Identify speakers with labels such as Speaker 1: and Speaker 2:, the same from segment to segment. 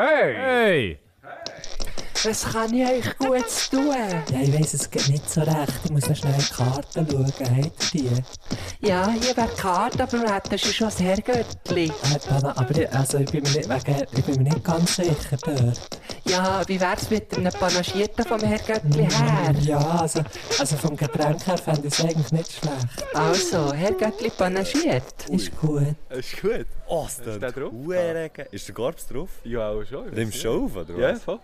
Speaker 1: Hey!
Speaker 2: Hey!
Speaker 3: Was kann ich euch gut tun?
Speaker 4: Ja, ich weiss, es geht nicht so recht. Ich muss noch schnell in die Karten schauen. Habt ihr die?
Speaker 3: Ja, hier wäre die Karte, aber wir hätten schon das Herrgöttli.
Speaker 4: Äh, Dana, aber ich, also ich, bin mir nicht, wegen, ich bin mir nicht ganz sicher dort.
Speaker 3: Ja, wie wär's mit einem Panagierten vom Herrgöttli her?
Speaker 4: Ja, also, also vom Getränk her fände ich es eigentlich nicht schlecht.
Speaker 3: Also, Herrgöttli panagiert.
Speaker 4: Ist gut.
Speaker 1: Ist gut.
Speaker 5: Oh, ist
Speaker 1: Ist der
Speaker 5: der
Speaker 1: drauf?
Speaker 5: Ist der Korps drauf?
Speaker 1: Ja, auch schon.
Speaker 5: Nimmst du auf, oder
Speaker 1: Ja,
Speaker 5: was?
Speaker 1: voll.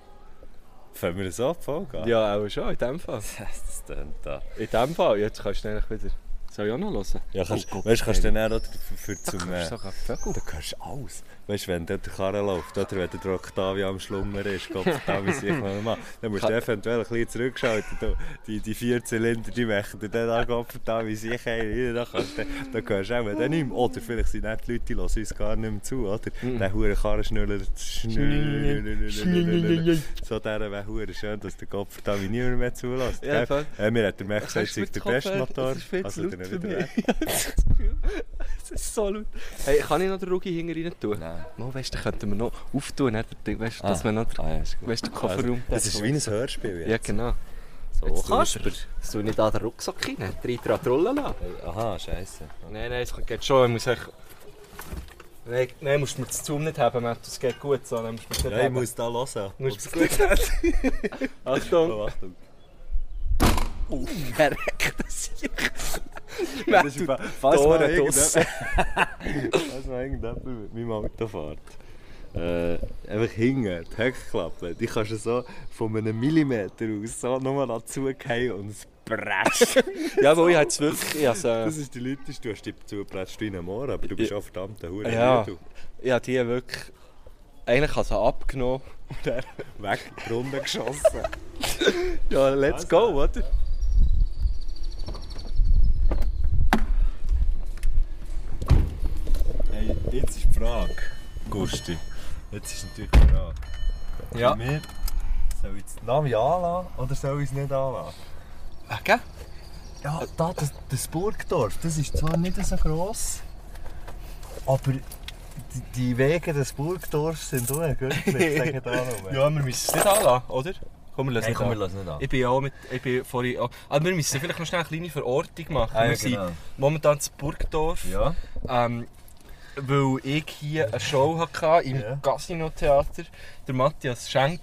Speaker 5: Fangen wir das ab, Folge?
Speaker 1: Ja, auch schon, in dem Fall.
Speaker 5: Das tönt da.
Speaker 1: In dem Fall, jetzt kannst du eigentlich wieder. Soll ich auch noch hören?
Speaker 5: Ja, kannst, weißt, kannst du dann auch für, für zum...
Speaker 1: Kannst
Speaker 5: Äh,
Speaker 1: du sogar Vögel?
Speaker 5: da hörst du alles. Weißt du, wenn dort der Karre läuft, oder wenn der Octavia am Schlummer ist, kommt Octavia sich mal an. Dann musst du eventuell ein bisschen zurückschalten. Du, die, die vier Zylinder, die machen dir dann auch Octavia sich ein. Da kannst du, da hörst du auch dann nicht mehr. Oder vielleicht sind nicht die Leute, die hören uns gar nicht mehr zu, oder? Der hure Karrenschnüller, so der wäre hure schön, dass der Kopf da wie niemand mehr zulässt.
Speaker 1: Ja,
Speaker 5: gell?
Speaker 1: voll.
Speaker 5: Äh, mir hat der Mac gesagt,
Speaker 1: Kannst
Speaker 5: es
Speaker 1: du mit
Speaker 5: ist der
Speaker 1: Kopfhörer-
Speaker 5: beste Motor.
Speaker 1: Es ist viel zu laut
Speaker 5: dann
Speaker 1: für
Speaker 5: wieder
Speaker 1: mich.
Speaker 5: weg.
Speaker 1: Ich hab das Gefühl, Es ist so laut. Hey, kann ich noch den Rugi hinten rein tun?
Speaker 5: Nein.
Speaker 1: Mal, weißt du, dann könnten wir noch auftun, dann, den- weißt du, dass wir noch den,
Speaker 5: Ah, ja, ist gut.
Speaker 1: weißt, du, den Kofferraum...
Speaker 5: Das ist wie ein Hörspiel jetzt.
Speaker 1: Ja, genau.
Speaker 5: So,
Speaker 1: Jetzt
Speaker 5: Kasper.
Speaker 1: Hast du nicht an den Rucksack rein? Hat er dran rollen nou. lassen?
Speaker 5: Aha, scheiße.
Speaker 1: Nein, nein, es geht schon. Ich muss echt... Nein, nein, musst du mir das Zoom nicht haben, Matt. Es geht gut so, dann musst du mir das nicht
Speaker 5: Ja, ich
Speaker 1: haben.
Speaker 5: muss da hören.
Speaker 1: Du musst es gut haben. Achtung.
Speaker 5: Oh, Achtung.
Speaker 1: Verreck, das Oh. ist...
Speaker 5: Das
Speaker 1: Matt,
Speaker 5: ist
Speaker 1: du-
Speaker 5: fa- falls mal
Speaker 1: Tore draussen.
Speaker 5: irgendjemand- Falls mal irgendjemand mit meinem Auto fährt. Äh, einfach hingen, die Heckklappe. Die kannst du so von einem Millimeter aus so nochmal dazugehen und es brätscht.
Speaker 1: Ja, aber ich habe es wirklich... Ich hab's, äh,
Speaker 5: Das ist die Leute, du hast dich zugeprätscht wie ein Moor, aber du bist auch verdammt ein Hure.
Speaker 1: Ja.
Speaker 5: Du.
Speaker 1: Ich habe die wirklich. Eigentlich also abgenommen.
Speaker 5: Weg, runter geschossen.
Speaker 1: Ja, let's go, oder?
Speaker 5: Hey, jetzt ist die Frage, Gusti. Jetzt ist natürlich die Frage.
Speaker 1: Ja.
Speaker 5: Wir soll ich den Namen anlassen oder soll ich es nicht anlassen?
Speaker 1: Okay.
Speaker 5: Ja, da, das, das Burgdorf, das ist zwar nicht so gross, aber die, die Wege des Burgdorfs sind unergründlich, sagen da noch.
Speaker 1: Ja, wir müssen es nicht anlassen, oder? Komm, wir lassen
Speaker 5: Nein,
Speaker 1: es
Speaker 5: komm, wir
Speaker 1: an.
Speaker 5: lassen es nicht an.
Speaker 1: Ich bin ja auch mit. Ich bin vorhin auch, also wir müssen vielleicht noch schnell eine kleine Verortung machen.
Speaker 5: Ah, ja,
Speaker 1: wir sind
Speaker 5: genau.
Speaker 1: momentan zu Burgdorf.
Speaker 5: Ja,
Speaker 1: Ähm, weil ich hier eine Show hatte im
Speaker 5: Ja.
Speaker 1: Casino-Theater. Der Matthias Schenk.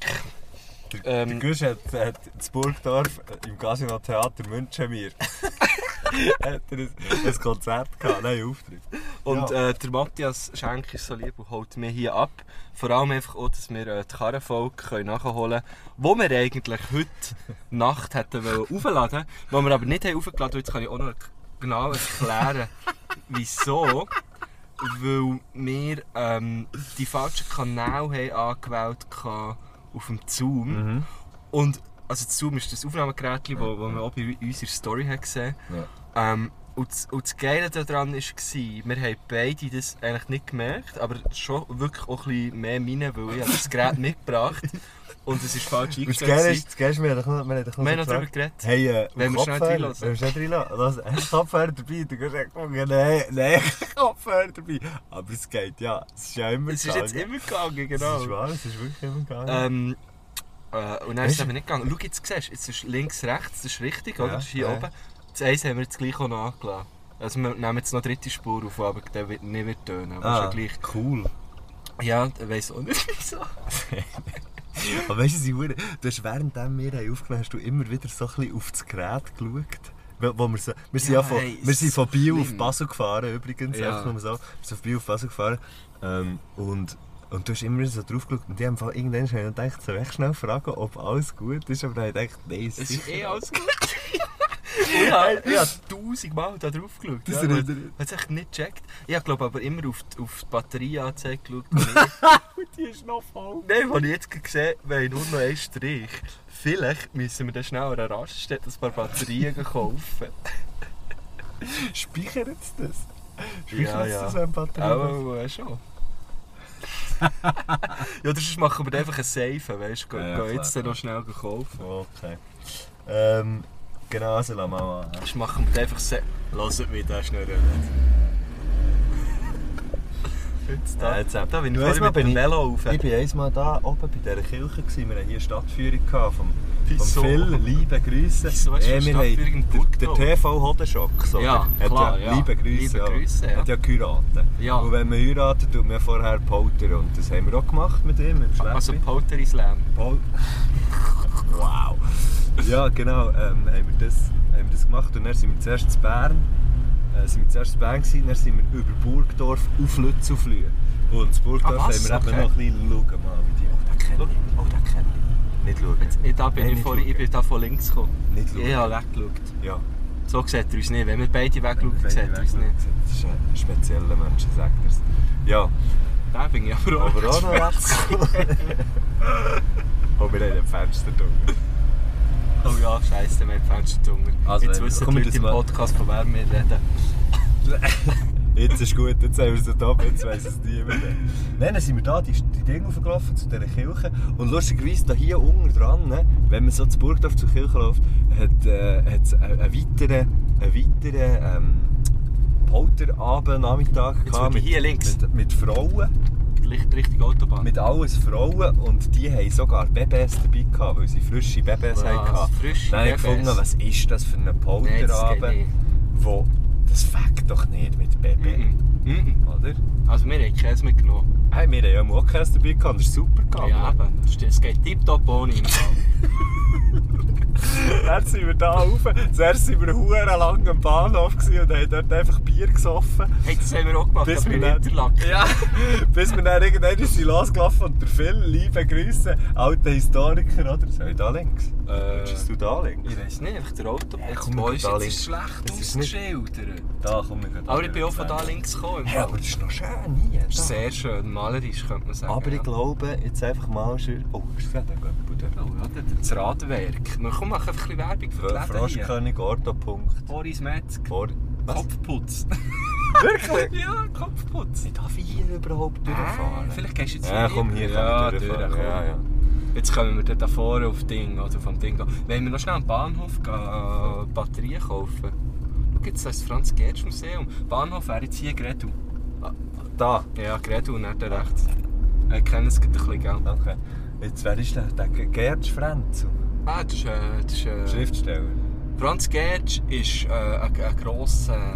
Speaker 5: der
Speaker 1: Ähm,
Speaker 5: Gusch hat, hat das Burgdorf im Casino Theater München mir hat er ein, ein Konzert gehabt, nein, einen Auftritt.
Speaker 1: und äh, der Matthias Schenk ist so lieb und holt mich hier ab. Vor allem einfach auch, dass wir äh, die Karrenfolge können nachholen können, wo wir eigentlich heute Nacht hätten wollen aufladen, wo wir aber nicht haben aufgeladen. Jetzt kann ich auch noch genau erklären, wieso. Weil wir ähm, die falschen Kanäle haben angewählt haben auf dem
Speaker 5: Mhm.
Speaker 1: Zoom. Und also das Zoom ist das Aufnahmegerät, das wo, wo man auch bei unserer Story hat gesehen ähm, und, das, und das Geile daran war, wir haben beide das eigentlich nicht gemerkt, aber schon wirklich auch ein bisschen mehr meine, weil ich habe das Gerät mitgebracht und es ist falsch
Speaker 5: Und das
Speaker 1: eingestellt.
Speaker 5: Geile
Speaker 1: gewesen.
Speaker 5: ist, das Geile ist, wir haben doch noch- wir haben doch noch
Speaker 1: Wir haben noch darüber
Speaker 5: gefragt,
Speaker 1: geredet.
Speaker 5: Hey, äh,
Speaker 1: Wenn wir
Speaker 5: auf
Speaker 1: schnell
Speaker 5: Kopfhörer,
Speaker 1: reinlassen.
Speaker 5: Wenn wir schnell reinlassen. Also, Hast du Kopfhörer dabei? Du kannst echt gucken, nein, nein, Kopfhörer dabei. Aber es geht, Ah, ja. Es ist ja immer
Speaker 1: Es ist jetzt
Speaker 5: gegangen.
Speaker 1: immer gegangen,
Speaker 5: Es ist
Speaker 1: genau.
Speaker 5: wahr, es ist wirklich immer gegangen.
Speaker 1: Ähm, äh, und dann ist
Speaker 5: Weißt
Speaker 1: es
Speaker 5: du-
Speaker 1: eben nicht gegangen. Schau, jetzt siehst du, jetzt ist links, rechts, das ist richtig, oder?
Speaker 5: Ja,
Speaker 1: Das ist hier
Speaker 5: ja.
Speaker 1: oben. Das Eis haben wir jetzt gleich auch noch angelassen. Also wir nehmen jetzt noch eine dritte Spur auf, aber der wird nicht mehr tönen. Aber
Speaker 5: Ah.
Speaker 1: ist ja gleich.
Speaker 5: cool.
Speaker 1: Ja, ich weiss auch nicht wieso.
Speaker 5: Aber weißt du, sie hure- du hast währenddem wir haben aufgenommen hast, du immer wieder so ein bisschen auf das Gerät geschaut. Wo wo wir, so, wir sind ja,
Speaker 1: Ja,
Speaker 5: von,
Speaker 1: hey,
Speaker 5: wir
Speaker 1: ist
Speaker 5: sind
Speaker 1: so
Speaker 5: von Biel auf
Speaker 1: schlimm.
Speaker 5: Basel gefahren, übrigens.
Speaker 1: Ja.
Speaker 5: Einfach nur so. Wir sind von Biel auf Basel gefahren. Ähm, und, und du hast immer so drauf geschaut. Und die haben Fall irgendwann schnell gedacht, soll ich schnell fragen, ob alles gut ist. Aber dann habe ich gedacht, nein,
Speaker 1: Es ist
Speaker 5: sicher
Speaker 1: eh alles gut. ich habe tausendmal da drauf geschaut.
Speaker 5: Das
Speaker 1: ja,
Speaker 5: erinnert
Speaker 1: aber
Speaker 5: mich.
Speaker 1: ich hab's echt nicht gecheckt. Ich glaube aber immer auf die, auf die Batterieanzeige geschaut. die ich-
Speaker 5: Die ist noch voll.
Speaker 1: Nein, was ich jetzt gerade gesehen habe, wir haben nur noch einen Strich. Vielleicht müssen wir dann schnell an einer Raststätte ein paar Batterien kaufen.
Speaker 5: Speichert es das? Speichert
Speaker 1: Ja,
Speaker 5: es
Speaker 1: ja.
Speaker 5: das, wenn Batterie
Speaker 1: Auch äh, schon. ja, dus das machen wir dann einfach ein Safe, weißt du? Gehen
Speaker 5: Ja, ja,
Speaker 1: gehen jetzt
Speaker 5: klar.
Speaker 1: dann noch schnell kaufen.
Speaker 5: Okay. Ähm, genau, also lass mal an.
Speaker 1: Das machen wir dann einfach Safe. Lasst mich das schnell reden. Jetzt
Speaker 5: Ja,
Speaker 1: da.
Speaker 5: jetzt
Speaker 1: Jetzt
Speaker 5: ab.
Speaker 1: da bin ich
Speaker 5: Du,
Speaker 1: vorhin
Speaker 5: jetzt
Speaker 1: mit
Speaker 5: mal
Speaker 1: dem
Speaker 5: bin ich-
Speaker 1: Velo rauf.
Speaker 5: Ich war einmal da oben bei dieser Kirche. Gewesen. Wir hatten hier eine Stadtführung gehabt vom,
Speaker 1: Wieso?
Speaker 5: vom Phil. Liebe Grüße. Äh,
Speaker 1: Wieso hast du
Speaker 5: wir
Speaker 1: eine Stadtführung in
Speaker 5: haben der, der
Speaker 1: Burgdorf?
Speaker 5: TV Hodenschock. So,
Speaker 1: Ja, klar, ja.
Speaker 5: Liebe Grüße.
Speaker 1: Liebe Grüße, ja.
Speaker 5: Hat ja geheiratet.
Speaker 1: Ja.
Speaker 5: Und wenn man heiratet, tut man vorher Polter. Und das haben wir auch gemacht mit ihm. Im
Speaker 1: Also
Speaker 5: Schleppi.
Speaker 1: Poultry Slam.
Speaker 5: Paul. wow. Ja, genau. Ähm, haben, wir das, haben wir das gemacht. Und dann sind wir zuerst in Bern. Äh, sind wir zuerst in Bern gewesen, dann sind wir über Burgdorf auf Lütz geflogen. Und in Burgdorf
Speaker 1: Ah, was?
Speaker 5: haben wir eben
Speaker 1: Okay.
Speaker 5: noch ein bisschen schauen, mal, wie die. Oh, da kenne ich. Oh, da kenne ich. Nicht schauen.
Speaker 1: Jetzt, ich, da bin
Speaker 5: Nein,
Speaker 1: ich,
Speaker 5: nicht
Speaker 1: vor, ich
Speaker 5: schauen.
Speaker 1: bin da von links gekommen.
Speaker 5: Nicht schauen.
Speaker 1: Ich habe weggeschaut.
Speaker 5: Ja.
Speaker 1: So sieht er uns nicht. Wenn wir beide
Speaker 5: Wenn
Speaker 1: wegschauen,
Speaker 5: wir
Speaker 1: sieht er uns nicht.
Speaker 5: wegschauen, Das ist ein spezieller Mensch, sagt er es. Ja.
Speaker 1: Da bin ich aber auch.
Speaker 5: Aber auch noch rechts. Und wir haben ein Fenster drunter.
Speaker 1: Oh ja, scheiße, wir haben Fensterdunger.
Speaker 5: Also,
Speaker 1: Jetzt
Speaker 5: wenn-
Speaker 1: wissen
Speaker 5: komm,
Speaker 1: die Leute
Speaker 5: das
Speaker 1: im
Speaker 5: mal-
Speaker 1: Podcast, von wem wir reden.
Speaker 5: Jetzt ist gut, jetzt haben wir sie da, jetzt weiss es niemand. mehr. Nein, dann sind wir da, die, die Dinge hochgelaufen zu dieser Kirche. Und lustigerweise, da hier unten dran, ne, wenn man so zu Burgdorf zur Kirche läuft, hat äh, hat's einen einen weiteren, einen weiteren ähm, Polterabend, Nachmittag
Speaker 1: Jetzt
Speaker 5: gehabt
Speaker 1: wirklich hier links.
Speaker 5: Mit, mit Frauen,
Speaker 1: Licht Richtung Autobahn.
Speaker 5: mit alles Frauen. Und die haben sogar Babys dabei gehabt, weil sie frische Babys
Speaker 1: Was?
Speaker 5: hatten.
Speaker 1: Frische
Speaker 5: Dann habe ich
Speaker 1: Babys?
Speaker 5: gefunden, was ist das für ein
Speaker 1: Nein, das geht
Speaker 5: Polterabend,
Speaker 1: nicht.
Speaker 5: wo... Das fängt doch nicht mit Baby,
Speaker 1: Mhm. Mhm.
Speaker 5: oder?
Speaker 1: Also wir haben Käse mitgenommen.
Speaker 5: Hey, wir haben ja auch Käse dabei gehabt, das ist super gegangen.
Speaker 1: ja, eben. Das ist- Es geht tiptop ohne im Fall.
Speaker 5: Dann sind wir da rauf. Zuerst sind wir huere lang am Bahnhof gewesen und haben dort einfach Bier gesoffen.
Speaker 1: Hey, das haben wir auch gemacht,
Speaker 5: Bis
Speaker 1: aber in
Speaker 5: wir dann-
Speaker 1: Interlaken.
Speaker 5: Ja. Bis wir dann irgendwann sind losgelaufen und der Phil, liebe Grüße, alter Historiker, oder? Soll ich da links?
Speaker 1: Äh,
Speaker 5: Würdest du da links?
Speaker 1: Ich weiß nicht, einfach der Auto. Ja,
Speaker 5: komm, wir
Speaker 1: Boah,
Speaker 5: gehen
Speaker 1: ist
Speaker 5: da
Speaker 1: jetzt
Speaker 5: links.
Speaker 1: schlecht
Speaker 5: Es ist nicht-
Speaker 1: ausgeschildert.
Speaker 5: Da, komm, wir gehen da
Speaker 1: Aber ich bin auch
Speaker 5: links
Speaker 1: von da links gekommen.
Speaker 5: Hey, aber das ist noch schön hier.
Speaker 1: Das ist sehr schön, malerisch könnte man sagen.
Speaker 5: Aber ich
Speaker 1: ja.
Speaker 5: glaube, jetzt einfach mal schön... Oh, ist das gerade ein
Speaker 1: Oh, ja, das- das Radwerk. Na komm, mach einfach ein bisschen Werbung für die
Speaker 5: Gott?
Speaker 1: Läden hier.
Speaker 5: Froschkönig, Orthopunkt.
Speaker 1: Boris Metzg.
Speaker 5: Vor... Was?
Speaker 1: Kopfputz.
Speaker 5: Wirklich?
Speaker 1: ja, Kopfputz.
Speaker 5: Ich darf hier überhaupt
Speaker 1: Ah, vielleicht gehst du jetzt
Speaker 5: Äh, Ja,
Speaker 1: hier-
Speaker 5: komm, hier
Speaker 1: ja,
Speaker 5: kann ich durchfahren.
Speaker 1: durch, komm.
Speaker 5: ja, ja.
Speaker 1: Jetzt kommen wir dort vorne auf Ding, also vom Ding. Wenn wir noch schnell am Bahnhof gehen, äh, Batterien kaufen. Schau, jetzt das ist das Franz Gertsch Museum. Bahnhof wäre jetzt hier Gretu. Ah,
Speaker 5: Da.
Speaker 1: Ja, Gretu und nicht rechts. Äh, Ich kenne es gerade ein bisschen, gell?
Speaker 5: Okay. Jetzt, wer ist der? der Ge- Gerd Frenz,
Speaker 1: Ah, das ist, äh, das ist, äh,
Speaker 5: Schriftsteller.
Speaker 1: Franz Gertsch war äh, ein, ein grosser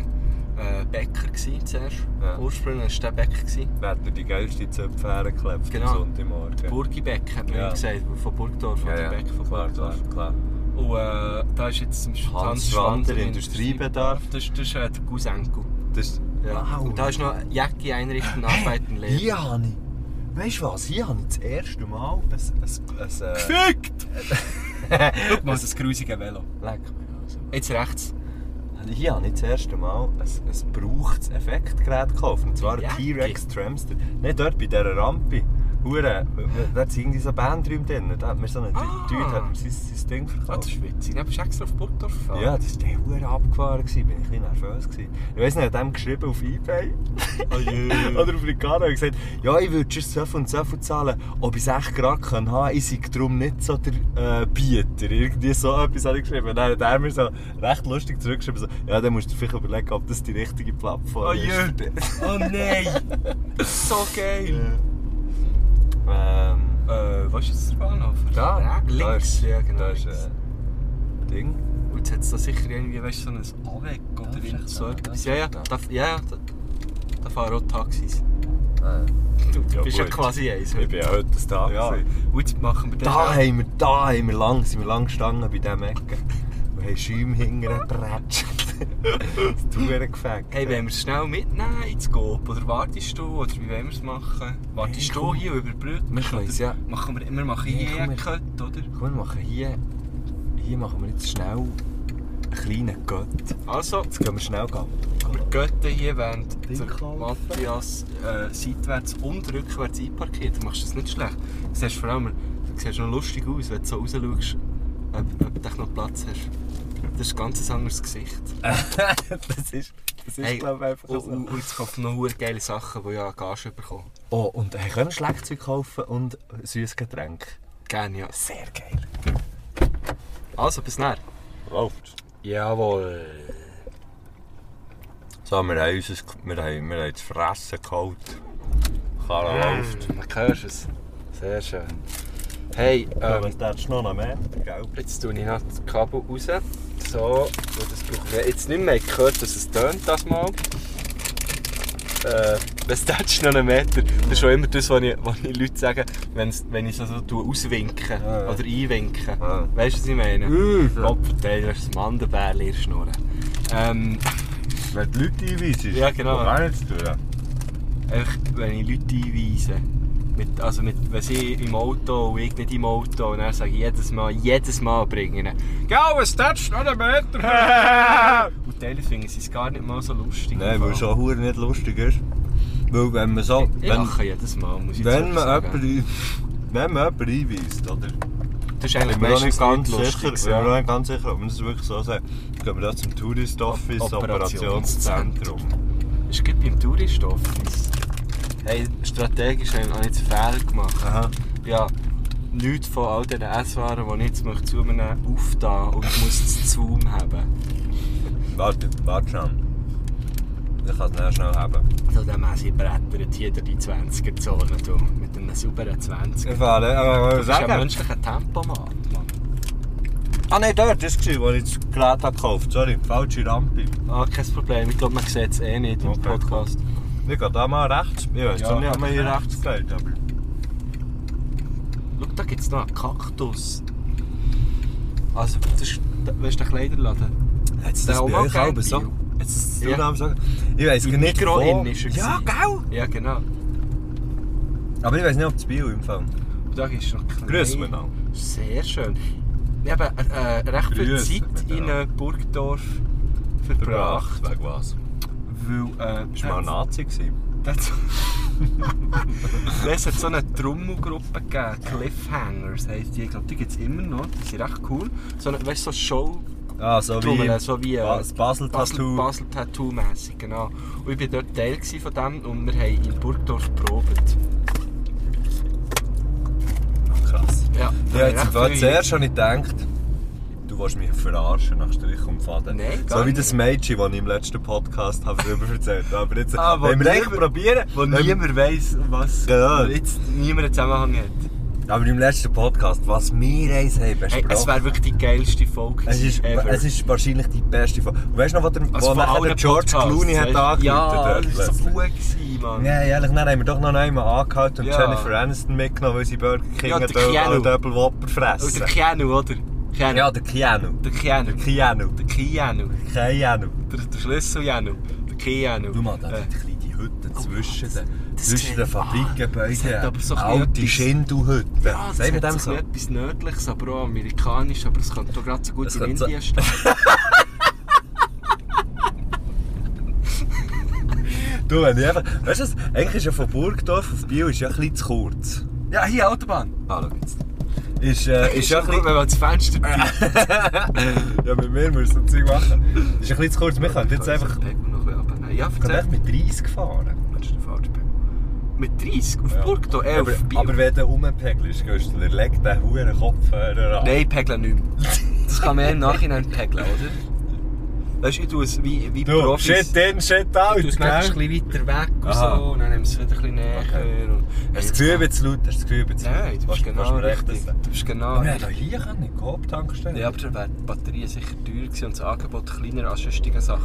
Speaker 1: äh, Bäcker gewesen, zuerst.
Speaker 5: Ja.
Speaker 1: Ursprünglich war der Bäcker. Gewesen.
Speaker 5: Wer hat mir die geilste Zöpfe hergeklebt
Speaker 1: Genau.
Speaker 5: am Sonntagmorgen?
Speaker 1: Der Burgibeck hat man
Speaker 5: Ja.
Speaker 1: ihm gesagt, von Burgdorf,
Speaker 5: ja,
Speaker 1: oder
Speaker 5: ja.
Speaker 1: Beck von
Speaker 5: klar,
Speaker 1: Burgdorf.
Speaker 5: klar, klar.
Speaker 1: Und äh, da ist jetzt Hans,
Speaker 5: Hans Schwander, Industriebedarf.
Speaker 1: Das, das ist äh, der Cousenkel.
Speaker 5: Das ist...
Speaker 1: Ja.
Speaker 5: Wow.
Speaker 1: Und da ist noch Jacke einrichten,
Speaker 5: Hey,
Speaker 1: arbeiten, leben.
Speaker 5: Hier habe ich... Weißt du was? Hier habe ich das erste Mal ein... ein, ein, ein
Speaker 1: Gefickt! Schau mal, das grusige Velo.
Speaker 5: Leck mich also.
Speaker 1: Jetzt rechts.
Speaker 5: Hier habe ich das erste Mal ein, ein gebrauchtes Effektgerät gekauft. Und zwar ein
Speaker 1: Ja.
Speaker 5: T-Rex Tramster. Nicht dort bei dieser Rampe. Hure, da sind irgendwie so Bandräume drin. Da hat mir so ein
Speaker 1: Ah.
Speaker 5: Dude hat mir sein, sein Ding
Speaker 1: Ah, das
Speaker 5: verkauft.
Speaker 1: ist witzig. Dann bist du extra auf Burgdorf gefahren.
Speaker 5: Ja, das war der hure abgefahren. gewesen. Bin ich ein bisschen nervös. Gewesen. Ich weiß nicht, hat dem geschrieben auf Ebay
Speaker 1: Oh, yeah.
Speaker 5: oder auf Ricardo und gesagt, ja, ich würde erst so viel und so viel zahlen, ob ich 6 Grad kann haben kann. Ich sei darum nicht so der äh, Bieter. Irgendwie so etwas habe ich geschrieben. Und dann hat er mir so recht lustig zurückgeschrieben, so, ja, dann musst du dir vielleicht überlegen, ob das die richtige Plattform
Speaker 1: Oh,
Speaker 5: ist.
Speaker 1: yeah.
Speaker 5: für dich.
Speaker 1: oh nein! so geil!
Speaker 5: Ähm,
Speaker 1: Äh, was ist jetzt der Bahnhof?
Speaker 5: da,
Speaker 1: Rechts,
Speaker 5: da
Speaker 1: links.
Speaker 5: ist,
Speaker 1: ja, genau.
Speaker 5: Da ist äh,
Speaker 1: links.
Speaker 5: ein Ding.
Speaker 1: Und jetzt hat es da sicher irgendwie weißt, so ein Avec oder
Speaker 5: ist
Speaker 1: irgend
Speaker 5: echt
Speaker 1: so
Speaker 5: da,
Speaker 1: etwas.
Speaker 5: das
Speaker 1: Ja, ja,
Speaker 5: ist da.
Speaker 1: da, ja, ja, da, da fahren auch Taxis.
Speaker 5: Äh,
Speaker 1: Du, du
Speaker 5: Ja,
Speaker 1: bist ja
Speaker 5: gut.
Speaker 1: quasi eins.
Speaker 5: ich bin ja heute ein Tag.
Speaker 1: ja.
Speaker 5: gewesen.
Speaker 1: Und jetzt machen wir den
Speaker 5: Da haben wir, da haben wir lang, sind wir lang gestanden bei diesem Ecken. Und haben Schäume hinterher geprätscht. das Tourengefäck.
Speaker 1: Hey, wollen wir es schnell mitnehmen ins Coop? Oder wartest du? Oder wie wollen wir es machen? Wartest
Speaker 5: Hey,
Speaker 1: du
Speaker 5: komm.
Speaker 1: hier über die Brücke?
Speaker 5: Wir können es ja-
Speaker 1: Machen wir, wir machen
Speaker 5: Hey,
Speaker 1: hier
Speaker 5: komm,
Speaker 1: einen
Speaker 5: wir-
Speaker 1: Cut, oder?
Speaker 5: Komm, wir machen hier, hier machen wir jetzt schnell einen kleinen Gött.
Speaker 1: Also,
Speaker 5: Jetzt gehen wir schnell gehen.
Speaker 1: wir Götter hier während
Speaker 5: Ding
Speaker 1: der
Speaker 5: kaufen.
Speaker 1: Matthias äh, seitwärts und rückwärts einparkiert. Du machst das nicht schlecht. Du siehst vor allem, du siehst noch lustig aus, wenn du so raus schaust, ob, ob du noch Platz hast. Das ist ein ganz anderes Gesicht.
Speaker 5: das ist, das ist glaube ich, einfach
Speaker 1: und,
Speaker 5: so.
Speaker 1: und, und jetzt kaufen noch verdammt geile Sachen, die ja Gage bekommen.
Speaker 5: Oh, und hey, können wir Schlagzeug kaufen und süßes Getränk.
Speaker 1: Gerne, ja.
Speaker 5: Sehr geil.
Speaker 1: Also, bis näher.
Speaker 5: Läuft.
Speaker 1: Jawohl.
Speaker 5: So, wir haben, unser, wir haben, wir haben das Fressen geholt.
Speaker 1: Mm.
Speaker 5: Karre läuft.
Speaker 1: Man hört es. Sehr schön. Hey,
Speaker 5: Aber
Speaker 1: ähm,
Speaker 5: es darfst noch einen Meter, gell?
Speaker 1: jetzt tue ich noch das Kabel raus. So, weil das braucht man jetzt nicht mehr. Ich habe gehört, dass es tönt, das mal. Äh, was tätst du noch einen Meter? Das ist schon immer das, was ich, was ich Leute sagen, wenn's, wenn ich es so tue, auswinken
Speaker 5: Ja, ja.
Speaker 1: oder einwinken.
Speaker 5: Ja.
Speaker 1: Weißt du, was ich meine?
Speaker 5: Mhm.
Speaker 1: Kopfteil, du hast das Mandelbärli in der Schnur. Ähm,
Speaker 5: Wenn die Leute einweisest,
Speaker 1: Ja, genau.
Speaker 5: kann man jetzt tun.
Speaker 1: Einfach, wenn ich Leute einweise, mit, also mit, wenn sie im Auto und ich nicht im Auto, und dann sage ich jedes Mal, jedes Mal bringe ich ihn. «Gell, was tätst du noch einen Meter?» Und teilweise finden sie es gar nicht mal so lustig.
Speaker 5: Nein, weil es schon hure nicht lustig ist. Weil wenn man so...
Speaker 1: Ich
Speaker 5: Wenn,
Speaker 1: lache jedes Mal, muss ich
Speaker 5: wenn
Speaker 1: jetzt
Speaker 5: man
Speaker 1: sagen.
Speaker 5: jemanden ein- wenn man jemanden einweist, oder?
Speaker 1: Das ist
Speaker 5: Ich
Speaker 1: eigentlich
Speaker 5: bin mir auch
Speaker 1: meistens
Speaker 5: nicht
Speaker 1: ganz
Speaker 5: ganz
Speaker 1: lustig.
Speaker 5: sicher,
Speaker 1: ja.
Speaker 5: ja. nicht ganz sicher, ob man das wirklich so sagt. Gehen wir da zum Tourist Office
Speaker 1: Operationszentrum.
Speaker 5: Operationszentrum.
Speaker 1: Ist gerade beim Tourist-Office. Hey, strategisch habe ich habe ich jetzt einen Fehler gemacht.
Speaker 5: Aha.
Speaker 1: ja, Leute von all diesen Esswaren, die ich jetzt möchte, zu mir nehmen möchte, aufstehen und muss das Zoom haben.
Speaker 5: Warte, warte schnell. Ich kann es nicht schnell haben.
Speaker 1: So der Messi brettert hier durch die 20er-Zone, du, mit einem sauberen 20er.
Speaker 5: Ich fahre, aber ich
Speaker 1: Das ist ein
Speaker 5: sagen.
Speaker 1: menschlicher Tempomat, Mann.
Speaker 5: Ah nein, dort war es, wo ich das Gerät habe gekauft Sorry, falsche Rampe.
Speaker 1: Ah, kein Problem, ich glaube, man sieht es eh nicht im
Speaker 5: Okay, cool.
Speaker 1: Podcast.
Speaker 5: Wir gehen da mal rechts. Ich weiß
Speaker 1: Ja,
Speaker 5: zwar nicht, ob man hier
Speaker 1: rechts.
Speaker 5: rechts geht, aber...
Speaker 1: Schau, da gibt es noch einen Kaktus. Also, das ist, weißt du, der Kleiderladen?
Speaker 5: Jetzt
Speaker 1: das bei euch auch so?
Speaker 5: Jetzt
Speaker 1: du
Speaker 5: ja. sagen. Ich weiß
Speaker 1: Im
Speaker 5: nicht,
Speaker 1: Mikro
Speaker 5: wo.
Speaker 1: innen ist er
Speaker 5: Ja,
Speaker 1: gewesen.
Speaker 5: genau.
Speaker 1: Ja, genau.
Speaker 5: Aber ich weiß nicht, ob das Bio im Fall.
Speaker 1: Und da ist noch klein.
Speaker 5: Grüß mich noch.
Speaker 1: Sehr schön. Ich habe äh, recht viel
Speaker 5: Grüß,
Speaker 1: Zeit in
Speaker 5: miteinander.
Speaker 1: äh, Burgdorf verbracht.
Speaker 5: Wegen was?
Speaker 1: Weil, äh,
Speaker 5: Ist mal ein Nazi gewesen.
Speaker 1: das, es hat so eine Trommelgruppe gegeben, Cliffhangers heisst die. Ich glaube, die gibt es immer noch. Die sind recht cool. So eine, weißt, so Show
Speaker 5: Ah, so
Speaker 1: Trommeln, so wie, äh,
Speaker 5: das Basel-Tattoo.
Speaker 1: Basel Tattoo mässig, genau. Und ich war dort Teil gewesen von dem und wir haben in Burgdorf geprobt.
Speaker 5: Krass.
Speaker 1: Ja,
Speaker 5: Ich habe jetzt im Fall
Speaker 1: recht viel-
Speaker 5: zuerst schon nicht gedacht, du willst mich verarschen nach Strich und Faden.
Speaker 1: Nein, gar
Speaker 5: so wie
Speaker 1: nicht.
Speaker 5: das Mädchen, das ich im letzten Podcast habe darüber erzählt habe. Aber jetzt
Speaker 1: Ah, wo
Speaker 5: wenn wir eigentlich
Speaker 1: niemand-
Speaker 5: probieren.
Speaker 1: Wo
Speaker 5: wenn-
Speaker 1: niemand weiss, was
Speaker 5: Genau.
Speaker 1: jetzt niemand einen Zusammenhang hat.
Speaker 5: Aber im letzten Podcast, was wir eins haben
Speaker 1: Hey,
Speaker 5: besprochen.
Speaker 1: es wäre wirklich die geilste Folge
Speaker 5: es ist,
Speaker 1: ever.
Speaker 5: es ist wahrscheinlich die beste Folge. Und weißt du noch, wo, der,
Speaker 1: Also
Speaker 5: wo
Speaker 1: von
Speaker 5: nachher
Speaker 1: allen
Speaker 5: der George
Speaker 1: Podcasts,
Speaker 5: Clooney hat
Speaker 1: weißt du?
Speaker 5: angerufen
Speaker 1: Ja,
Speaker 5: dort
Speaker 1: das war so
Speaker 5: plötzlich?
Speaker 1: gut, gewesen, Mann.
Speaker 5: Nein, ehrlich, dann haben wir doch noch einmal angehalten und
Speaker 1: Ja.
Speaker 5: Jennifer Aniston mitgenommen, weil sie Burger King
Speaker 1: Ja,
Speaker 5: hat
Speaker 1: der
Speaker 5: und
Speaker 1: Keanu.
Speaker 5: alle Double Whopper
Speaker 1: Und
Speaker 5: fressen.
Speaker 1: der Keanu, oder? Keanu.
Speaker 5: Ja, der Keanu.
Speaker 1: Der Keanu.
Speaker 5: Keanu.
Speaker 1: Der Keanu.
Speaker 5: Keanu.
Speaker 1: Der, der Schlüssel-Janu. Der Keanu.
Speaker 5: Schau mal, da
Speaker 1: Äh,
Speaker 5: sind die kleinen Hütten zwischen den,
Speaker 1: das
Speaker 5: zwischen den
Speaker 1: sieht- ah, das
Speaker 5: Fabrikgebäuden.
Speaker 1: hat aber so ein
Speaker 5: alte
Speaker 1: bisschen
Speaker 5: Schindelhütten.
Speaker 1: ja, das
Speaker 5: Sagen wir
Speaker 1: hat
Speaker 5: dem
Speaker 1: sich
Speaker 5: so?
Speaker 1: etwas Nördliches, aber auch amerikanisch, aber es könnte doch gerade so gut
Speaker 5: Es
Speaker 1: in
Speaker 5: könnte so-
Speaker 1: Indien stehen.
Speaker 5: Du, wenn ich einfach... Weißt du was? Eigentlich ist ja von Burgdorf auf Biel ist ja ein bisschen zu kurz.
Speaker 1: Ja, hier Autobahn.
Speaker 5: Ah, schau jetzt. Ist, äh, ist ja Ah, ein
Speaker 1: gut, wenn
Speaker 5: bisschen...
Speaker 1: man das Fenster
Speaker 5: Ja, mit mir musst du so Zeug machen. Ist ein bisschen zu kurz. Wir könnten jetzt einfach...
Speaker 1: Ich noch ein bisschen runternehmen. Ja,
Speaker 5: Wir können
Speaker 1: verzeih.
Speaker 5: echt mit 30 fahren.
Speaker 1: Das ist der falsche Pegel. Mit 30 auf
Speaker 5: Ja.
Speaker 1: Burgdorf, äh,
Speaker 5: Aber,
Speaker 1: auf Biel.
Speaker 5: aber wenn du rumpegelst, gehst du dir legt den Huren Kopfhörer an.
Speaker 1: Nein, pegeln nicht mehr. Das kann man ja im Nachhinein pegeln, oder? Weißt du, ich tue es wie, wie
Speaker 5: Du,
Speaker 1: Profis.
Speaker 5: shit in, shit out.
Speaker 1: Du es manchmal
Speaker 5: gell?
Speaker 1: ein bisschen weiter weg und
Speaker 5: Aha.
Speaker 1: so, und dann nimmst du es wieder ein bisschen näher.
Speaker 5: Okay.
Speaker 1: Und
Speaker 5: Hast du das Gefühl, wenn es laut ist? Hast du das Gefühl, wenn es laut
Speaker 1: Nein, du bist genau richtig. Du bist genau
Speaker 5: Aber wir
Speaker 1: richtig.
Speaker 5: haben Oh, nou, hier können, in Coop-Tankstelle.
Speaker 1: Ja, aber dann wäre die Batterie sicher teurer gewesen und das Angebot kleiner als sonstige Sachen,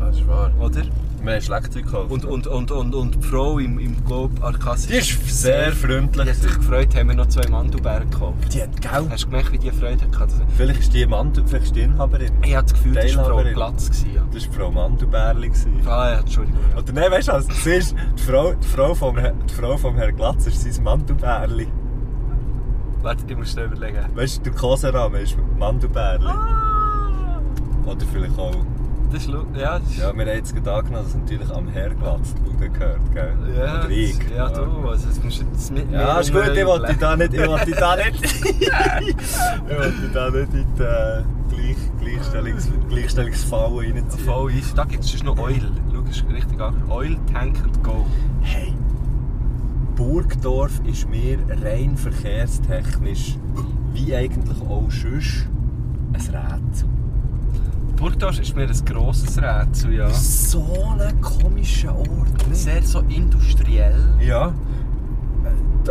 Speaker 5: das ist wahr.
Speaker 1: oder?
Speaker 5: Wir haben Schlagzeug gekauft.
Speaker 1: Und, und, und, und, und die Frau im, im Globe Arcassi,
Speaker 5: die ist sehr freundlich.
Speaker 1: die hat sich gefreut, haben wir noch zwei Mandelbeeren gekauft.
Speaker 5: Die hat, gell?
Speaker 1: Hast du gemerkt, wie die Freude hatte?
Speaker 5: Vielleicht ist die Mandu, vielleicht ist die Inhaberin.
Speaker 1: Ich hatte das Gefühl, das war Frau
Speaker 5: Teilhaberin.
Speaker 1: Glatz. gewesen, Ja.
Speaker 5: Das war Frau Mandubärli. gewesen.
Speaker 1: Ah ja, Entschuldigung. Ja.
Speaker 5: Oder nein, weißt du was? Sie ist die Frau, die Frau, vom, Herr- die Frau vom Herrn Glatz ist sein Mandubärli.
Speaker 1: Warte, ich muss schnell überlegen.
Speaker 5: Weißt du, der Kosenrahmen ist Mandubärli.
Speaker 1: Ah!
Speaker 5: Oder vielleicht auch.
Speaker 1: Das ist lu- ja, das ist,
Speaker 5: Ja, wir haben jetzt gerade angenommen, dass es natürlich am Herrglatz die Bude gehört, gell?
Speaker 1: ja,
Speaker 5: Oder ich.
Speaker 1: das- ja, du, also jetzt musst du jetzt mit mir
Speaker 5: Ja, ist gut, ich
Speaker 1: rumreden.
Speaker 5: wollte da nicht, ich wollte da nicht, ich wollte da nicht in die äh, Gleich, Gleichstellungs, Gleichstellungsfalle reinziehen.
Speaker 1: Voll easy. Da gibt es noch Oil. Schau, das ist richtig an. Oil, Tank and Go.
Speaker 5: Hey, Burgdorf ist mir rein verkehrstechnisch, wie eigentlich auch sonst, ein Rätsel.
Speaker 1: Burgdorf ist mir ein grosses Rätsel, ja.
Speaker 5: So ein komischer Ort. ne? nicht?
Speaker 1: Sehr so industriell,
Speaker 5: Ja.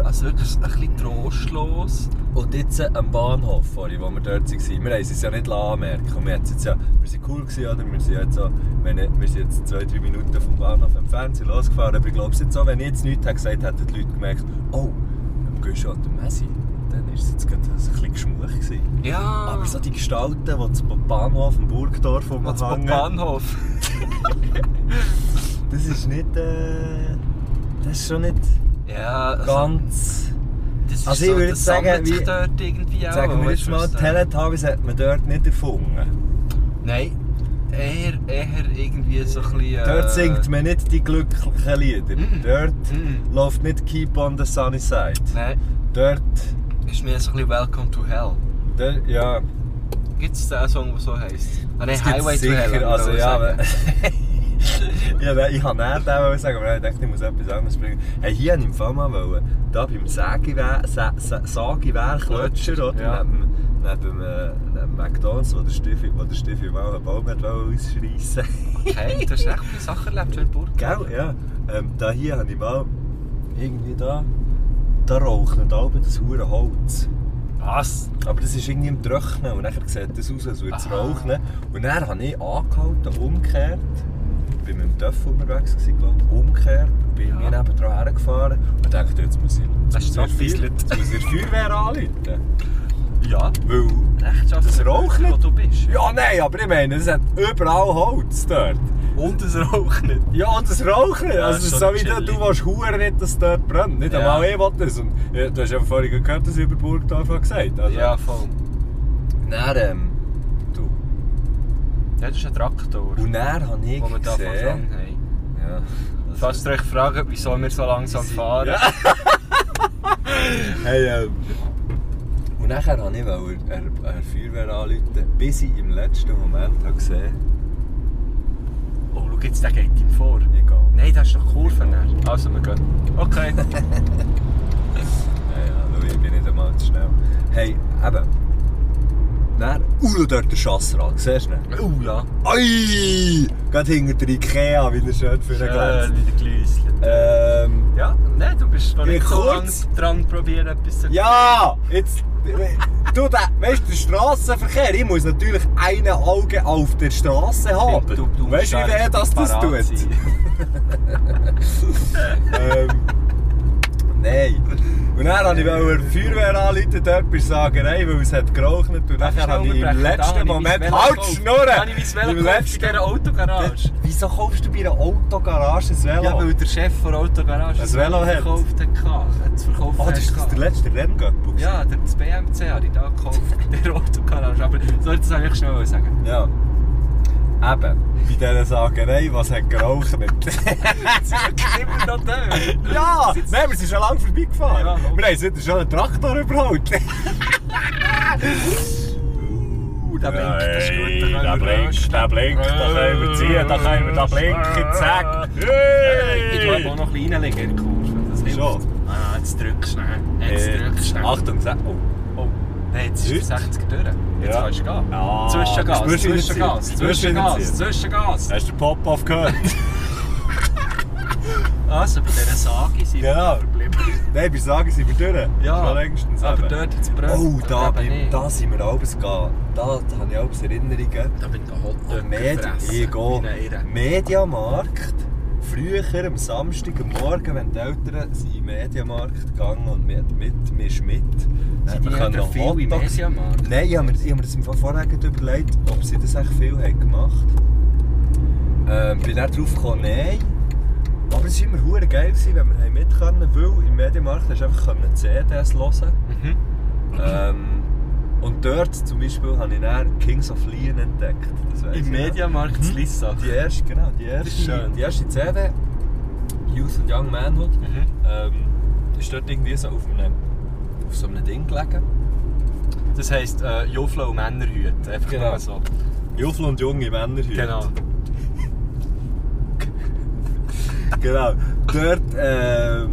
Speaker 1: also wirklich ein bisschen trostlos.
Speaker 5: Und jetzt äh, am Bahnhof, vorhin, wo wir dort waren, wir haben es uns ja nicht anmerken lassen. Wir, haben's jetzt ja, wir sind cool, gewesen, oder? Wir sind, jetzt so, wenn, ich- wir sind jetzt zwei, drei Minuten vom Bahnhof entfernt, sind losgefahren. Aber ich glaube, es ist jetzt so, wenn ich jetzt nichts hätte gesagt hätten die Leute gemerkt, oh, am Guichon und am Messi, dann war es jetzt gerade ein bisschen geschmuch. Gewesen.
Speaker 1: Ja,
Speaker 5: Aber so die Gestalten, die zum Bahnhof, im Burgdorf
Speaker 1: Was beim
Speaker 5: rumhängen,
Speaker 1: Bahnhof.
Speaker 5: das ist nicht... Äh, das ist schon nicht
Speaker 1: Ja, also,
Speaker 5: ganz...
Speaker 1: das ist
Speaker 5: also ich
Speaker 1: so,
Speaker 5: würde
Speaker 1: das
Speaker 5: sagen,
Speaker 1: sammelt sich
Speaker 5: wie-
Speaker 1: dort irgendwie auch.
Speaker 5: sagen wir jetzt
Speaker 1: weißt du,
Speaker 5: mal,
Speaker 1: was ich sage?
Speaker 5: Teletubbies hat man dort nicht erfunden.
Speaker 1: Nein, eher, eher irgendwie so ein bisschen... Äh,
Speaker 5: Dort singt man nicht die glücklichen Lieder.
Speaker 1: Mhm.
Speaker 5: Dort
Speaker 1: Mhm.
Speaker 5: läuft nicht Keep on the Sunny Side.
Speaker 1: Nein,
Speaker 5: Dort,
Speaker 1: ist mir so ein bisschen Welcome to Hell.
Speaker 5: dort ja,
Speaker 1: Gibt es den Song, der so heisst? Ah nein,
Speaker 5: es gibt
Speaker 1: Highway to Hell.
Speaker 5: sicher. Also,
Speaker 1: aber
Speaker 5: ja, aber,
Speaker 1: sagen.
Speaker 5: ja, nein, ich habe nicht den wollen sagen, aber ich dachte, ich muss etwas anderes bringen. Hey, hier wollte ich im Fall mal, wollen, da beim Sägewehr- Sä- Sä- Sagewehr Klötscher, oder?
Speaker 1: Ja.
Speaker 5: Neben, neben, äh, neben McDonalds, wo der Steffi, wo der Steffi mal einen Baum hat wollen ausschreissen
Speaker 1: Okay, du hast echt viele Sachen erlebt, schön Burg.
Speaker 5: Gell, ja. Ähm, da hier habe ich mal irgendwie da. Da raucht nicht oben das hure Holz.
Speaker 1: Was?
Speaker 5: Aber das ist irgendwie im Trocknen und dann sieht das aus, als würde es
Speaker 1: Aha.
Speaker 5: rauchen. Und dann habe ich angehalten, umgekehrt. Ich war mit dem Töff unterwegs, gewesen, glaub ich. umgekehrt. Und bin
Speaker 1: Ja.
Speaker 5: mir nebenan hergefahren und dachte, jetzt muss ich...
Speaker 1: Das ist
Speaker 5: jetzt muss ich
Speaker 1: abgefiedelt.
Speaker 5: jetzt muss ich die Feuerwehr anrufen.
Speaker 1: Ja,
Speaker 5: Weil...
Speaker 1: recht schaffen.
Speaker 5: Das raucht
Speaker 1: Wo
Speaker 5: nicht.
Speaker 1: du bist.
Speaker 5: Ja, nein, aber ich meine, es hat überall Holz dort.
Speaker 1: Und es raucht nicht.
Speaker 5: Ja, und das Rauchen.
Speaker 1: das
Speaker 5: also,
Speaker 1: ist
Speaker 5: so
Speaker 1: schon
Speaker 5: wie du,
Speaker 1: chillig.
Speaker 5: du willst Huren nicht, dass es dort brennt. Nicht
Speaker 1: Ja.
Speaker 5: einmal ich will das. Und, ja, du hast ja vorhin gehört, dass ich über Burgdorf habe gesagt also,
Speaker 1: Ja, voll.
Speaker 5: Dann, ähm, du.
Speaker 1: Ja, das ist ein Traktor, den
Speaker 5: Und dann habe ich
Speaker 1: wir da fast
Speaker 5: gesehen...
Speaker 1: haben.
Speaker 5: Ja.
Speaker 1: Falls ihr euch fragt, wieso wir so langsam fahren.
Speaker 5: Ja. hey, ähm... Und nachher wollte ich wollte er, er, er Feuerwehr anrufen, bis ich im letzten Moment habe gesehen
Speaker 1: Oh, schau jetzt, der geht ihm vor.
Speaker 5: habe, ich gehe.
Speaker 1: Nein, das ist doch Kurve. näher.
Speaker 5: Ah,
Speaker 1: Also, wir gehen. Okay.
Speaker 5: Ja, ja, schau, ich bin nicht einmal zu schnell. Hey, eben. Dann... Uh, dort der Schassrad, siehst du ihn?
Speaker 1: Oh ja.
Speaker 5: Oi! Gerade hinter der Ikea, wie er schön für den Glanz.
Speaker 1: Schön, wieder gläuselt.
Speaker 5: Ähm,
Speaker 1: Ja, nein, du bist noch
Speaker 5: Bin
Speaker 1: nicht
Speaker 5: ich
Speaker 1: so lang
Speaker 5: kurz?
Speaker 1: dran probieren, etwas zu
Speaker 5: ja! Jetzt... Du, der, weißt du, der Strassenverkehr, ich muss natürlich ein Auge auf der Straße haben.
Speaker 1: Du- du
Speaker 5: weißt du, wie
Speaker 1: musst
Speaker 5: weh das, das
Speaker 1: parat
Speaker 5: tut?
Speaker 1: sein.
Speaker 5: ähm, nein. Und dann habe ich wollte die Feuerwehr anrufen, dort bei der Sagerei, weil es hat geraucht. Und nachher habe ich im letzten Moment... Halt,
Speaker 1: Dann
Speaker 5: Schnurren!
Speaker 1: habe ich mein Velo
Speaker 5: Im
Speaker 1: gekauft in
Speaker 5: letzten...
Speaker 1: dieser Autogarage.
Speaker 5: Wieso kaufst du bei einer Autogarage ein Velo?
Speaker 1: Ja, weil der Chef der Autogarage
Speaker 5: Ein Velo hat.
Speaker 1: verkauft hat. Hat es verkauft
Speaker 5: Ah, das ist das
Speaker 1: hat.
Speaker 5: der letzte Renngöppel?
Speaker 1: Ja, der das BMC habe ich da gekauft, der Autogarage. Aber so, das wollte ich schnell sagen.
Speaker 5: Ja. Eben. Bei dieser Sagerei, was hat geraucht nicht?
Speaker 1: Ich bin noch da.
Speaker 5: ja! Nein, wir sind schon lange vorbeigefahren.
Speaker 1: Ja,
Speaker 5: wir haben heute schon einen Traktor überholt.
Speaker 1: Uh, der blinkt, das ist gut. Da können wir
Speaker 5: der blinkt,
Speaker 1: da können wir ziehen, da können wir da blinken, zack. rösten. Ich glaube auch noch ein bisschen reinlegen in der Kurve. Das hilft.
Speaker 5: Schon.
Speaker 1: Ah, jetzt drückst du schnell. Jetzt drückst du schnell.
Speaker 5: Achtung, sag. Oh.
Speaker 1: Oh, nein, jetzt ist
Speaker 5: Heute?
Speaker 1: 60 durch. Jetzt
Speaker 5: Ja.
Speaker 1: kannst du gehen.
Speaker 5: Ah,
Speaker 1: Zwischengas,
Speaker 5: spürst du wieder
Speaker 1: Zwischengas,
Speaker 5: Zeit? Spürst du wieder
Speaker 1: Zwischengas,
Speaker 5: Zeit?
Speaker 1: Zwischengas.
Speaker 5: Hast du den Pop-Off gehört?
Speaker 1: Also bei dieser Sage sind
Speaker 5: Genau.
Speaker 1: wir verblieben.
Speaker 5: Nein, bei Sagen sind wir durch.
Speaker 1: Ja,
Speaker 5: Schon längstens.
Speaker 1: aber
Speaker 5: eben.
Speaker 1: dort jetzt brennt
Speaker 5: Oh, da,
Speaker 1: eben
Speaker 5: bin,
Speaker 1: nicht.
Speaker 5: da sind wir abends gegangen. Da, da habe ich abends Erinnerungen.
Speaker 1: Da bin ich
Speaker 5: Der
Speaker 1: hot
Speaker 5: Medi ich gehe. Mediamarkt. Früher am Samstag am Morgen, wenn die Eltern sind in den Mediamarkt gegangen und mit, mit mir ist mit.
Speaker 1: Sind
Speaker 5: Dann
Speaker 1: die
Speaker 5: haben wir
Speaker 1: Eltern viel
Speaker 5: Hotdogs-
Speaker 1: im Mediamarkt?
Speaker 5: Nein, ich habe mir, ich habe mir das im Fall vorher gerade überlegt, ob sie das echt viel haben gemacht haben. Ähm, bin dann darauf gekommen, nein. Aber es war immer hure geil, gewesen, wenn wir haben mit können, weil im Mediamarkt hast du einfach können CDs hören.
Speaker 1: Mhm.
Speaker 5: Ähm, und dort zum Beispiel habe ich dann Kings of Leon entdeckt. Das weiss ich
Speaker 1: Im
Speaker 5: noch.
Speaker 1: Mediamarkt in Lissach.
Speaker 5: Die erste, genau, die
Speaker 1: ist
Speaker 5: erste,
Speaker 1: schön.
Speaker 5: die erste CD, Youth and Young Manhood,
Speaker 1: Mhm.
Speaker 5: ähm, ist dort irgendwie so auf, einem, auf so einem Ding gelegen.
Speaker 1: Das heisst äh, Joflo und Männerhüte. Einfach
Speaker 5: Genau.
Speaker 1: nur so.
Speaker 5: Jufel und junge Männer heute.
Speaker 1: Genau.
Speaker 5: ehm, genau. Dort, ähm,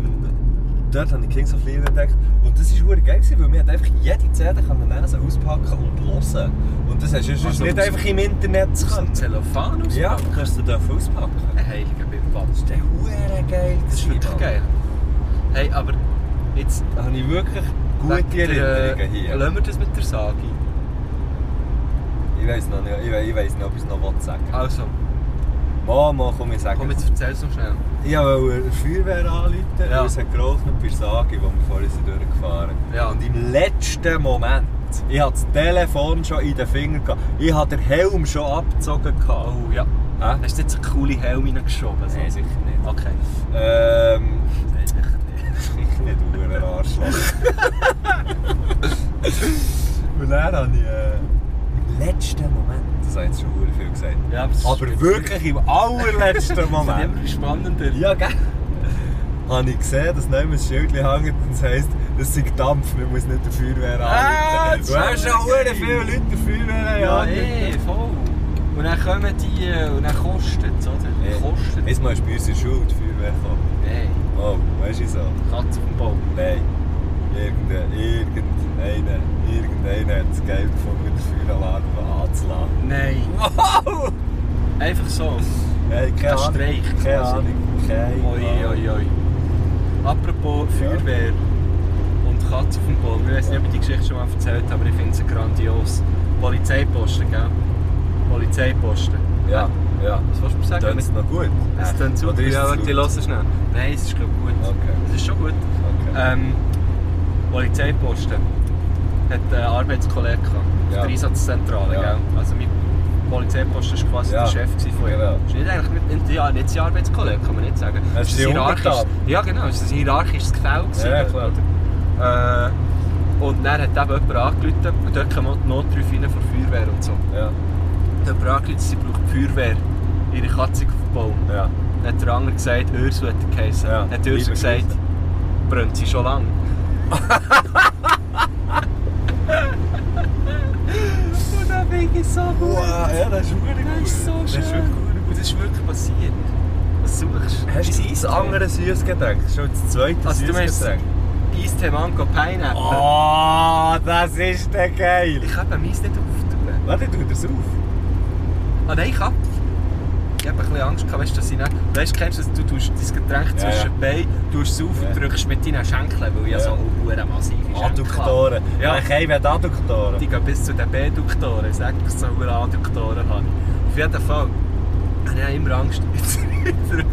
Speaker 5: dort habe ich Kings of Leon entdeckt und das das war verdammt geil, gewesen, weil wir hat einfach jede CD können lesen, auspacken und hören. Und das hast du sonst
Speaker 1: Also
Speaker 5: nicht
Speaker 1: aus-
Speaker 5: einfach im Internet zu können.
Speaker 1: Zellophan aus?
Speaker 5: Ja, kannst du dürfen auspacken.
Speaker 1: Ein heiliger Bimbam.
Speaker 5: Das ist der hure geil.
Speaker 1: Das ist wirklich
Speaker 5: Mann.
Speaker 1: geil. Hey, aber jetzt...
Speaker 5: Da habe ich wirklich gute
Speaker 1: wegen der,
Speaker 5: Erinnerungen hier.
Speaker 1: Äh, lassen wir das mit der Sage.
Speaker 5: Ich weiß noch nicht, ich weiss, ich weiss nicht, ob ich es noch will sagen will.
Speaker 1: Also,
Speaker 5: Mama, komm, ich sage
Speaker 1: komm, jetzt erzähl es noch schnell.
Speaker 5: Ich wollte eine Feuerwehr anrufen,
Speaker 1: Ja.
Speaker 5: weil es hat geraucht und bei Sagi, wo wir vorhin sind durchgefahren sind.
Speaker 1: Ja.
Speaker 5: Und im letzten Moment, ich hatte das Telefon schon in den Fingern, gehabt, ich hatte den Helm schon abgezogen. Gehabt.
Speaker 1: Oh ja.
Speaker 5: Hä?
Speaker 1: Hast du jetzt einen coolen Helm reingeschoben? so?
Speaker 5: Nein, sicher nicht.
Speaker 1: Okay.
Speaker 5: Ähm,
Speaker 1: Nein, sicher nicht.
Speaker 5: sicher nicht, du ein Arschloch. und dann habe ich äh, im letzten Moment, das habe ich jetzt schon verdammt viel gesagt,
Speaker 1: Ja, aber, das
Speaker 5: aber wirklich im allerletzten
Speaker 1: Das ist
Speaker 5: Moment.
Speaker 1: immer spannender.
Speaker 5: Ja, gell? Habe ich gesehen, dass neben ein Schild hängt und es heisst, das sei Dampf, man muss nicht der Feuerwehr
Speaker 1: Ah,
Speaker 5: anrufen.
Speaker 1: das
Speaker 5: Du hast
Speaker 1: ist
Speaker 5: schon
Speaker 1: schon
Speaker 5: sehr
Speaker 1: geil.
Speaker 5: viele Leute der Feuerwehr
Speaker 1: Ja, eh,
Speaker 5: angerufen.
Speaker 1: voll. Und dann kommen die äh, und dann kostet es, oder?
Speaker 5: Eh.
Speaker 1: Kostet
Speaker 5: Jetzt mal ist bei uns in der Schule die Feuerwehr gekommen.
Speaker 1: Nein,
Speaker 5: Oh, weißt du so?
Speaker 1: Katze auf dem Baum.
Speaker 5: Nein. Irgendein, irgendeiner, irgendeiner hat es geil gefunden, den Feueralarm anzuladen.
Speaker 1: Nein.
Speaker 5: Wow!
Speaker 1: Einfach so.
Speaker 5: Hey, keine
Speaker 1: Das
Speaker 5: Ahnung.
Speaker 1: streicht
Speaker 5: Keine
Speaker 1: quasi.
Speaker 5: Ahnung. Keine
Speaker 1: Oi,
Speaker 5: Ahnung.
Speaker 1: oi, oi. Apropos Feuerwehr und Katze auf dem Baum. Ich weiß nicht, ob ich die Geschichte schon mal erzählt habe, aber ich finde sie grandios. Polizeiposten, gell? Polizeiposten.
Speaker 5: Ja, ja.
Speaker 1: Was willst du mir sagen?
Speaker 5: Tönt es noch gut?
Speaker 1: Es klingt super.
Speaker 5: Oder ist
Speaker 1: Ja,
Speaker 5: es
Speaker 1: warte,
Speaker 5: laut?
Speaker 1: lass es schnell. Nein, es ist glaube ich gut.
Speaker 5: Okay.
Speaker 1: Es ist schon gut.
Speaker 5: okay.
Speaker 1: Ähm, Polizeiposten hat einen Arbeitskollege gehabt, auf
Speaker 5: Ja.
Speaker 1: der Einsatzzentrale.
Speaker 5: Ja.
Speaker 1: Gell? Also mein Polizeiposten war quasi
Speaker 5: Ja.
Speaker 1: der Chef gewesen von ihm.
Speaker 5: Genau.
Speaker 1: Ist nicht eigentlich nicht, nicht, ja, nicht sein Arbeitskollege, kann man nicht sagen.
Speaker 5: Es ist
Speaker 1: ein
Speaker 5: sein
Speaker 1: hierarchisches-
Speaker 5: Untertan.
Speaker 1: Ja genau, es war ein hierarchisches Gefälle. gewesen,
Speaker 5: Ja,
Speaker 1: oder? Äh, und dann hat eben jemand angerufen und dort kam die Notruf rein von der Feuerwehr und so.
Speaker 5: Ja,
Speaker 1: Dann hat jemand angerufen, sie braucht die Feuerwehr, ihre Katze auf dem Baum.
Speaker 5: ja.
Speaker 1: Dann hat der andere gesagt, Ursel hat er geheissen.
Speaker 5: Ja,
Speaker 1: Dann hat die Ursel
Speaker 5: liebe
Speaker 1: gesagt,
Speaker 5: Grüße.
Speaker 1: brennt sie schon lange. Und dann bin ich so gut.
Speaker 5: Wow, ja, das ist wirklich
Speaker 1: Das ist so
Speaker 5: Das ist
Speaker 1: schön.
Speaker 5: wirklich gut.
Speaker 1: Und das ist wirklich passiert. Was suchst du?
Speaker 5: Hast du dein anderes Süßgetränk? Schon das zweite
Speaker 1: Also du meinst
Speaker 5: Süßgetränk.
Speaker 1: Eistee Mango Pineapple?
Speaker 5: Oh, das ist der geil.
Speaker 1: Ich kann eben meins nicht auftun.
Speaker 5: Warte, tu das auf.
Speaker 1: Ah nein, ich hab... Ich hab ein bisschen Angst gehabt, weißt du, dass ich nicht... Weißt du, kennst du, das? du tust dein Getränk
Speaker 5: Ja, ja.
Speaker 1: zwischen ja. die Beine, tust es auf
Speaker 5: Ja.
Speaker 1: und drückst mit deinen Schenkeln, weil ich ja
Speaker 5: Ja. Ah,
Speaker 1: so eine massive Schenkel habe.
Speaker 5: Adduktoren.
Speaker 1: Ja.
Speaker 5: Ich habe eben Adduktoren.
Speaker 1: Die gehen bis zu den B-Duktoren. Ich sage, so viele Adduktoren habe ich. Auf jeden Fall. Und ich habe immer Angst, jetzt drücke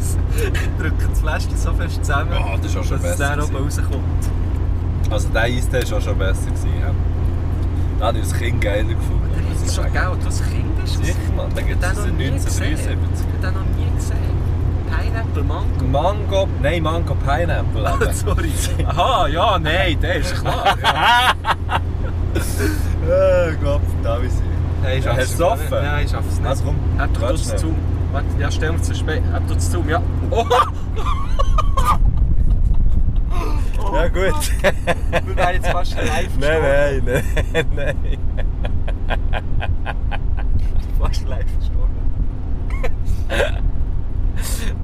Speaker 1: es- ich drücke das Fläschchen so fest zusammen,
Speaker 5: Ja, Ah, das ist auch schon
Speaker 1: dass es
Speaker 5: besser
Speaker 1: dann oben rauskommt.
Speaker 5: Also der Eistee war auch schon besser. Gewesen, ja. Da habe ich das Kind geiler gefunden. muss
Speaker 1: Das
Speaker 5: ich
Speaker 1: ist schon
Speaker 5: sagen.
Speaker 1: geil, du als Kind bist. das-
Speaker 5: Sicher, Mann. Da
Speaker 1: Ich
Speaker 5: gibt
Speaker 1: habe
Speaker 5: es
Speaker 1: den noch nie gesehen.
Speaker 5: 1973.
Speaker 1: Ich habe den noch nie gesehen. Pineapple Mango.
Speaker 5: Mango... Nein, Mango Pineapple. eben.
Speaker 1: Sorry. Aha, ja, nein, der ist klar.
Speaker 5: oh Gott, da ist er.
Speaker 1: Nein, ich schaff's
Speaker 5: Hast du
Speaker 1: nicht.
Speaker 5: es offen?
Speaker 1: Nein, ich schaff's nicht.
Speaker 5: Also komm,
Speaker 1: Hab doch
Speaker 5: warte
Speaker 1: das
Speaker 5: schnell.
Speaker 1: zu. Warte, ja, stell mir zu spät. Hab doch das zu, ja. Oha!
Speaker 5: Ja gut.
Speaker 1: Wir wären jetzt fast live
Speaker 5: Nein, nein, nein, nein.
Speaker 1: Fast live gestorben.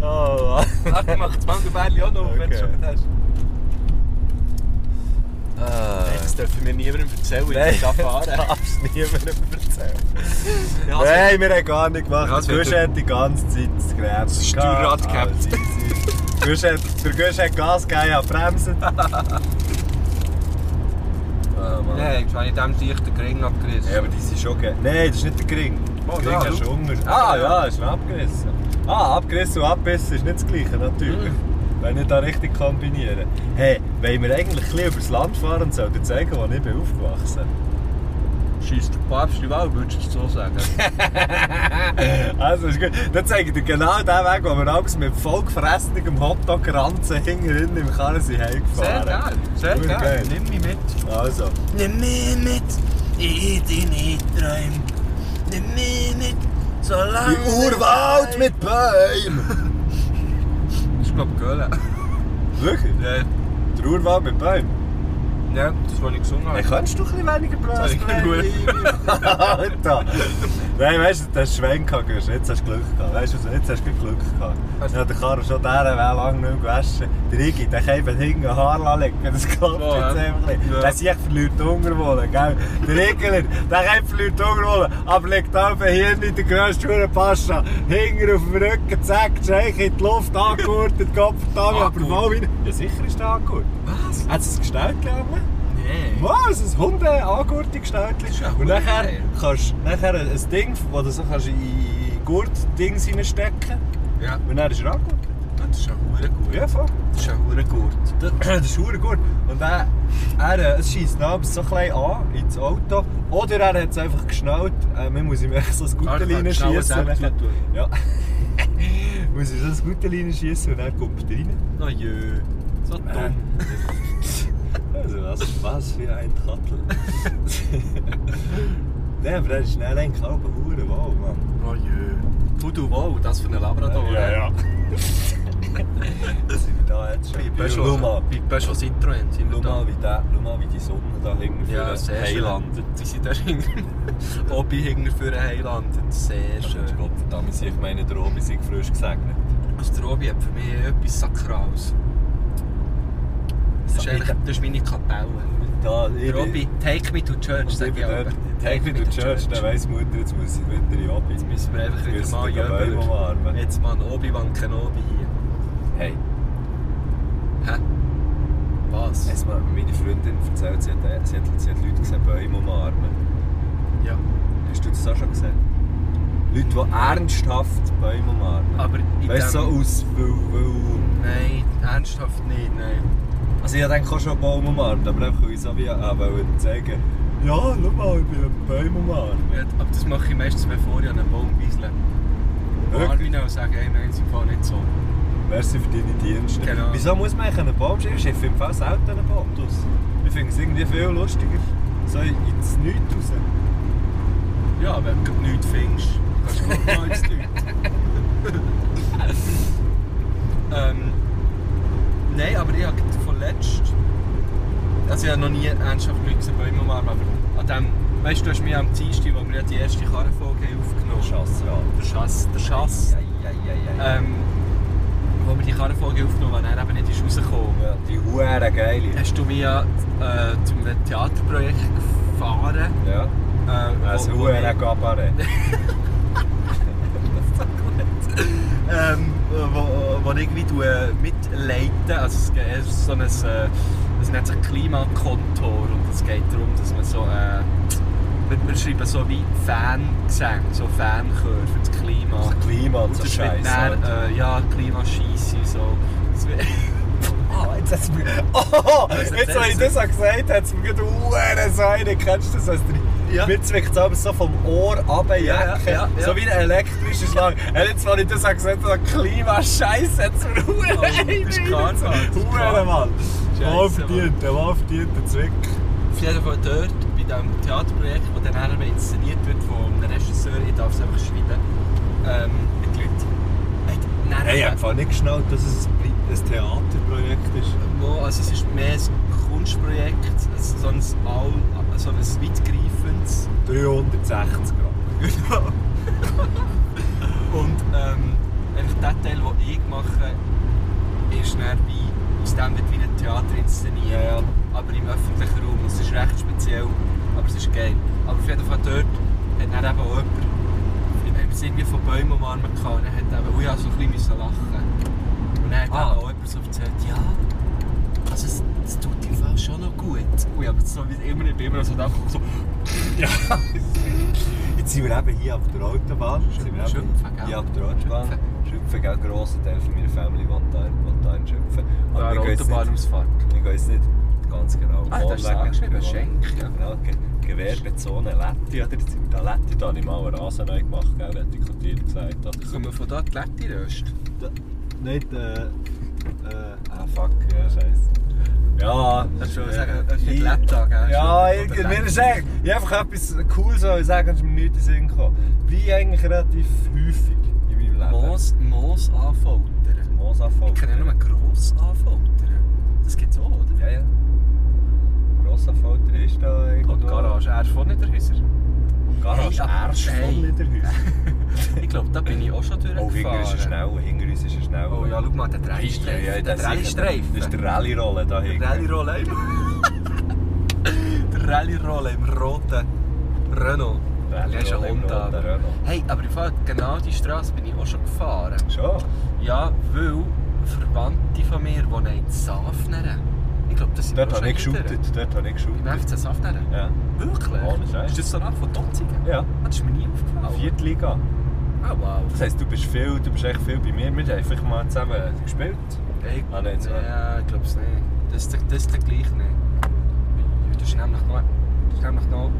Speaker 5: Oh,
Speaker 1: Warte, mach das Mangelbärli auch noch, wenn du
Speaker 5: Okay.
Speaker 1: schon mit hast. Nein, das dürfen wir niemandem erzählen, ich
Speaker 5: Nein,
Speaker 1: darf da fahren.
Speaker 5: darfst niemandem erzählen.
Speaker 1: Ja, also-
Speaker 5: Nein, wir haben gar nicht gemacht.
Speaker 1: Also,
Speaker 5: der Gusch
Speaker 1: du-
Speaker 5: hat die ganze Zeit das Gerät. Das
Speaker 1: ist Steuerrad gehabt.
Speaker 5: Der Gusch hat Gas gegeben, hat bremsen. Ah, Mann.
Speaker 1: Nein, jetzt habe ich dem Sicht den Ring abgerissen.
Speaker 5: Ja, aber die sind schon geil. Nein, das ist nicht der Gring.
Speaker 1: Oh,
Speaker 5: Der
Speaker 1: ja,
Speaker 5: Gring ist
Speaker 1: schau.
Speaker 5: Hunger. Ah ja, ist noch abgerissen. Ah, abgerissen und abbissen ist nicht das gleiche, natürlich.
Speaker 1: Mm.
Speaker 5: Wenn ich da richtig kombinieren. Hey, wollen wir eigentlich ein bisschen übers Land fahren und sollten zeigen, wo ich bin aufgewachsen
Speaker 1: Scheiss, der Papst die Wahl, würdest du so sagen?
Speaker 5: bin? Also ist gut. Dann zeige ich dir genau den Weg, wo wir abends mit vollgefressenem Hotdog-Ranzen hinten im Karren sind
Speaker 1: Sehr
Speaker 5: heimgefahren.
Speaker 1: geil, sehr
Speaker 5: Gut,
Speaker 1: geil.
Speaker 5: geil.
Speaker 1: Nimm mich mit.
Speaker 5: Also,
Speaker 1: Nimm mich mit in deine Träume. Nimm mich mit, solange...
Speaker 5: im Urwald mit Bäumen.
Speaker 1: Ich glaube, Göhle.
Speaker 5: Wirklich?
Speaker 1: Ja,
Speaker 5: Der Urwald mit Bäumen?
Speaker 1: Ja, das, was ich gesungen habe.
Speaker 5: Hey, kannst du ein bisschen weniger
Speaker 1: Sorry,
Speaker 5: Alter! Nein, weißt du, du hast Schwenk gehabt, Güsch. jetzt hast du Glück gehabt. Weißt du, also jetzt hast du gleich Glück gehabt.
Speaker 1: Was?
Speaker 5: Ja, der Karl schon der wäre lange nicht mehr gewaschen. Der Iggy, der kann eben hinten ein Haar lassen liegen. Das klappt
Speaker 1: So,
Speaker 5: jetzt
Speaker 1: ja.
Speaker 5: einfach nicht.
Speaker 1: Ja.
Speaker 5: Der sieht, verliert die Hungerwolle, gell? Der Igler, der kann verliert die Hungerwolle, aber liegt auf dem Hirn in der grössten Schuhe Pascha. Hinten auf dem Rücken, zack, Scheich in die Luft, angehurtet, Kopf, Dame, aber
Speaker 1: Angehurtet?
Speaker 5: mal wieder. Ja, sicher ist der angehurtet.
Speaker 1: Was?
Speaker 5: Hat es gestellt, glaube ich?
Speaker 1: Nee.
Speaker 5: Was? Ein Hunde-Angurtungsstädtchen?
Speaker 1: ist ja
Speaker 5: Und nachher
Speaker 1: geil.
Speaker 5: kannst du nachher ein Ding, wo du so kannst in Gurt-Dings reinstecken
Speaker 1: Ja,
Speaker 5: und dann ist er angurtet.
Speaker 1: das ist ja hure gut.
Speaker 5: Ja, voll.
Speaker 1: Das ist ja hure gut.
Speaker 5: Das, das ist verdammt gut. Und er, er äh, es scheisst ihn abends so klein an ins Auto. Oder er hat es einfach geschnallt, äh, man muss ihm einfach so ein
Speaker 1: Ah,
Speaker 5: gute
Speaker 1: er kann
Speaker 5: Leine
Speaker 1: schnell ein
Speaker 5: schießen. und
Speaker 1: Säbel
Speaker 5: dann-
Speaker 1: tun.
Speaker 5: Ja. muss ihm so ein gute Leine schießen und er kommt er rein.
Speaker 1: Na jö. So
Speaker 5: Äh.
Speaker 1: dumm.
Speaker 5: Also was, was für ein Trottel. Nein, aber der ist schnell ein Kalber Huren wohl, Mann.
Speaker 1: Na jö. Du, du, wow, das für ein Labrador. eh?
Speaker 5: Das sind wir da jetzt schon.
Speaker 1: Bei
Speaker 5: Bei Luma.
Speaker 1: Peugeot, bei Peugeot Citroën sind wir da.
Speaker 5: Luma wie, der, Luma wie die Sonne da hinten
Speaker 1: Ja,
Speaker 5: für
Speaker 1: sehr
Speaker 5: den Heiland.
Speaker 1: schön. Die sind da hinten. Obi hinten für ein Heiland. Sehr
Speaker 5: Ich
Speaker 1: schön.
Speaker 5: glaube, verdammt, ich meine, der Obi sind frisch gesegnet.
Speaker 1: Also der Obi hat für mich etwas Sakrales. Das ist, eigentlich, das ist meine Kapelle.
Speaker 5: Da,
Speaker 1: Der
Speaker 5: ich bin-
Speaker 1: Obi, take me to church,
Speaker 5: ich
Speaker 1: sag ich
Speaker 5: bin
Speaker 1: aber.
Speaker 5: dort. Take me to church, dann weiss die Mutter, jetzt muss ich wieder in Obi.
Speaker 1: Jetzt müssen wir einfach wieder
Speaker 5: Müssen
Speaker 1: mal
Speaker 5: wir den Bäume
Speaker 1: jubeln.
Speaker 5: umarmen.
Speaker 1: Jetzt mal Obi-Wan Kenobi hier.
Speaker 5: Hey,
Speaker 1: Hä? Was?
Speaker 5: jetzt mal, meine Freundin erzählt, sie hat, äh, sie hat, sie hat Leute gesehen, Bäume umarmen.
Speaker 1: Ja.
Speaker 5: Hast du das auch schon gesehen? Leute, die ernsthaft Bäume umarmen.
Speaker 1: Aber in
Speaker 5: Weißt du, so
Speaker 1: dem-
Speaker 5: aus. Weil, weil,
Speaker 1: Nein, ernsthaft nicht, nein.
Speaker 5: also, ich denke auch schon einen Baum umarmt, aber einfach weil ich so wie auch wollte zeigen Ja, schau mal, ich bin ein Baum umarmt.
Speaker 1: Ja, aber das mache ich meistens, bevor ich an einen Baum weisle. Warne
Speaker 5: Wirklich?
Speaker 1: ihn und sage, hey, nein, sie fahren nicht so.
Speaker 5: Merci für deine Dienste.
Speaker 1: Genau.
Speaker 5: Wieso muss man eigentlich einen Baum schreiben? Ich finde fast selten einen Baum draus. Ich finde es irgendwie viel lustiger. So ins Nichts raus.
Speaker 1: Ja, wenn du nichts findest, kannst du gut mal ins Nichts. ähm, nein, aber ich habe vorletzt... Also ich habe noch nie ernsthaft Leute gesehen bei meinem Arm, aber an dem... Weißt du, du hast mich am Dienstag, wo wir ja die erste Karrenfolge haben aufgenommen
Speaker 5: Schassrat.
Speaker 1: Der Schass. Der Schass.
Speaker 5: Eieieiei.
Speaker 1: Ähm, wo wir die Karrenfolge aufgenommen haben, er eben nicht ist rausgekommen.
Speaker 5: Ja, die Huren geile.
Speaker 1: Hast du mich ja äh, zum Theaterprojekt gefahren.
Speaker 5: Ja.
Speaker 1: Äh,
Speaker 5: Ein
Speaker 1: wo- wo wir-
Speaker 5: Huren Gabaret.
Speaker 1: ähm, wo, wo irgendwie du, äh, mitleiten. Also es geht- es ist so ein, äh, es nennt sich Klimakontor und es geht darum, dass man so, äh, wir, wir schreiben so wie Fangesänge, so Fanchör für das Klima.
Speaker 5: Das Klima und
Speaker 1: Und
Speaker 5: so
Speaker 1: das wird
Speaker 5: Scheiße.
Speaker 1: dann,
Speaker 5: Alter.
Speaker 1: äh, ja, Klimascheisse, so. Das wird-
Speaker 5: Ah, jetzt hat's mir. Oh,
Speaker 1: Was
Speaker 5: jetzt, wo ich
Speaker 1: erzählst
Speaker 5: das auch gesagt habe, hat's mir gerade Uhren so eine. Kennst du das? Als
Speaker 1: Ja.
Speaker 5: Mir zwickt es aber so vom Ohr ab,
Speaker 1: Ja, ja, ja, ja.
Speaker 5: so wie ein elektrischer Schlag. Und jetzt, wo ich das auch gesagt habe, Klima-Scheiße, hat's mir Uhren.
Speaker 1: Oh, das ist Karma, das ist Karma.
Speaker 5: Uhren, Mann.
Speaker 1: Scheisse,
Speaker 5: Wohlverdient, ein wohlverdienter Zwick.
Speaker 1: Auf jeden Fall dort, bei diesem Theaterprojekt, das dann nachher inszeniert wird von einem Regisseur, ich darf es einfach schreiben, ähm, mit Leuten. Hat-
Speaker 5: Hey, ich
Speaker 1: nachher-
Speaker 5: habe nicht geschnallt, dass es ein ein Theaterprojekt ist.
Speaker 1: Wo, also es ist mehr ein Kunstprojekt, ein- so ein, all- so ein weitgreifendes.
Speaker 5: 360 Gramm.
Speaker 1: Genau. Und ähm, eigentlich der Teil, den ich mache, ist dann wie, aus dem wird wie ein Theater inszeniert.
Speaker 5: Ja, ja.
Speaker 1: Aber im öffentlichen Raum. Es ist recht speziell, aber es ist geil. Aber auf jeden Fall dort hat dann eben auch jemand im Sinne von Bäumen umarmen gehabt. Und dann hat eben, oh ja, so ein bisschen müssen lachen. Und dann hat
Speaker 5: Ah.
Speaker 1: eben auch jemand so erzählt, ja, also es, es tut im Fall schon noch gut. Ui, aber so wie immer, ich bin immer so da, so,
Speaker 5: Jetzt sind wir eben hier auf der Autobahn. Jetzt sind wir eben
Speaker 1: Schimpfen, gell?
Speaker 5: Hier auf der Autobahn.
Speaker 1: Schimpfen.
Speaker 5: Schimpfen, gell? Ein grosser Teil von meiner Familie wohnt da, wohnt da in Schimpfen.
Speaker 1: da
Speaker 5: wir gehen jetzt nicht-
Speaker 1: Autobahnausfahrt.
Speaker 5: Wir gehen jetzt nicht ganz genau.
Speaker 1: Ah, das hast du angeschrieben, Schenk, ja.
Speaker 5: Genau, Ge Gewerbezone Letti. Oder jetzt sind wir da Letti. Da habe ich mal einen Rasen neu gemacht, gell? Hätte ich Katir gesagt.
Speaker 1: Kommen wir von da die Glättiröst?
Speaker 5: Nicht, äh, äh, ah fuck, ja, scheiße. Ja, eh,
Speaker 1: Das ist schon sagen, das ist nicht Laptop, gell?
Speaker 5: Ja,
Speaker 1: Oder
Speaker 5: irgendwie, mir
Speaker 1: Laptop.
Speaker 5: ist echt, ich habe einfach etwas Cooles wollen sagen, das ist mir nicht in den Sinn gekommen. Wie eigentlich relativ häufig in meinem Leben.
Speaker 1: Moos, Moos anfoltern.
Speaker 5: Moos anfangen.
Speaker 1: Ich kann ja nur gross anfoltern. Das gibt's auch, oder?
Speaker 5: Ja, ja. Oh, Ah,
Speaker 1: Niederhäuser.
Speaker 5: Garage
Speaker 1: aber-
Speaker 5: Erst von
Speaker 1: hey.
Speaker 5: Niederhäuser.
Speaker 1: Ich glaube, da bin ich auch schon
Speaker 5: Oh, hinter uns ist er
Speaker 1: durchgefahren.
Speaker 5: schnell, hinter uns ist er schnell.
Speaker 1: Oh ja, schau mal, der
Speaker 5: Ja, ja,
Speaker 1: Rallystreifen. Der
Speaker 5: das ist sicher- Das ist
Speaker 1: Rallystreifen.
Speaker 5: der Rallye-Rolle da hinten.
Speaker 1: Rallye-Rolle. Der Rallye-Rolle im roten Renault.
Speaker 5: Rallye-Rolle
Speaker 1: Der ist ein
Speaker 5: im
Speaker 1: Honda.
Speaker 5: roten
Speaker 1: aber-
Speaker 5: Renault.
Speaker 1: Hey, aber im Fall, genau diese Straße bin ich auch schon gefahren.
Speaker 5: Schon?
Speaker 1: Ja, weil Verwandte von mir wohnen in Safneren. Ich glaube, das sind
Speaker 5: Dort
Speaker 1: wir
Speaker 5: habe ich
Speaker 1: schon
Speaker 5: geshootet. Dort habe ich
Speaker 1: Im
Speaker 5: geshootet.
Speaker 1: FC Safneren?
Speaker 5: Ja.
Speaker 1: Wirklich?
Speaker 5: Ohne Scheiß.
Speaker 1: Ist das so nah von Totzigen?
Speaker 5: Ja,
Speaker 1: Das ist mir nie aufgefallen.
Speaker 5: Viertliga.
Speaker 1: Ah, wow.
Speaker 5: Das heisst, du bist viel, du bist echt viel bei mir. Wir haben einfach mal zusammen gespielt.
Speaker 1: Ich,
Speaker 5: Ah, nein, sorry.
Speaker 1: Ja, ich glaube es nicht. Das ist der, das ist der gleiche nicht. Das ist nämlich noch... Das ist nämlich noch...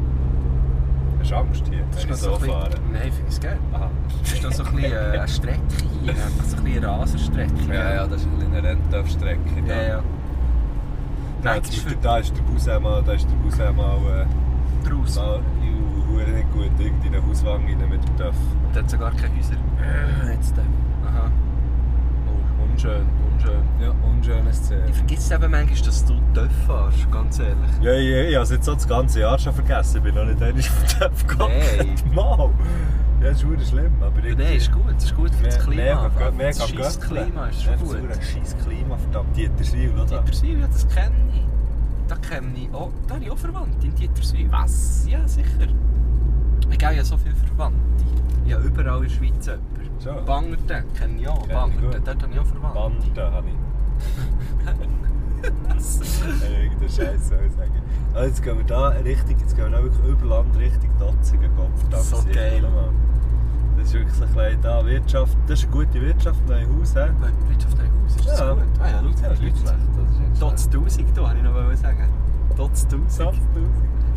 Speaker 5: Hast du Angst hier,
Speaker 1: Das
Speaker 5: wenn ich
Speaker 1: ist
Speaker 5: so
Speaker 1: noch so ein
Speaker 5: fahre?
Speaker 1: bisschen- Nein, finde ich es geil.
Speaker 5: Aha.
Speaker 1: Das ist noch so ein bisschen äh, eine Strecke hier. nämlich So ein bisschen eine Rasenstrecke.
Speaker 5: Ja, ja, das ist eine Renntorfstrecke.
Speaker 1: Ja, ja.
Speaker 5: Da,
Speaker 1: Nein, das ist für
Speaker 5: da ist der Bus einmal, da ist der Bus einmal, äh,
Speaker 1: draus.
Speaker 5: mal, juhu, hure nicht gut, irgendeine Hauswang rein mit dem Töff.
Speaker 1: Und hat sogar keine Häuser.
Speaker 5: Äh,
Speaker 1: Jetzt da. Aha. Oh, unschön, unschön.
Speaker 5: Ja, unschöne Szene.
Speaker 1: Ich vergesse eben manchmal, dass du dort fährst, ganz ehrlich.
Speaker 5: Ja, ja, ich habe es jetzt so das ganze Jahr schon vergessen, ich bin noch nicht einmal auf den Töff gegangen.
Speaker 1: Nein.
Speaker 5: Mal! Ja, das ist hure schlimm, aber
Speaker 1: Aber nein, ist gut, ist gut für das Klima.
Speaker 5: Mega,
Speaker 1: aber
Speaker 5: mega
Speaker 1: das scheiß
Speaker 5: Göttli.
Speaker 1: Klima ist
Speaker 5: Ja,
Speaker 1: schon
Speaker 5: Das
Speaker 1: gut.
Speaker 5: ist ein scheiß Klima, verdammt, Dieterswil, oder?
Speaker 1: Dieterswil, ja, das kenne ich. Da kenne ich auch, da habe ich auch Verwandte in Dieterswil. Was? Ja, sicher. Ich habe ja so viele Verwandte. Ich habe überall in der Schweiz jemanden.
Speaker 5: So.
Speaker 1: Bangerten kenne ich auch.
Speaker 5: Kenn ich
Speaker 1: Bangerten,
Speaker 5: gut.
Speaker 1: dort habe ich auch Verwandte.
Speaker 5: Bande habe ich. Ja, Irgendeine Scheiße soll ich sagen. Also jetzt gehen wir da richtig, jetzt gehen wir da wirklich über Land Richtung Datzigen. Gott verdammt,
Speaker 1: So
Speaker 5: sicher,
Speaker 1: geil.
Speaker 5: Mann. Das ist wirklich so ein kleines da Wirtschaft. Das ist eine gute Wirtschaft, neues Haus. hä?
Speaker 1: Willst du auf dein Haus? Ist das gut? Ah ja, schau,
Speaker 5: das ist nicht schlecht. Das ist nicht schlecht.
Speaker 1: Trotz 1000, da wollte ich noch sagen. Trotz 1000.
Speaker 5: Satz 1000.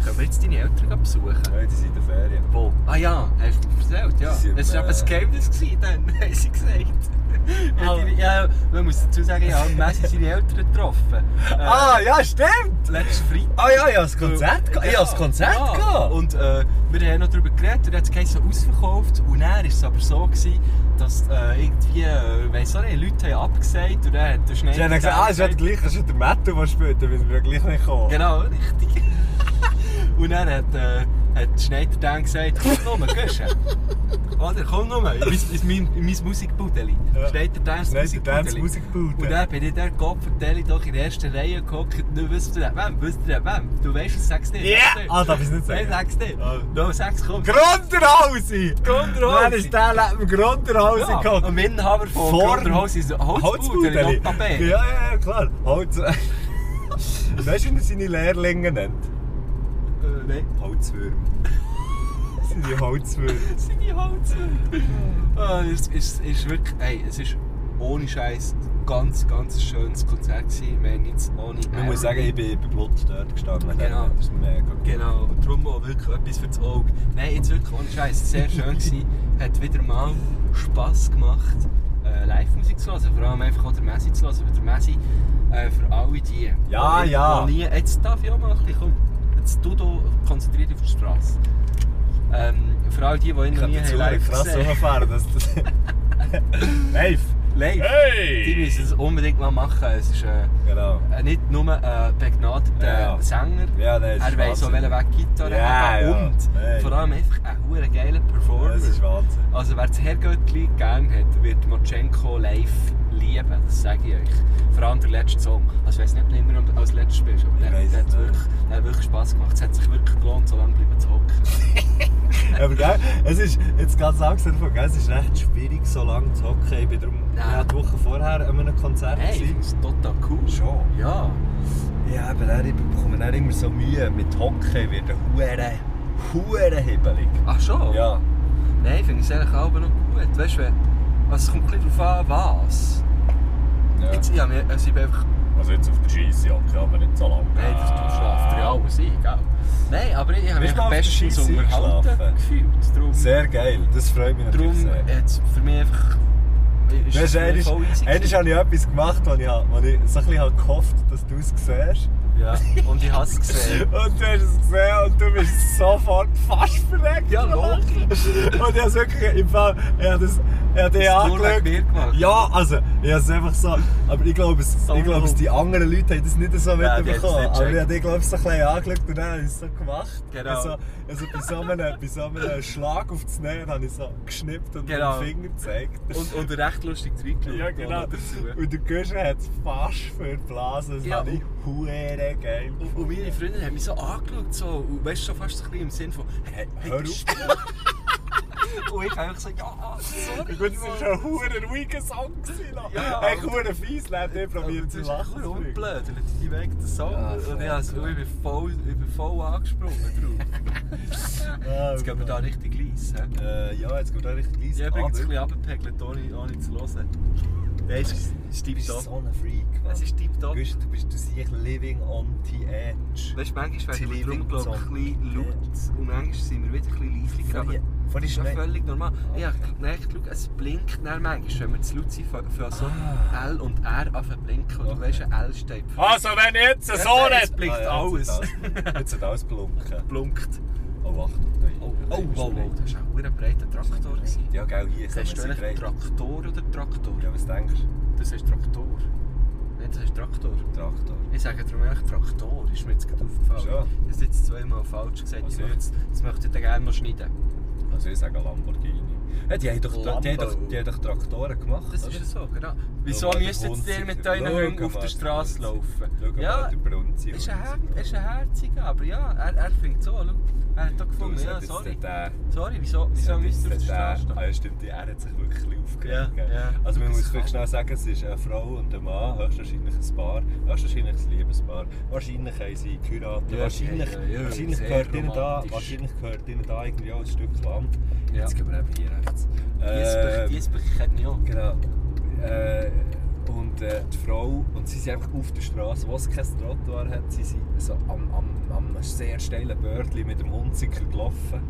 Speaker 1: Können wir jetzt deine Eltern besuchen?
Speaker 5: Nein, die sind in der Ferien.
Speaker 1: Wo? Ah ja, hast du mir erzählt, ja.
Speaker 5: Sie sind,
Speaker 1: Es war
Speaker 5: äh,
Speaker 1: eben ein Geheimnis, gewesen dann, haben sie gesagt.
Speaker 5: Ah.
Speaker 1: Weil die- ja, man muss dazu sagen, ich habe Messi seine Eltern getroffen. Äh,
Speaker 5: Ah, ja, stimmt!
Speaker 1: Letzten Freitag.
Speaker 5: Ah ja, ich habe das Konzert gehabt. Ich habe das Konzert
Speaker 1: Genau. ja.
Speaker 5: gehabt.
Speaker 1: Und äh, wir haben noch darüber geredet und dann hat es geheißen, ausverkauft. Und dann war es aber so, gewesen, dass äh, irgendwie, äh, weiss auch nicht, Leute haben abgesagt und dann hat der Schneider...
Speaker 5: Sie haben dann gesagt, ah, es ist ja der gleiche, es ist ja der Metal, der spielt, da müssen wir ja gleich nicht kommen.
Speaker 1: Genau, richtig. Und dann hat, äh, hat Schneider dann gesagt, komm nur, Gösche. Oder, komm nur, in mein, in mein, in mein Musikbudeli.
Speaker 5: Ja.
Speaker 1: Schneider Dance
Speaker 5: Schneider Dance
Speaker 1: Musikbudeli.
Speaker 5: Musikbild.
Speaker 1: Und dann bin ich der Kopfverteilung doch in der ersten Reihe gehockt und nicht wisst ihr, wem, wisst ihr, wem? Du weißt es, sag's nicht.
Speaker 5: Ja!
Speaker 1: sag's nicht.
Speaker 5: Ah, darf ich's nicht sagen?
Speaker 1: Nein, sag's nicht.
Speaker 5: Ah.
Speaker 1: No, sag's, komm.
Speaker 5: Grunderhausi!
Speaker 1: Grunderhausi.
Speaker 5: Dann ist der neben dem Grunderhausi
Speaker 1: Ja,
Speaker 5: gehockt.
Speaker 1: Am Inhaber von
Speaker 5: Vor-
Speaker 1: Vorderhaus ist ein Holzbudeli.
Speaker 5: Holzbudeli.
Speaker 1: Holzbudeli.
Speaker 5: Ja, ja, ja, klar. Holz... weißt du, wie er seine Lehrlinge nennt?
Speaker 1: Äh, nein.
Speaker 5: Holzwürm. seine Holzwürm.
Speaker 1: seine Hals. Ah, es, es, ist wirklich, ey, es ist ohne Scheiß ein ganz, ganz schönes Konzert gewesen. Ich meine jetzt ohne
Speaker 5: Man muss sagen, ich bin bei Blut dort gestanden.
Speaker 1: Genau.
Speaker 5: Das ist mega cool.
Speaker 1: Genau, und darum auch wirklich etwas fürs Auge. Nein, jetzt wirklich ohne Scheiß, sehr schön gewesen. Hat wieder mal Spass gemacht, äh, Live-Musik zu hören. Vor allem einfach auch der Messi zu hören, weil der Messi äh, für alle die.
Speaker 5: Ja,
Speaker 1: die
Speaker 5: ja.
Speaker 1: noch nie, jetzt darf ich auch mal ein bisschen, komm, jetzt du da konzentriert auf die Straße. Ähm, für all die, die ihn
Speaker 5: Ich
Speaker 1: noch
Speaker 5: kann
Speaker 1: nie
Speaker 5: jetzt
Speaker 1: haben
Speaker 5: verdammt
Speaker 1: live
Speaker 5: krass
Speaker 1: gesehen
Speaker 5: rumfahren. dass das- Live!
Speaker 1: Live. Die
Speaker 5: Hey!
Speaker 1: müssen es unbedingt mal machen. Es ist äh,
Speaker 5: Genau.
Speaker 1: nicht nur ein begnadeter
Speaker 5: Ja.
Speaker 1: Sänger.
Speaker 5: Ja, das ist
Speaker 1: Er weiß auch, welchen
Speaker 5: Wahnsinn.
Speaker 1: Weg Gitarre
Speaker 5: Ja,
Speaker 1: haben.
Speaker 5: ja.
Speaker 1: Und
Speaker 5: Nein.
Speaker 1: vor allem einfach ein hure geiler Performer.
Speaker 5: Das ist Wahnsinn.
Speaker 1: also wer das Herrgöttli gern hat, wird Mochenko live lieben. Das sage ich euch. Vor allem der letzte Song. Also ich weiß nicht, ob du immer noch als letztes spielst, aber
Speaker 5: Ich
Speaker 1: der,
Speaker 5: weiss
Speaker 1: der, hat
Speaker 5: es
Speaker 1: wirklich, der hat wirklich Spass gemacht. Es hat sich wirklich gelohnt, so lange bleiben zu hocken.
Speaker 5: Aber gell, es ist jetzt ganz abgesehen davon, gell, es ist recht schwierig, so lange zu hocken. Ich bin darum
Speaker 1: Nein.
Speaker 5: ja, die Woche vorher an einem Konzert.
Speaker 1: Hey, ich
Speaker 5: gewesen.
Speaker 1: finde es total cool.
Speaker 5: Schon.
Speaker 1: Ja.
Speaker 5: Ja, aber dann, ich bekomme dann immer so Mühe mit Hocken, wird ein hure, hure hibbelig.
Speaker 1: Ach schon?
Speaker 5: Ja.
Speaker 1: Nein, finde ich es eigentlich auch noch gut. Weißt du, wenn- also es kommt ein bisschen darauf an, was. Jetzt, ja, mir- also ich bin einfach.
Speaker 5: Also jetzt auf der Scheissjacke, aber nicht so lange.
Speaker 1: Nein, das du schlaft ja alles ein, gell? Nein, aber ich habe mich
Speaker 5: Bist du mal auf der
Speaker 1: bestens
Speaker 5: Scheisse
Speaker 1: unterhalten
Speaker 5: geschlafen?
Speaker 1: gefühlt. Darum,
Speaker 5: Sehr geil, das freut mich natürlich
Speaker 1: darum
Speaker 5: sehr.
Speaker 1: hat es für mich einfach. äh, Ist
Speaker 5: Weißt du,
Speaker 1: für mich
Speaker 5: einmal
Speaker 1: voll easy
Speaker 5: einmal
Speaker 1: gewesen.
Speaker 5: habe ich etwas gemacht, wo ich, wo ich so ein bisschen gehofft habe, dass du es siehst.
Speaker 1: Ja, und ich habe es gesehen.
Speaker 5: Und du hast es gesehen und du bist sofort fast verreckt.
Speaker 1: Ja,
Speaker 5: vor Lachen. Und ich habe es wirklich im Fall, ich habe das, Ja, die
Speaker 1: Das nur wegen
Speaker 5: angeschaut.
Speaker 1: mir gemacht.
Speaker 5: Ja, also, ich habe es einfach so. Aber ich glaube, es,
Speaker 1: So
Speaker 5: ich glaube, es, die anderen Leute haben das nicht so
Speaker 1: Nein, die haben es
Speaker 5: mitbekommen.
Speaker 1: nicht
Speaker 5: Aber ich
Speaker 1: gecheckt.
Speaker 5: habe die, glaube ich, so ein bisschen angeschaut und dann habe ich es so gemacht.
Speaker 1: Genau.
Speaker 5: Also, also bei, so einem, bei so einem Schlag auf das Nähen habe ich so geschnippt und
Speaker 1: Genau.
Speaker 5: mit dem Finger gezeigt.
Speaker 1: Und, und recht lustig reingeschaut.
Speaker 5: ja, genau.
Speaker 1: noch Dazu.
Speaker 5: Und der Güscher hat es fast für die Blase. Das
Speaker 1: Ja,
Speaker 5: habe ich hure geil
Speaker 1: Und, und meine Freunde haben mich so angeschaut, so, und weißt du, schon fast so ein bisschen im Sinn von, hey, hey,
Speaker 5: Hör
Speaker 1: bist du- Und ich einfach so, ja, sorry.
Speaker 5: Ja, Gut, das war ein hure ruhiger Song.
Speaker 1: Ja.
Speaker 5: Ja, Echt hure fies, lebt er probiert zu lachen.
Speaker 1: Das
Speaker 5: zu bringen.
Speaker 1: ist blöd, die weg den Song.
Speaker 5: Ja,
Speaker 1: und ich,
Speaker 5: fair.
Speaker 1: also, ich, bin voll, ich bin voll angesprungen drauf.
Speaker 5: Ah,
Speaker 1: Jetzt gehen wir da richtig leise. hä? Ah,
Speaker 5: Äh, ja, jetzt geht auch richtig leise.
Speaker 1: Ich habe übrigens ein
Speaker 5: aber-
Speaker 1: bisschen runtergepegelt, ohne, ohne zu hören.
Speaker 5: Weisst du,
Speaker 1: ist
Speaker 5: du bist
Speaker 1: tipptopp.
Speaker 5: so ein Freak. Mann.
Speaker 1: Es ist tipptopp.
Speaker 5: Weisst du, du bist du siehst living on the edge.
Speaker 1: Weißt du, manchmal werden wir drum,
Speaker 5: Living
Speaker 1: glaube ich, ein bisschen
Speaker 5: Song.
Speaker 1: laut. Und manchmal sind wir wieder ein bisschen leisiger. Aber
Speaker 5: Vorhin- vorhin
Speaker 1: das ist ja
Speaker 5: schnell-
Speaker 1: völlig normal. Ich habe gemerkt, schau, es blinkt dann manchmal, wenn wir zu laut sind, für- für so L und R auf blinken. Und du weißt, ein L steht für Ah,
Speaker 5: Also, wenn jetzt so Ah,
Speaker 1: jetzt blinkt alles.
Speaker 5: Jetzt hat alles, jetzt hat alles blunken.
Speaker 1: Blunkt.
Speaker 5: Oh, Achtung. nein.
Speaker 1: Oh,
Speaker 5: Nein,
Speaker 1: oh,
Speaker 5: ist
Speaker 1: oh,
Speaker 5: breit.
Speaker 1: oh, das war auch ein breiter Traktor. gewesen.
Speaker 5: Ja, gell, hier ist
Speaker 1: Sagst du eigentlich
Speaker 5: Traktor.
Speaker 1: Traktor oder Traktor?
Speaker 5: Ja, was denkst du?
Speaker 1: Das heißt Traktor. Nein, das heißt Traktor.
Speaker 5: Traktor.
Speaker 1: Ich sage darum eigentlich Traktor, ist mir jetzt gerade aufgefallen.
Speaker 5: Schon?
Speaker 1: Das ist jetzt zweimal falsch gesagt. Ich
Speaker 5: Also
Speaker 1: möchte es- Das möchte ich dann gerne noch schneiden.
Speaker 5: Also, ich sage Lamborghini. Ja, die haben doch, die haben doch,
Speaker 1: Lambo.
Speaker 5: die haben doch Traktoren gemacht.
Speaker 1: Das
Speaker 5: oder?
Speaker 1: ist so, genau. Wieso
Speaker 5: Schau mal,
Speaker 1: müsst
Speaker 5: der
Speaker 1: jetzt ihr
Speaker 5: Brunzi.
Speaker 1: mit euren
Speaker 5: Schau
Speaker 1: Hunden
Speaker 5: mal,
Speaker 1: auf der
Speaker 5: der
Speaker 1: Straße
Speaker 5: Brunzi.
Speaker 1: laufen?
Speaker 5: Schau mal,
Speaker 1: Ja,
Speaker 5: der Brunzi.
Speaker 1: ist ein, Her ist ein herziger, aber ja, er, er findet so. Schau, er hat da gefunden, ja, sorry. Sorry, wieso, wieso müsst ihr auf der Straße
Speaker 5: Ah,
Speaker 1: stehen?
Speaker 5: ja, stimmt, er hat sich wirklich ein bisschen aufgeregt.
Speaker 1: Ja,
Speaker 5: gell?
Speaker 1: ja.
Speaker 5: Also man
Speaker 1: Das
Speaker 5: muss vielleicht
Speaker 1: kann-
Speaker 5: schnell sagen, es ist eine Frau und ein Mann, höchstwahrscheinlich ein Paar, höchstwahrscheinlich ein Liebespaar, wahrscheinlich haben sie geheiratet,
Speaker 1: Ja,
Speaker 5: wahrscheinlich,
Speaker 1: ja, ja,
Speaker 5: wahrscheinlich,
Speaker 1: sehr
Speaker 5: gehört ihnen da,
Speaker 1: romantisch.
Speaker 5: wahrscheinlich gehört ihnen da irgendwie auch ein Stück Land.
Speaker 1: Ja.
Speaker 5: Jetzt gehen wir eben hier rechts.
Speaker 1: Diesbach-
Speaker 5: Ähm,
Speaker 1: Diesbach kennt mich auch.
Speaker 5: Genau. Äh, und äh, die Frau, und sie sind einfach auf der Straße, wo es kein Trottoir hat, sie sind so am, am, am sehr steilen Bördli mit dem Hundsicker gelaufen.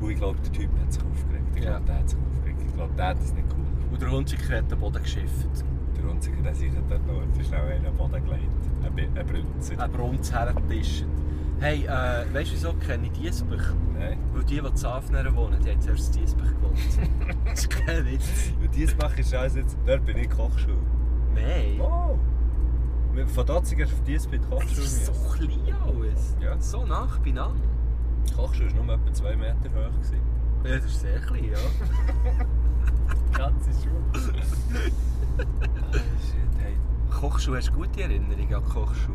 Speaker 5: Und ich glaube, der Typ hat sich aufgeregt. Ich
Speaker 1: Ja.
Speaker 5: glaube, der hat sich aufgeregt. Ich glaube, der hat es nicht cool.
Speaker 1: Und der Hund sich hat den Boden geschifft.
Speaker 5: Der Hundsicker, der sich dort noch zu schnell einen am Boden gelegt. Ein Bi- Ein Brünzer.
Speaker 1: Ein Brunz hergetischt. Hey, äh, weißt du, wieso kenne ich Diesbach?
Speaker 5: Nein.
Speaker 1: Weil die, die in Zafnern wohnen, die haben zuerst in Diesbach gewohnt. das ist kein Witz.
Speaker 5: Und dieses Bach ist alles jetzt, dort bin ich Kochschule.
Speaker 1: Nein.
Speaker 5: Wow! Wir- Von Dotziger auf dieses bin ich
Speaker 1: Es
Speaker 5: Kochschule.
Speaker 1: Oh. ist so klein alles.
Speaker 5: Ja.
Speaker 1: So nah beieinander.
Speaker 5: Die Kochschule war nur etwa 2 Meter hoch. gewesen.
Speaker 1: Ja, das ist sehr klein, ja.
Speaker 5: Die ganze Schule. Ah, Shit, hey.
Speaker 1: Kochschuh, hast du gute Erinnerungen an Kochschuh?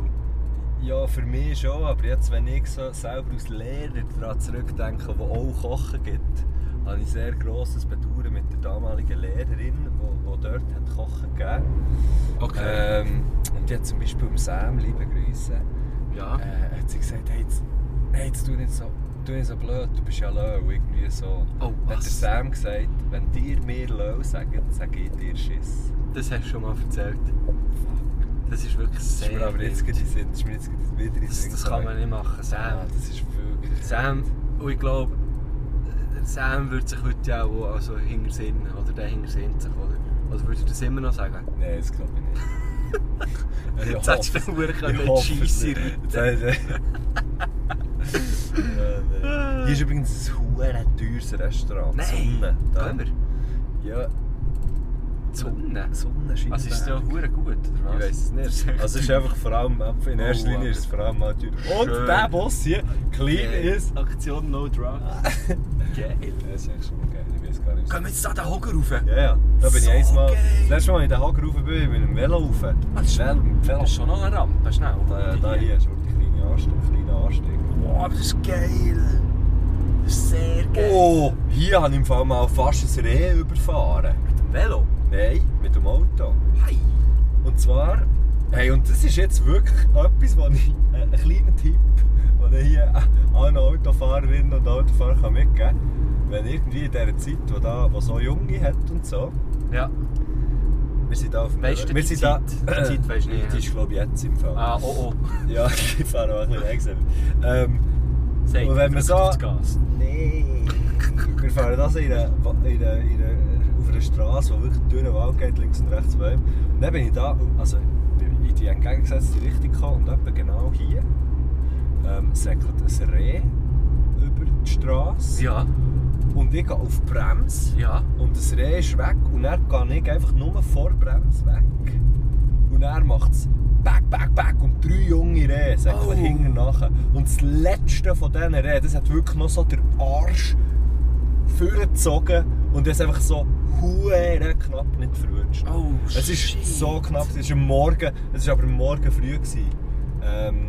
Speaker 5: Ja, für mich schon, aber jetzt, wenn ich so selber als Lehrer daran zurückdenke, wo auch Kochen gibt, habe ich sehr grosses Bedauern mit der damaligen Lehrerin, die, die dort hat Kochen gegeben
Speaker 1: Eh,
Speaker 5: ähm, Und die hat zum Beispiel im Sam, liebe Grüße,
Speaker 1: ja.
Speaker 5: äh, hat sie gesagt, hey, jetzt, hey, jetzt tu, nicht so, tu nicht so blöd, du bist ja Löw, irgendwie so.
Speaker 1: Oh,
Speaker 5: hat der
Speaker 1: was?
Speaker 5: Sam gesagt, wenn dir mir Löw sagt, sage ich dir Schiss.
Speaker 1: Das hast du schon mal erzählt. Das ist wirklich
Speaker 5: Das ist
Speaker 1: sehr
Speaker 5: mir aber jetzt
Speaker 1: wild.
Speaker 5: gerade in den Sinn- das ist mir jetzt gerade wieder in den
Speaker 1: das,
Speaker 5: Sinn
Speaker 1: das kann man
Speaker 5: gekommen.
Speaker 1: nicht machen,
Speaker 5: Ah,
Speaker 1: Sam.
Speaker 5: das ist wirklich...
Speaker 1: Sam, oh, und ich glaube, der eh, Sam würde sich heute ja auch also hinter Sinn, oder der hinter Sinn sich, oder? Oder würdest du das immer noch sagen?
Speaker 5: Nein, das glaube ich nicht.
Speaker 1: Jetzt hättest du den Huren können scheissen reiten.
Speaker 5: reiten Hier ist übrigens ein hure teures Restaurant.
Speaker 1: Nein,
Speaker 5: Sonne. Da.
Speaker 1: Gehen wir?
Speaker 5: Ja,
Speaker 1: Die Sonne?
Speaker 5: Sonne scheint.
Speaker 1: Also ist es ja hure gut, oder was?
Speaker 5: Ich weiß es nicht. Also es ist einfach vor allem, in erster
Speaker 1: Oh,
Speaker 5: Linie ist es vor allem mal teuer.
Speaker 1: Schön.
Speaker 5: Und der Boss hier, clean ist.
Speaker 1: Aktion No Drugs. Geil.
Speaker 5: Das ist echt schon geil, ich weiß gar nicht.
Speaker 1: Können wir jetzt da den Hocker rauf?
Speaker 5: Ja, ja, da bin
Speaker 1: So
Speaker 5: ich eins Mal.
Speaker 1: geil.
Speaker 5: Das letzte Mal, als ich den Hager rauf bin, bin ich mit dem Velo rauf. Schnell mit dem Velo.
Speaker 1: Das ist schon noch eine Rampe, schnell.
Speaker 5: Da, da hier ist wirklich ein kleiner Anstieg. Kleiner Anstieg.
Speaker 1: Wow, das ist geil. Das ist sehr geil.
Speaker 5: Oh, hier habe ich im Fall mal fast ein Reh überfahren.
Speaker 1: Velo.
Speaker 5: Nein, mit dem Auto.
Speaker 1: Hey.
Speaker 5: Und zwar, hey, und das ist jetzt wirklich etwas, wo ich, äh, ein kleiner Tipp, den ich hier äh, allen Autofahrerinnen und Autofahrern kann mitgeben kann. Wenn irgendwie in dieser Zeit, wo, da, wo so Junge hat und so,
Speaker 1: Ja.
Speaker 5: wir sind da auf dem
Speaker 1: Weisst du
Speaker 5: wir
Speaker 1: die
Speaker 5: sind
Speaker 1: Zeit?
Speaker 5: Da,
Speaker 1: Die Zeit weisst du nicht,
Speaker 5: Die ist glaube ich jetzt im Fall.
Speaker 1: Ah, oh oh.
Speaker 5: Ja, ich fahre auch ein bisschen langsam. Ähm,
Speaker 1: Sag,
Speaker 5: Und wenn wir
Speaker 1: drückt
Speaker 5: so-
Speaker 1: auf das Gas.
Speaker 5: Nein. Wir fahren das in einer, in einer, in einer, auf einer Straße, die wirklich durch den Wald geht, links und rechts Bäume. Und dann bin ich da, also bin in die entgegengesetzte Richtung gekommen und etwa genau nou hier ehm, ähm, säckelt ein Reh über die Straße.
Speaker 1: Ja.
Speaker 5: und ich gehe auf die Bremse
Speaker 1: Ja.
Speaker 5: und das Reh ist weg und dann gehe ich einfach nur vor die Bremse weg. Und er macht es back, back, back und drei junge Rehe säckeln hinten nach. Und das letzte von diesen Rehen, das hat wirklich noch so den Arsch vorgezogen und das einfach so hure knapp nicht verwünscht.
Speaker 1: Oh,
Speaker 5: Es ist so knapp, es ist am Morgen, es war aber am Morgen früh. Gewesen. Ähm,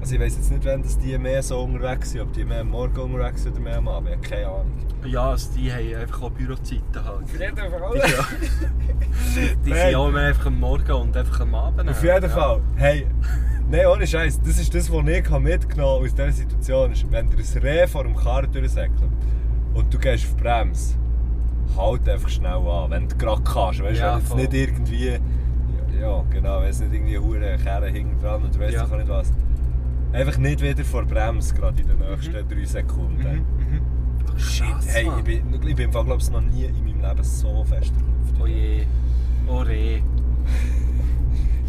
Speaker 5: also ich weiß jetzt nicht, wann das die mehr so unterwegs sind, ob die mehr am Morgen unterwegs sind oder mehr am Abend, ich habe keine Ahnung.
Speaker 1: Ja, also die haben einfach auch Bürozeiten halt.
Speaker 5: jeden Fall.
Speaker 1: Ja. Die
Speaker 5: Nein.
Speaker 1: sind auch mehr einfach am Morgen und einfach am Abend.
Speaker 5: Auf jeden Fall. Hey, nein, ohne Scheiß, das ist das, was ich mitgenommen habe aus dieser Situation. Ist, wenn dir ein Reh vor dem Karren durchsäckelt und du gehst auf die Bremse, halt einfach schnell an, wenn du gerade kannst. Weißt,
Speaker 1: Ja,
Speaker 5: wenn jetzt
Speaker 1: voll.
Speaker 5: nicht irgendwie. Ja, ja, genau, wenn es nicht irgendwie eine Hure Kerre hinten dran und du weißt
Speaker 1: Ja.
Speaker 5: doch nicht was. Einfach nicht wieder vor die Bremse, gerade in
Speaker 1: Mhm.
Speaker 5: den nächsten drei Sekunden.
Speaker 1: Shit,
Speaker 5: Hey, ich bin, ich bin im Fall, glaube ich, noch nie in meinem Leben so fest verknüpft.
Speaker 1: Oh je. Oh re.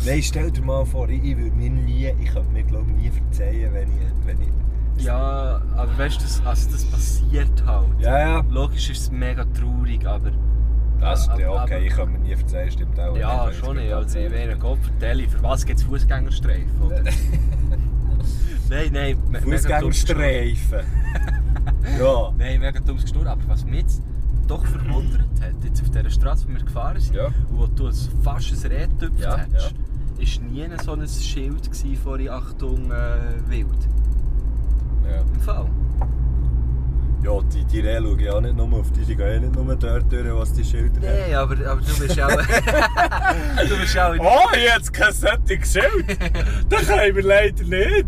Speaker 5: Nein, stell dir mal vor, ich, ich würde mir nie, ich könnte mir glaube nie verzeihen, wenn ich, wenn ich...
Speaker 1: Ja, aber weißt du, das, also das passiert halt.
Speaker 5: Ja, ja.
Speaker 1: Logisch ist es mega traurig, aber
Speaker 5: Das ist
Speaker 1: Aber-
Speaker 5: ja okay,
Speaker 1: aber-
Speaker 5: ich könnte mir nie verzeihen, stimmt auch.
Speaker 1: ja,
Speaker 5: Nein,
Speaker 1: schon
Speaker 5: ich
Speaker 1: nicht.
Speaker 5: bin
Speaker 1: Also, ich
Speaker 5: ganz
Speaker 1: wäre
Speaker 5: ehrlich.
Speaker 1: Gott vertelle, für was gibt es Fußgängerstreifen? Oder? nein, nein. me- mega dummes Geschnurr.
Speaker 5: Fußgängerstreifen. ja.
Speaker 1: Nein, mega dummes Geschnurr, aber was mich jetzt doch verwundert hat, jetzt auf dieser Straße, wo wir gefahren sind,
Speaker 5: Ja.
Speaker 1: und wo du als fast ein Reh getöpft
Speaker 5: Ja,
Speaker 1: hättest, war nie so ein Schild gewesen, vor Achtung äh, wild.
Speaker 5: Ja,
Speaker 1: Im Fall.
Speaker 5: ja die, die Rehe schauen ja auch nicht nur auf die, die gehen ja nicht nur dort durch, was die Schilder haben.
Speaker 1: Nein, aber, aber du bist auch. du bist auch in
Speaker 5: Oh, jetzt kein solches Schild! Das können wir leider nicht!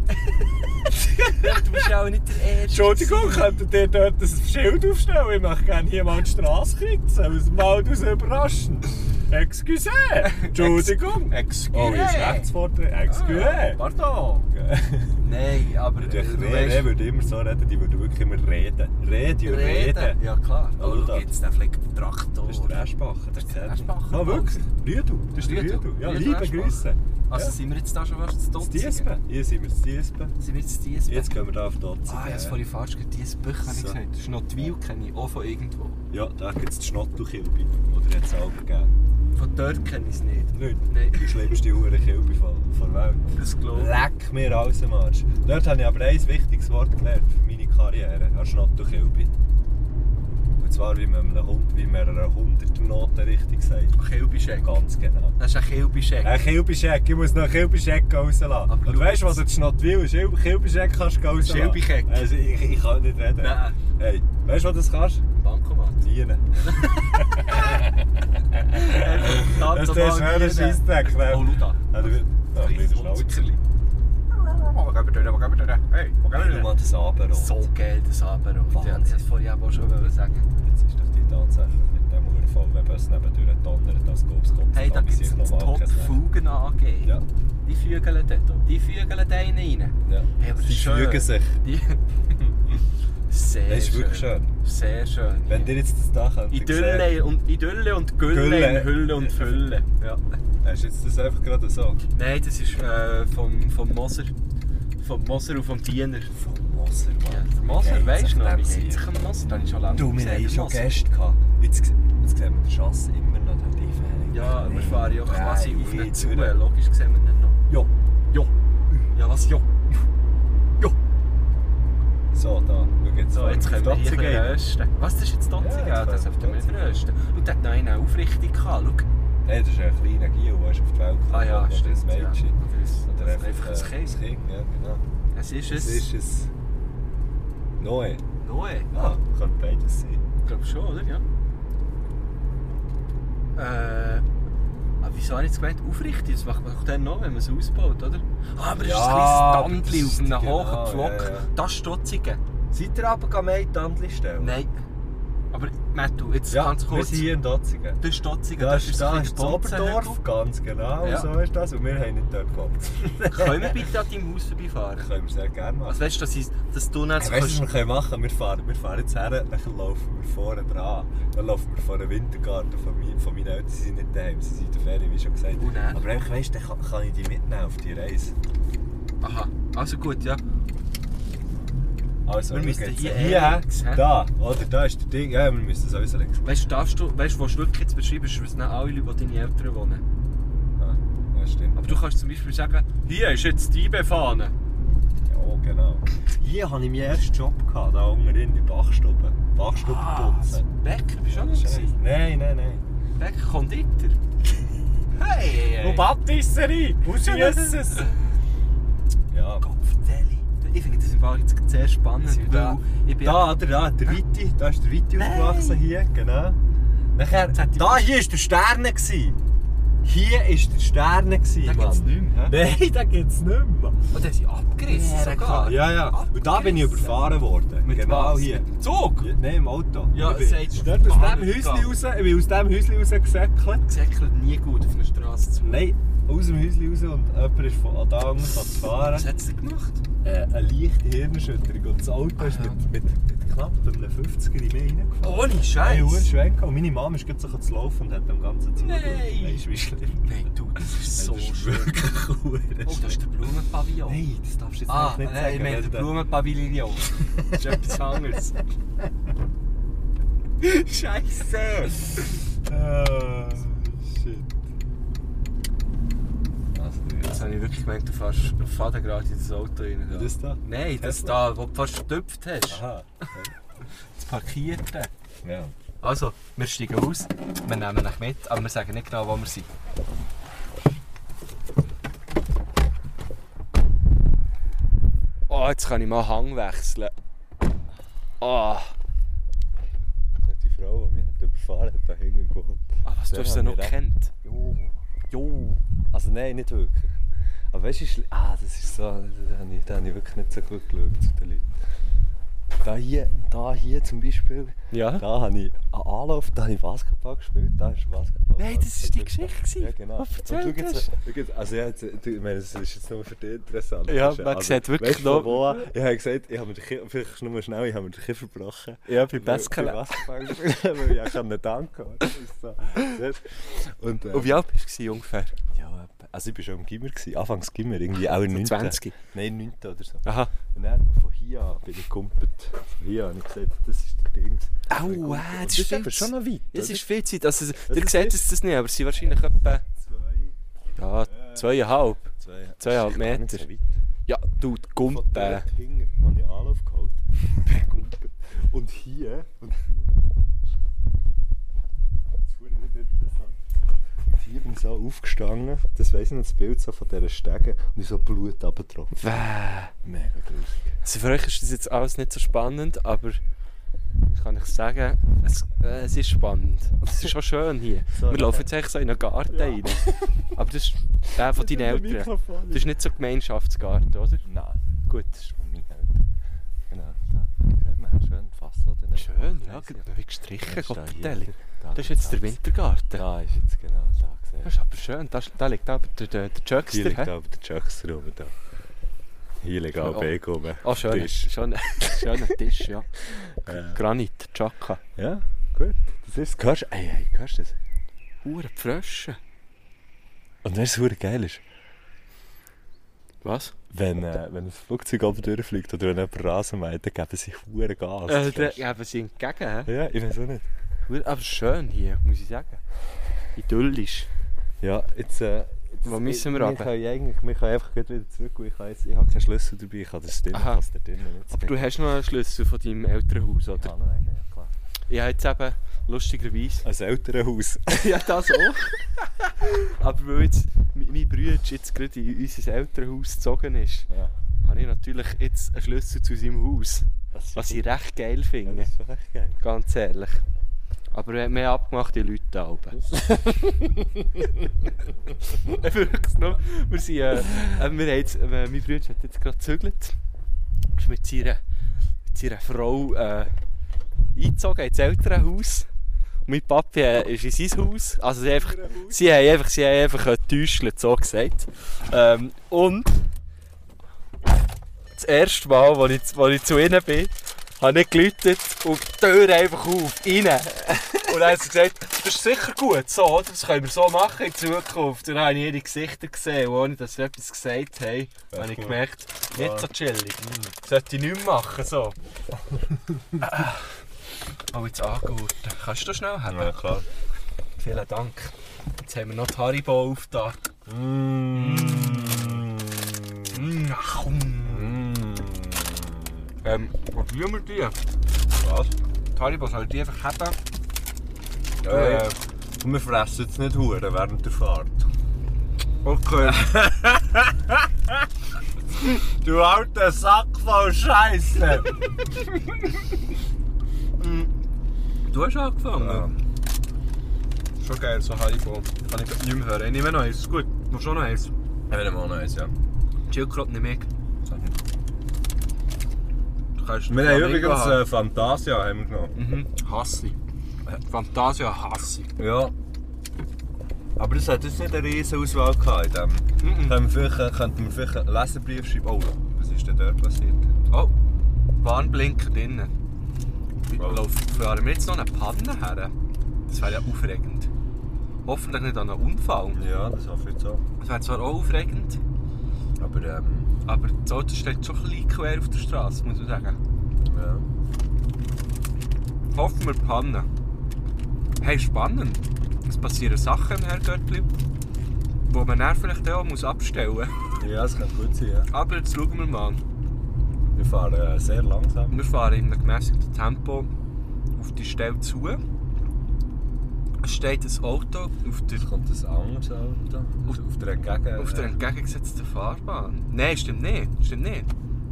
Speaker 1: Du bist auch nicht der Erste.
Speaker 5: Entschuldigung, könntet ihr dort ein Schild aufstellen? Ich möchte gerne hier mal die Straße kreuzen, aus dem Wald aus überraschend. Excuse! Entschuldigung! Excuse! Oh, hier ist Rechtsvorteil. Excuse!
Speaker 1: Pardon! Nein, Ah. aber.
Speaker 5: Die
Speaker 1: äh, du
Speaker 5: Rehe
Speaker 1: weißt-
Speaker 5: würde immer so reden, die würde wirklich immer reden. Reden und reden.
Speaker 1: Ja, klar.
Speaker 5: Oh, schau
Speaker 1: jetzt den Fleck Traktor.
Speaker 5: Das ist der Eschbacher. Das
Speaker 1: ist der Eschbacher.
Speaker 5: Ah, wirklich? Rüdu. Das ist der
Speaker 1: Rüedu.
Speaker 5: Rüdu. Ja,
Speaker 1: Rüedu
Speaker 5: liebe
Speaker 1: Eschbacher.
Speaker 5: Grüße.
Speaker 1: Also
Speaker 5: Ja.
Speaker 1: sind wir jetzt da schon fast zu
Speaker 5: Das
Speaker 1: Dutzend?
Speaker 5: Diespen. Hier sind wir, das Diespen.
Speaker 1: Sind wir jetzt zu Diespen?
Speaker 5: Jetzt gehen wir da auf Dotzen.
Speaker 1: Ah, ich hab's vorhin falsch gesagt. Diesbüch habe ich
Speaker 5: So.
Speaker 1: gesagt. Das ist noch die Wiel, kenne ich. Auch von irgendwo.
Speaker 5: Ja, da gibt es die Schnottelkilbe. Oder hat es auch gegeben?
Speaker 1: Von dort kenne ich es nicht.
Speaker 5: Nicht?
Speaker 1: Nein.
Speaker 5: Die schlimmste Hurenkilbe von von der Welt.
Speaker 1: Das glaube ich.
Speaker 5: Leck mir alles am Arsch. Dort habe ich aber ein wichtiges Wort gelernt für meine Karriere, an Schnattokilbi. Und zwar, wie man einem Hund, wie man einer Hunderternote richtig sagt.
Speaker 1: Kilbischeck.
Speaker 5: Ganz genau.
Speaker 1: Das ist ein Kilbischeck.
Speaker 5: Ein Kilbischeck, ich muss noch einen Kilbischeck rauslassen.
Speaker 1: Aber
Speaker 5: Und
Speaker 1: schau
Speaker 5: weißt du, was
Speaker 1: jetzt.
Speaker 5: du in Schnottwil ist? Kilbischeck kannst du rauslassen.
Speaker 1: Schilbicheck.
Speaker 5: Also, ich, ich kann nicht reden.
Speaker 1: Nein.
Speaker 5: Hey, weißt du, was du das kannst?
Speaker 1: Bankomat.
Speaker 5: Dienen. Das ist der schöne Scheissdreck. ne?
Speaker 1: Oh, schau da.
Speaker 5: Ja, du- Ja,
Speaker 1: Ein
Speaker 5: kleiner
Speaker 1: kleines
Speaker 5: Schnauzer.
Speaker 1: Munzerli. Oh,
Speaker 5: Hey, du mal das Abendrot.
Speaker 1: So geil, das aber. Und ja, Ich
Speaker 5: Wahnsinn.
Speaker 1: wollte vorhin aber auch schon wollen sagen.
Speaker 5: Jetzt ist doch die tatsächlich mit dem Urfall, wenn es nebendurch ein Donner, das Gobs kommt.
Speaker 1: Hey, da gibt es einen Top-Fugen angeben.
Speaker 5: Ja.
Speaker 1: Die fügeln dort. Die fügeln einen rein.
Speaker 5: Ja.
Speaker 1: Hey, aber
Speaker 5: Sie
Speaker 1: schön.
Speaker 5: fügen sich.
Speaker 1: Die Sehr
Speaker 5: Das ist wirklich schön.
Speaker 1: Sehr schön.
Speaker 5: Wenn ihr jetzt das da könnt,
Speaker 1: Idylle und, Idylle und Gülle,
Speaker 5: Gülle.
Speaker 1: in Hülle und Fülle. Ja.
Speaker 5: Hast du jetzt das einfach gerade so?
Speaker 1: Nein, das ist äh, vom, vom Moser. Vom Moser und vom Diener.
Speaker 5: Vom Moser,
Speaker 1: Ja, der Moser, weißt du noch? Wie sieht sich
Speaker 5: noch?
Speaker 1: ein Moser? Da habe ich schon lange
Speaker 5: Du,
Speaker 1: nicht
Speaker 5: wir
Speaker 1: gesehen,
Speaker 5: haben
Speaker 1: den
Speaker 5: schon
Speaker 1: Moser.
Speaker 5: Gäste gehabt. Jetzt, se- jetzt sehen wir den Schass immer noch da tief.
Speaker 1: Ja, wir fahren ja quasi auf
Speaker 5: den
Speaker 1: ihn zu. Logisch sehen wir ihn noch.
Speaker 5: Ja,
Speaker 1: Ja. Ja, was? Ja.
Speaker 5: so da. Schau jetzt.
Speaker 1: So, jetzt können wir hier ein
Speaker 5: Dotzen
Speaker 1: bisschen
Speaker 5: gehen.
Speaker 1: rösten. Was, das ist jetzt Dotzig?
Speaker 5: Ja,
Speaker 1: Ja,
Speaker 5: jetzt
Speaker 1: das
Speaker 5: können
Speaker 1: auf
Speaker 5: wir
Speaker 1: dem
Speaker 5: Dotzig.
Speaker 1: Rösten. Und der hat noch eine Aufrichtung gehabt, schau.
Speaker 5: Nein, das ist ein kleiner Gio, der ist auf die Welt gekommen.
Speaker 1: Ah ja,
Speaker 5: Oder
Speaker 1: stimmt.
Speaker 5: ein
Speaker 1: ja.
Speaker 5: Mädchen.
Speaker 1: Das,
Speaker 5: Oder
Speaker 1: das ist einfach ein
Speaker 5: äh,
Speaker 1: Kind.
Speaker 5: Kind, ja, genau.
Speaker 1: Es ist
Speaker 5: Das
Speaker 1: es.
Speaker 5: ist es. Neue.
Speaker 1: Noe.
Speaker 5: Ah, könnte beides sein.
Speaker 1: Ich glaube schon, oder? Ja. Äh. Aber wieso habe ich jetzt gemeint, aufrichtig? Das macht man doch dann noch, wenn man es ausbaut, oder? Ah, aber es ist
Speaker 5: Ja,
Speaker 1: ein kleines Tandli
Speaker 5: das
Speaker 1: auf
Speaker 5: ist
Speaker 1: einem
Speaker 5: genau,
Speaker 1: hohen Pflock.
Speaker 5: ja, ja.
Speaker 1: Das ist Dotzige.
Speaker 5: Seid ihr aber am Eintandli stellen?
Speaker 1: Nein. Aber, Mattu, jetzt
Speaker 5: ja,
Speaker 1: ganz kurz.
Speaker 5: Wir sind hier in Dotzigen.
Speaker 1: Das ist Dotzige,
Speaker 5: Das, ist
Speaker 1: ein
Speaker 5: das, ist
Speaker 1: bisschen
Speaker 5: das
Speaker 1: Bonzen-
Speaker 5: Oberdorf, ganz genau.
Speaker 1: Ja.
Speaker 5: So ist das. Und wir haben nicht dort gewohnt.
Speaker 1: Können wir bitte an deinem Haus vorbeifahren?
Speaker 5: Das können wir sehr gerne machen.
Speaker 1: Also weißt du, dass, ich- dass du nicht
Speaker 5: Hey, weißt du, was wir können machen? Wir fahren, wir fahren jetzt her, dann laufen wir vorne dran. Dann laufen wir vor den Wintergarten von, mir, von meinen Eltern. Sie sind nicht daheim, sie sind in der Ferien, wie schon gesagt.
Speaker 1: Und dann?
Speaker 5: Aber einfach, weißt du, dann kann, kann ich die mitnehmen auf die Reise.
Speaker 1: Aha, also gut, ja.
Speaker 5: Also,
Speaker 1: Wir
Speaker 5: schau
Speaker 1: müssten
Speaker 5: jetzt.
Speaker 1: hier eh
Speaker 5: Hier,
Speaker 1: links, hä?
Speaker 5: da, oder? Da ist der Ding. Ja, wir müssen sowieso links.
Speaker 1: Weißt du, darfst du, weißt, du, willst du wirklich jetzt beschreiben, ist, was nicht alle Leute, die deine Eltern wohnen.
Speaker 5: Ah, ja, stimmt.
Speaker 1: Aber du kannst zum Beispiel sagen, hier ist jetzt die IB-Fahne.
Speaker 5: Ja, genau. Hier hatte ich meinen ersten Job, gehabt, da unten in der Bachstube. Bachstube putzen.
Speaker 1: Becker, bist du auch nicht?
Speaker 5: Scheiße.
Speaker 1: Ah, gewesen?
Speaker 5: Nein, nein, nein.
Speaker 1: Becker Konditor. Hey, hey, hey.
Speaker 5: Batisserie! Aus
Speaker 1: Jesus.
Speaker 5: Ja,
Speaker 1: Kopfdeli. Ich finde das im Fall jetzt sehr spannend,
Speaker 5: Sind wir da?
Speaker 1: weil ich bin...
Speaker 5: da, oder da, der Witti, da ist der Witti aufgewachsen hier, genau. Nachher,
Speaker 1: Jetzt hat die-
Speaker 5: da hier war der Sterne. Gewesen. Hier war der Sterne. Gewesen,
Speaker 1: Da gibt's
Speaker 5: Mann.
Speaker 1: nichts mehr, hä?
Speaker 5: Nein, da gibt es nicht mehr.
Speaker 1: Und der sind abgerissen
Speaker 5: Ja,
Speaker 1: sogar.
Speaker 5: Ah, Ja, ja. Und da bin ich
Speaker 1: Abgerissen.
Speaker 5: überfahren worden.
Speaker 1: Mit
Speaker 5: genau
Speaker 1: was?
Speaker 5: hier.
Speaker 1: Mit dem Zug?
Speaker 5: Ja, Nein, im Auto.
Speaker 1: Ja,
Speaker 5: ich bin
Speaker 1: es sagt-
Speaker 5: dort aus
Speaker 1: Ah,
Speaker 5: dem
Speaker 1: nicht
Speaker 5: Häuschen
Speaker 1: ganz.
Speaker 5: raus, ich bin aus dem Häuschen rausgesäckelt.
Speaker 1: Säckelt nie gut auf einer Straße zu.
Speaker 5: Nein, aus dem Häuschen raus und jemand ist von da anders an zu fahren.
Speaker 1: Was hat sie gemacht?
Speaker 5: Äh, eine leichte Hirnerschütterung und das Auto ist mit, mit, mit knapp einem 50er in mich reingefahren.
Speaker 1: Ohne
Speaker 5: Hey, Uhr
Speaker 1: Scheiß.
Speaker 5: schwenken und meine Mama ist gerade so zu laufen und hat dem Ganzen zugeschaut.
Speaker 1: Nein.
Speaker 5: Weisst du, wie schlimm.
Speaker 1: Nein, du, das ist so
Speaker 5: das ist
Speaker 1: schön.
Speaker 5: wirklich cool.
Speaker 1: Oh, das ist der Blumenpavillon.
Speaker 5: Nein, das darfst du jetzt
Speaker 1: Ah,
Speaker 5: echt nicht
Speaker 1: nein,
Speaker 5: sagen.
Speaker 1: ich meine
Speaker 5: weil
Speaker 1: den
Speaker 5: da-
Speaker 1: Blumenpavillon. Das ist etwas anderes. Scheiße!
Speaker 5: Ah, shit. Also,
Speaker 1: Jetzt habe ich wirklich gemerkt, du fährst auf Faden gerade in das Auto rein. da.
Speaker 5: Das da?
Speaker 1: Nein, das
Speaker 5: Tesla?
Speaker 1: da, wo du fast verstopft hast.
Speaker 5: Aha.
Speaker 1: Das Parkierte.
Speaker 5: Ja.
Speaker 1: Also, wir steigen aus, wir nehmen dich mit, aber wir sagen nicht genau, wo wir sind. Oh, jetzt kann ich mal Hang wechseln. Ah,
Speaker 6: Die Frau, die mich hat überfahren hat, da hinten gewohnt.
Speaker 1: ah, was,
Speaker 6: Den haben wir recht.
Speaker 1: gekannt?
Speaker 6: Jo. Jo. Also nein, nicht wirklich. Aber weißt du, ist- ah, das ist so, da habe ich, da habe ich wirklich nicht so gut geschaut zu den Leuten. Da hier, da hier zum Beispiel,
Speaker 1: Ja.
Speaker 6: da habe ich einen Anlauf, da habe ich Basketball gespielt, da ist Basketball.
Speaker 1: Nein, das ist die Geschichte.
Speaker 6: Ja, genau.
Speaker 1: Was
Speaker 6: Und schau
Speaker 1: erzählt
Speaker 6: jetzt, schau jetzt, also ja, jetzt, du, ich meine, es ist jetzt nur für dich interessant.
Speaker 1: Ja,
Speaker 6: Das ist-
Speaker 1: man sieht wirklich
Speaker 6: weißt,
Speaker 1: noch-
Speaker 6: noch... Wo, an- ich habe gesagt, ich habe mir den Kinn- vielleicht ist es nur schnell, ich habe mir den Kinn verbrochen.
Speaker 1: Ja, bei
Speaker 6: Weil-
Speaker 1: Basketball.
Speaker 6: bei Basketball gespielt habe, weil ich ja kann danken oder? Das ist so, siehst du? Und, äh,
Speaker 1: Und wie alt warst du ungefähr?
Speaker 6: ja, etwa. also ich war schon im Gimmer, gewesen, Anfangs Gimmer, irgendwie auch in 9.
Speaker 1: 20.
Speaker 6: Nein, 9. oder so.
Speaker 1: Aha.
Speaker 6: Und dann von hier an bin ich gekumpelt. Von hier an habe ich gesagt, das ist der Ding.
Speaker 1: Au,
Speaker 6: Ich bin
Speaker 1: Ah, wow,
Speaker 6: gekumpelt.
Speaker 1: das
Speaker 6: Und
Speaker 1: ist viel
Speaker 6: aber
Speaker 1: zu-
Speaker 6: schon noch weit.
Speaker 1: Das
Speaker 6: oder?
Speaker 1: ist viel Zeit. Also, ihr
Speaker 6: ist-
Speaker 1: seht jetzt das nicht, aber es sind wahrscheinlich etwa
Speaker 6: zwei,
Speaker 1: ja, zweieinhalb,
Speaker 6: zwei, gar
Speaker 1: zweieinhalb
Speaker 6: nicht
Speaker 1: Meter.
Speaker 6: so weit.
Speaker 1: Ja, du, die
Speaker 6: Von
Speaker 1: Gumpen.
Speaker 6: dort hinger habe ich Anlauf geholt. Gekumpelt. Und hier. Und hier. Das ist verdammt nicht interessant. Und Hier bin ich so aufgestanden, das weiss ich noch, das Bild so von dieser Stege und ich so Blut abgetroffen.
Speaker 1: Wäh.
Speaker 6: Mega grusig.
Speaker 1: Also für euch ist das jetzt alles nicht so spannend, aber ich kann euch sagen, es, äh, es ist spannend. Und es ist auch schön hier.
Speaker 6: So,
Speaker 1: Wir laufen jetzt eigentlich so in einen Garten rein. Aber das ist der von deinen
Speaker 6: Mit dem
Speaker 1: Eltern.
Speaker 6: Mikrofon.
Speaker 1: Das ist nicht so ein Gemeinschaftsgarten, oder?
Speaker 6: Nein.
Speaker 1: Gut.
Speaker 6: Das ist von meinen Eltern. Genau, da. Sieht man, schön gefasst oder nicht?
Speaker 1: Schön, ja, genau.
Speaker 6: Weiss ich.
Speaker 1: wie gestrichen,
Speaker 6: Jetzt da
Speaker 1: Gottelli.
Speaker 6: hier, da,
Speaker 1: Das ist jetzt der Wintergarten.
Speaker 6: Da ist jetzt genau da
Speaker 1: Das
Speaker 6: gesehen.
Speaker 1: ist aber schön, da, ist- da liegt aber der, der, der
Speaker 6: Hier
Speaker 1: Juckster.
Speaker 6: liegt
Speaker 1: hä?
Speaker 6: aber der Jacks rum. Da. Hier liegt
Speaker 1: Oh.
Speaker 6: auch Weg rum.
Speaker 1: Oh, schön.
Speaker 6: Tisch.
Speaker 1: Schöner schöner Tisch, ja.
Speaker 6: Äh,
Speaker 1: Granit, Chaka.
Speaker 6: ja, gut. Das ist hörst, ey, ey, hörst du das?
Speaker 1: Hure Frösche.
Speaker 6: Und weißt du, was verdammt geil ist?
Speaker 1: Was?
Speaker 6: Wenn, äh, wenn ein Flugzeug oben durchfliegt oder wenn jemand Rasen meint, dann geben sich verdammt Gas.
Speaker 1: Äh, der geben sie entgegen, hä?
Speaker 6: ja, ich weiß auch nicht.
Speaker 1: Gut, Aber schön hier, muss ich sagen. Idyllisch.
Speaker 6: Ja, jetzt... Äh,
Speaker 1: Wo müssen wir
Speaker 6: runter?
Speaker 1: runter?
Speaker 6: Wir können eigentlich wir können einfach gleich wieder zurück. weil Ich, kann jetzt, ich habe keinen Schlüssel dabei, ich habe das drin,
Speaker 1: Aha.
Speaker 6: passt da drin nicht.
Speaker 1: Aber du hast noch einen Schlüssel von deinem Elternhaus,
Speaker 6: Ich
Speaker 1: oder?
Speaker 6: habe noch einen, ja klar.
Speaker 1: Ich habe jetzt eben lustigerweise.
Speaker 6: Ein Elternhaus.
Speaker 1: ja, das auch. Aber weil jetzt mein mein Bruder jetzt gerade in unser Elternhaus gezogen ist,
Speaker 6: Ja.
Speaker 1: habe ich natürlich jetzt einen Schlüssel zu seinem Haus.
Speaker 6: Das
Speaker 1: Was ich recht geil
Speaker 6: ja,
Speaker 1: finde.
Speaker 6: das ist schon echt geil.
Speaker 1: Ganz ehrlich. Aber wir haben mehr abgemachte Leute da oben. Wirklich noch. Wir sind, äh, äh, wir haben jetzt, äh, mein Bruder hat jetzt gerade gezögert. Ist mit seiner, mit seiner Frau äh, eingezogen ins Elternhaus. Und mein Papi äh, ist in sein Haus. Also sie, einfach, sie haben einfach, sie haben einfach äh, getäuscht, so gesagt. Ähm, und das erste Mal, als ich, als ich zu ihnen bin, habe ich geläutet und die Tür einfach auf, rein. Und dann hat sie gesagt, das ist sicher gut, so, oder? das können wir so machen in Zukunft. Und dann habe ich ihre Gesichter gesehen, und ohne dass sie etwas gesagt haben, habe ich gemerkt, nicht so chillig. Sollte ich nicht mehr machen, so. Mm. Ah. Oh, jetzt angeholt. Kannst du schnell haben?
Speaker 5: Ja, klar.
Speaker 1: Vielen Dank. Jetzt haben wir noch die Haribo auf da. Mm, ach, mm. Ähm, probieren wir die?
Speaker 5: Was?
Speaker 1: Die Haribo soll die einfach haben.
Speaker 5: Äh, wir fressen jetzt nicht Huren während der Fahrt.
Speaker 1: Okay.
Speaker 5: Du alter Sack voll Scheiße!
Speaker 1: Du hast angefangen. Schon geil, so Haribo. Kann ich grad nicht mehr hören. Ich nehme noch eins. Gut, noch schon noch eins.
Speaker 5: Ich will mal noch eins, ja.
Speaker 1: Chill gerade nicht mehr. Du kannst
Speaker 5: Wir haben
Speaker 1: Flamingo
Speaker 5: übrigens
Speaker 1: haben.
Speaker 5: äh, Fantasia haben wir genommen.
Speaker 1: Mhm. Hassi. Fantasia Hassi.
Speaker 5: Ja. Aber das hat jetzt nicht eine riesige Auswahl gehabt. In dem. Können wir vielleicht, äh, könnten wir vielleicht einen Leserbrief schreiben? Oh, was ist denn dort passiert?
Speaker 1: Oh, Warnblinker drinnen.
Speaker 5: Wow.
Speaker 1: Lauf- Fahren wir jetzt noch eine Panne her? Das wäre ja aufregend. Hoffentlich nicht an einem Unfall.
Speaker 5: Ja, das hoffe ich jetzt auch.
Speaker 1: Das wäre zwar auch aufregend,
Speaker 5: Aber ähm,
Speaker 1: aber das Auto steht schon ein bisschen quer auf der Straße, muss man sagen.
Speaker 5: ja.
Speaker 1: Hoffen wir Panne. Hey, spannend. Es passieren Sachen im Herrgöttli, wo man dann vielleicht auch muss abstellen muss.
Speaker 5: Ja, das könnte gut sein, ja.
Speaker 1: Aber jetzt schauen wir mal.
Speaker 5: Wir fahren äh, sehr langsam.
Speaker 1: Wir fahren in einem gemässigten Tempo auf die Stelle zu. Es steht ein Auto auf der
Speaker 5: Jetzt kommt ein anderes Auto. Auf, auf der Entgegen...
Speaker 1: Auf der entgegengesetzten Fahrbahn. Nein, stimmt nicht. Stimmt nicht.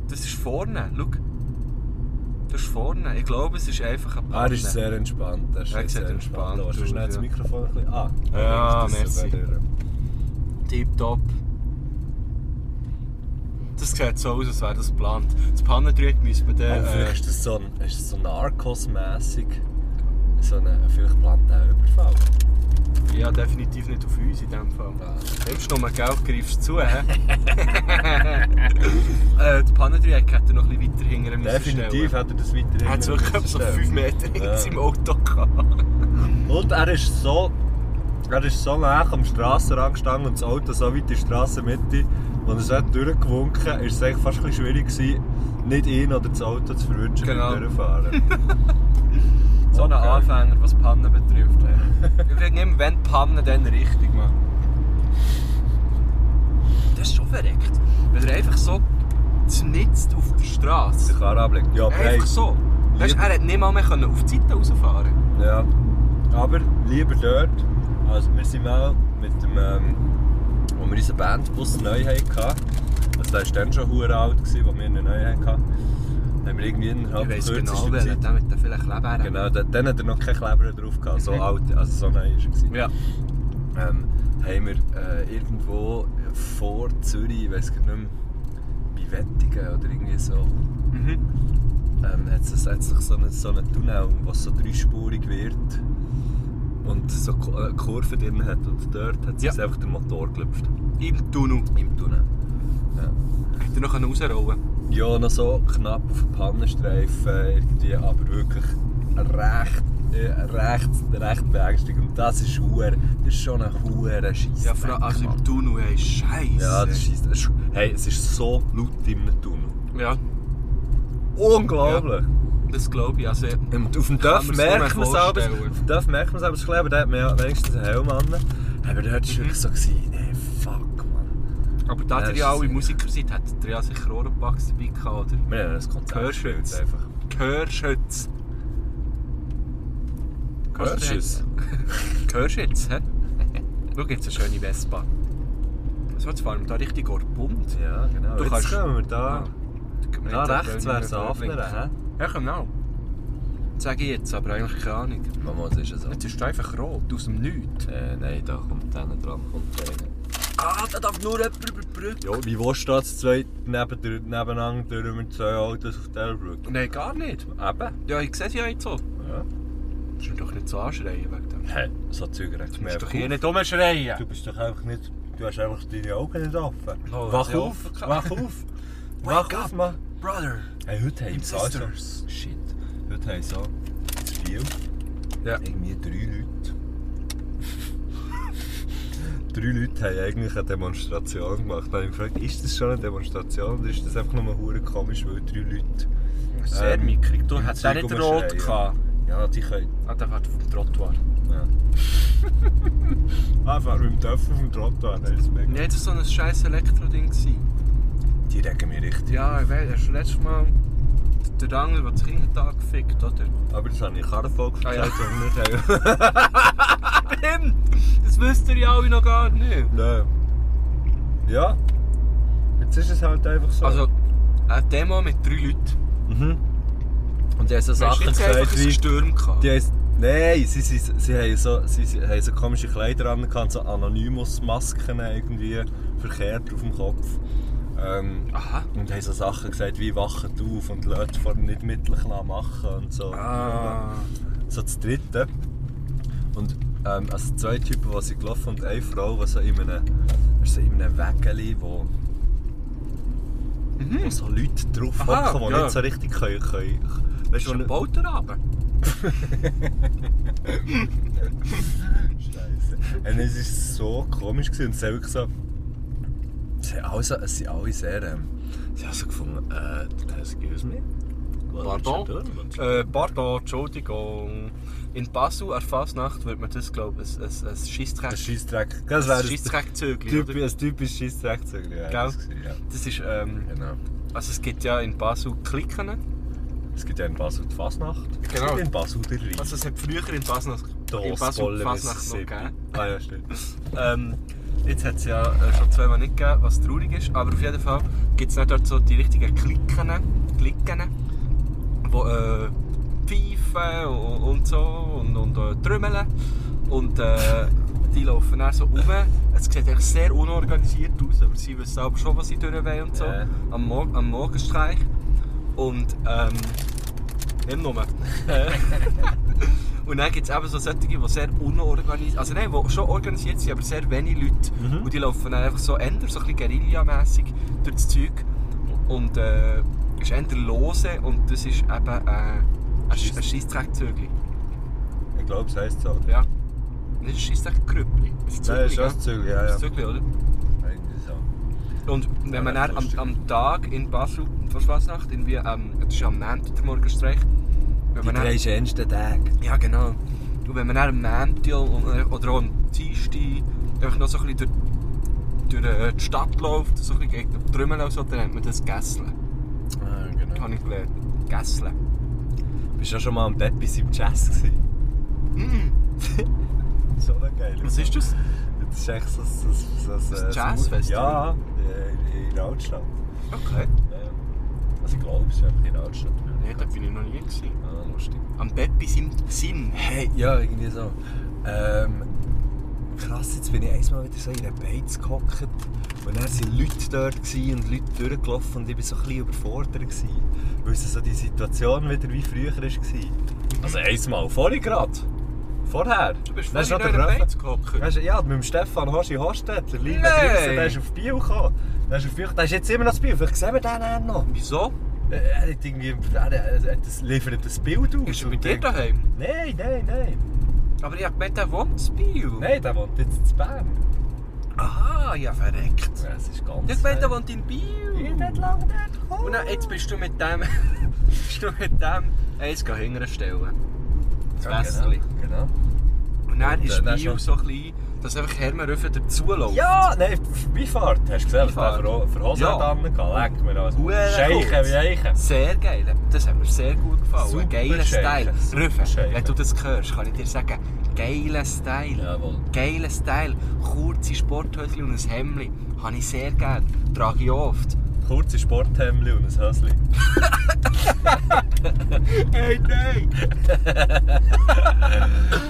Speaker 1: Das ist vorne. Schau. Das ist vorne. Ich glaube, es ist einfach ein
Speaker 5: Ah, er ist sehr entspannt. Er ist
Speaker 1: Er
Speaker 5: jetzt
Speaker 1: sieht
Speaker 5: sehr
Speaker 1: entspannt
Speaker 5: entspannt. Lass du
Speaker 1: aus,
Speaker 5: schnell das
Speaker 1: ja.
Speaker 5: Mikrofon ein bisschen an.
Speaker 1: Ja,
Speaker 5: Das ist
Speaker 1: merci.
Speaker 5: super.
Speaker 1: äh, tiptop. Das sieht so aus, als wäre das geplant. Das Pannendrück müssen wir
Speaker 5: Äh,
Speaker 1: dann...
Speaker 5: vielleicht
Speaker 1: Äh,
Speaker 5: ist das so, ein- ist das so Narcos-mässig. So ein vielleicht geplanter Überfall.
Speaker 1: ja, definitiv nicht auf uns in dem Fall. Nimmst du nur Geld, greifst zu, hä? äh, das Pannendrück hätte noch ein bisschen weiter hinten müssen
Speaker 5: Definitiv
Speaker 1: stellen.
Speaker 5: hat er das weiterhin.
Speaker 1: Er hat es wirklich so 5 Meter hinter
Speaker 5: Ja.
Speaker 1: seinem Auto gehabt.
Speaker 5: Und er ist so. Er ist so nah am Strassenrand gestanden und das Auto so weit in die Strassenmitte. Und es hat durchgewunken, war es eigentlich fast ein bisschen schwierig, gewesen, nicht ihn oder das Auto zu verwünschen
Speaker 1: Genau.
Speaker 5: beim Durchfahren.
Speaker 1: So ein
Speaker 5: Okay.
Speaker 1: Anfänger, was Pannen betrifft. ey. Ich frage immer, wenn die Pannen dann richtig machen. Das ist schon verreckt. Wenn er einfach so znitzt auf der
Speaker 5: Der
Speaker 1: Straße.
Speaker 5: Karablik. Ja,
Speaker 1: Einfach so. Weißt, du, er hat nicht mal mehr können auf die Seite rausfahren
Speaker 5: Ja. Aber lieber dort. Also wir sind mal mit dem, ähm, wo wir unseren Bandbus neu hatten. Also der war dann schon hure alt, als wir ihn neu hatten. Haben wir irgendwie innerhalb
Speaker 1: Ich
Speaker 5: der
Speaker 1: weiss genau,
Speaker 5: kürzesten
Speaker 1: weil
Speaker 5: Zeit...
Speaker 1: der mit den vielen Klebern.
Speaker 5: Genau, da- dann hat er noch keine Kleber drauf gehabt, so
Speaker 1: Mhm.
Speaker 5: alt, also so neu ist er. gewesen.
Speaker 1: Ja.
Speaker 5: Ähm, haben wir äh, irgendwo vor Zürich, ich weiss gar nicht mehr, bei Wettigen oder irgendwie so,
Speaker 1: Mhm.
Speaker 5: ähm, hat es hat es doch so einen, so einen Tunnel, der so dreispurig wird und so Ku- äh, Kurven drin hat. Und dort hat
Speaker 1: Ja.
Speaker 5: sich einfach der Motor gelüpft.
Speaker 1: Im Tunnel.
Speaker 5: Im Tunnel.
Speaker 1: Hätte er noch können rausrollen
Speaker 5: Ja, noch so knapp auf den Pannenstreifen, irgendwie, aber wirklich recht, äh, recht, recht beängstigend. Und das ist huere, das ist schon ein hure Scheiss.
Speaker 1: Ja, vor allem also im Tunnel, ey, scheiße.
Speaker 5: Ja, das ist, das ist, hey, es ist so laut im Tunnel.
Speaker 1: Ja,
Speaker 5: Unglaublich!
Speaker 1: das glaube ich. Also,
Speaker 5: Im- Auf
Speaker 1: Kann
Speaker 5: dem Dörf
Speaker 1: man sich
Speaker 5: merkt man es
Speaker 1: nicht
Speaker 5: aber.
Speaker 1: vorstellen.
Speaker 5: Auf dem Dörf merkt man es aber. Ich glaube, da hat man ja wenigstens einen Helm an. Aber dort war es wirklich so, gewesen, nee, fuck, man.
Speaker 1: aber da
Speaker 5: das
Speaker 1: ihr
Speaker 5: ist
Speaker 1: ja alle
Speaker 5: sehr-
Speaker 1: Musiker seid, hättet ihr ja sicher Ohrenpacks dabei gehabt, oder?
Speaker 5: Wir haben ein Konzert.
Speaker 1: Gehörschütz.
Speaker 5: gespielt, einfach.
Speaker 1: Gehörschütz.
Speaker 5: Gehörschütz?
Speaker 1: Gehörschütz, hä? Schau, jetzt eine schöne Vespa. So, jetzt fahren wir da richtig ordentlich.
Speaker 5: Ja, genau.
Speaker 1: Du
Speaker 5: Jetzt
Speaker 1: kannst-
Speaker 5: kommen wir da.
Speaker 1: Ja,
Speaker 5: Da rechts wäre es Afner,
Speaker 1: Ja, genau. Das sage ich jetzt, aber eigentlich keine Ahnung.
Speaker 5: hä? Mama, was ist das?
Speaker 1: Jetzt ist es einfach rot, aus dem Nichts.
Speaker 5: Äh, nein, da kommt einer dran, kommt einer.
Speaker 1: Ah, da darf nur jemand über die Brücke.
Speaker 5: Ja, wie willst du das zwei neben, der- nebeneinander durch mit zwei Autos auf der Brücke?
Speaker 1: Nein, gar nicht.
Speaker 5: Eben.
Speaker 1: Ja, ich sehe es ja jetzt so.
Speaker 5: Ja.
Speaker 1: Du musst ihn doch nicht so anschreien wegen dem.
Speaker 5: Hä? So Zeug regt
Speaker 1: Du
Speaker 5: mir
Speaker 1: musst doch hier
Speaker 5: einfach
Speaker 1: nicht rumschreien.
Speaker 5: auf. Du bist doch einfach nicht... Du hast einfach deine Augen nicht offen.
Speaker 1: Oh,
Speaker 5: wach
Speaker 1: sie
Speaker 5: auf!
Speaker 1: offen gehabt.
Speaker 5: Wach auf!
Speaker 1: Wake
Speaker 5: Wach
Speaker 1: up.
Speaker 5: auf, Mann!
Speaker 1: Brother!
Speaker 5: Hey, heute haben
Speaker 1: Im
Speaker 5: wir also...
Speaker 1: Sisters.
Speaker 5: Shit. Heute haben wir so... Spiel.
Speaker 1: Ja.
Speaker 5: Irgendwie drei Leute. drei Leute haben eigentlich eine Demonstration gemacht. Dann habe ich gefragt, ist das schon eine Demonstration oder ist das einfach nur hure komisch, weil drei Leute...
Speaker 1: Sehr
Speaker 5: Ähm,
Speaker 1: mickrig. Du hättest auch Äh, nicht
Speaker 5: Zeug
Speaker 1: rot
Speaker 5: rumschreien.
Speaker 1: gehabt.
Speaker 5: Ja, die können...
Speaker 1: Ah, der war auf dem Trottoir.
Speaker 5: Einfach mit dem Töpfel auf dem Trottoir. Nein, das merkt-
Speaker 1: Nicht so ein scheiß Elektroding gewesen.
Speaker 5: Die regen mich richtig.
Speaker 1: Ja, ich weiß, hast du letztes Mal den Angel, der das Kind da gefickt, oder?
Speaker 5: Aber das habe ich Karrenfolk
Speaker 1: Ah,
Speaker 5: gesagt,
Speaker 1: ja.
Speaker 5: aber nicht haben.
Speaker 1: Stimmt! Das wisst ihr ja alle noch gar nicht.
Speaker 5: Nein. Ja. Jetzt ist es halt einfach so.
Speaker 1: Also, eine Demo mit drei Leuten.
Speaker 5: mhm.
Speaker 1: Und die haben so Sachen
Speaker 5: jetzt
Speaker 1: gesagt,
Speaker 5: einfach ein
Speaker 1: wie... Sturm gehabt.
Speaker 5: Die heisst, nein, sie, sie, sie, haben so, sie, sie haben so komische Kleider an, gehabt, so Anonymous-Masken irgendwie verkehrt auf dem Kopf. Ähm,
Speaker 1: Aha.
Speaker 5: und haben so Sachen gesagt wie «Wachet auf» und «Leute vor dem Nicht-Mittelchen machen» und so.
Speaker 1: Ah.
Speaker 5: So das Dritte. Und ähm, also zwei Typen, die sind gelaufen und eine Frau, die so in einem, so in einem Wägeli, wo, wo so Leute drauf
Speaker 1: Mhm. Aha,
Speaker 5: hocken, die
Speaker 1: ja.
Speaker 5: nicht so richtig können. können weißt
Speaker 1: Ist ein
Speaker 5: du, wo-
Speaker 1: Bauter aber.
Speaker 5: Scheiße. Und es ist so komisch gewesen und es ist wirklich so. Sie haben alle, so- es sind alle sehr. Ähm, sie haben so gefunden, äh, excuse me. was
Speaker 1: Pardon?
Speaker 5: ist denn da?
Speaker 1: Äh, pardon, Entschuldigung. In Basel, an Fasnacht, würde man das, glaube ich, ein, ein, ein Scheissdreck...
Speaker 5: Ein Scheissdreck.
Speaker 1: ein
Speaker 5: Das wäre
Speaker 1: Scheissdreck-Zögli, oder?
Speaker 5: typisch, ein typisches Scheissdreckzeug. Ja,
Speaker 1: Gell?
Speaker 5: das gewesen, ja.
Speaker 1: Das ist, ähm,
Speaker 5: Genau.
Speaker 1: also es gibt ja in Basel Klicken.
Speaker 5: Es gibt ja in Basel die Fasnacht. Es
Speaker 1: Genau.
Speaker 5: gibt In Basel der Rhein.
Speaker 1: Also es hat früher in Basel, in Basel die Fasnacht noch gegeben.
Speaker 5: Ah ja, stimmt.
Speaker 1: Ähm, jetzt hat es ja äh, schon zweimal nicht gegeben, was traurig ist. Aber auf jeden Fall gibt es nicht dort so die richtigen Klicken, Klicken wo äh, pfeifen und, und so und, und äh, trümmeln. Und äh, die laufen dann so rum. Es sieht eigentlich sehr unorganisiert aus, aber sie wissen aber schon, was sie durch wollen und so.
Speaker 5: Ja.
Speaker 1: Am, Mor am Morgenstreich. Und ähm, nicht nur. Äh, und dann gibt es eben so solche, die sehr unorganisiert also nein, die schon organisiert sind, aber sehr wenige Leute.
Speaker 5: Mhm.
Speaker 1: Und die laufen dann einfach so änder, so ein bisschen Guerilla-mässig durch das Zeug. Und äh, ist änder lose und das ist eben äh, ein Sch- ein Scheissdreckzögli.
Speaker 5: Ich glaube, es heisst so.
Speaker 1: Ja. Nicht ein Scheissdreckkrüppli. Ein
Speaker 5: Nein, es
Speaker 1: Zögli,
Speaker 5: ist
Speaker 1: gell?
Speaker 5: auch ein Zögel, ja, ja.
Speaker 1: Ein Zögli, oder?
Speaker 5: Irgendwie so.
Speaker 1: Und wenn man
Speaker 5: Ja,
Speaker 1: dann am,
Speaker 5: lustig.
Speaker 1: am Tag in Basel, vor Fasnacht, irgendwie, ähm, das ist am Montag der Morgenstreich, wenn man dann-
Speaker 5: schönsten Tage.
Speaker 1: Ja, genau. Und wenn man dann am Montag und- oder auch am Dienstag einfach noch so ein bisschen durch, durch äh, die Stadt läuft, so ein bisschen gegen die Trümmel und so, dann nennt man das Gässeln.
Speaker 5: Ah, genau.
Speaker 1: Habe ich gelernt. Gässeln.
Speaker 5: Bist du ja schon mal am Bett bei seinem Jazz gewesen? so eine geile.
Speaker 1: Mhm. Was ist das?
Speaker 5: Das ist echt so, so, so, so,
Speaker 1: Das
Speaker 5: so
Speaker 1: Jazzfestival?
Speaker 5: Ja, in, in der Altstadt.
Speaker 1: Okay.
Speaker 5: Ja. Also ich glaube, es ist einfach in der Altstadt.
Speaker 1: Nein, da bin ich noch nie gewesen.
Speaker 5: Ah, lustig.
Speaker 1: Am Peppi sind Sinn.
Speaker 5: Hey, ja, irgendwie so. Ähm, krass, jetzt bin ich einmal wieder so in einer Beiz gehockt. Und dann waren Leute dort gewesen und Leute durchgelaufen und ich war so ein bisschen überfordert. Gewesen, weil es so die Situation wieder wie früher war. Also einmal, vorhin gerade. Vorher.
Speaker 1: Du bist
Speaker 5: Dann ist
Speaker 1: vorhin
Speaker 5: noch
Speaker 1: in
Speaker 5: der
Speaker 1: einer
Speaker 5: Röffel-
Speaker 1: Beiz gehockt.
Speaker 5: Weisst du, ja, mit dem Stefan Hoschi Hostetler, Liebe
Speaker 1: Nein!
Speaker 5: Grüße, der ist auf Biel gekommen. Der ist, auf Biel, der ist jetzt immer noch auf Biel, vielleicht sehen wir den dann noch.
Speaker 1: Wieso?
Speaker 5: Äh, Er, hat irgendwie, er, er, er das liefert das Bild aus.
Speaker 1: Ist er bei
Speaker 5: und
Speaker 1: dir
Speaker 5: denkt-
Speaker 1: daheim?
Speaker 5: Nein, nein, nein.
Speaker 1: Aber ich habe gemeint, der wohnt in Biel.
Speaker 5: Nein, der wohnt jetzt in Bern.
Speaker 1: Aha, ja verreckt.
Speaker 5: Ja, Das ist ganz...
Speaker 1: Ich habe gemeint, der wohnt in Biel.
Speaker 5: Ich bin nicht lange dort gekommen.
Speaker 1: Und dann, jetzt bist du mit dem. bist du mit dem. Eins gehen hinterher stellen. Das
Speaker 5: Ja,
Speaker 1: Wässerli.
Speaker 5: Genau.
Speaker 1: Und dann
Speaker 5: Und,
Speaker 1: ist
Speaker 5: äh, dann
Speaker 1: Bio
Speaker 5: schon-
Speaker 1: so klein, dass einfach Hermann Rüffel dazulaufen.
Speaker 5: Ja, nein, Beifahrt. Hast du gesehen, was der
Speaker 1: Beifahrt.
Speaker 5: für, für Hose
Speaker 1: Ja.
Speaker 5: hat angegangen? Leck mir
Speaker 1: Hure
Speaker 5: alles. Scheichen
Speaker 1: gut.
Speaker 5: wie Eichen.
Speaker 1: Sehr geil. Das hat mir sehr gut gefallen.
Speaker 5: Super
Speaker 1: geiler
Speaker 5: Scheiche,
Speaker 1: Style.
Speaker 5: super Scheiche.
Speaker 1: Rüffel, wenn du das hörst, kann ich dir sagen, geiler Style.
Speaker 5: Jawohl.
Speaker 1: Geiler Style. Kurze Sporthöschen und ein Hemdli. Habe ich sehr gern. Trage ich oft.
Speaker 5: Kurze Sporthemdli und ein Hösli. hey, nein!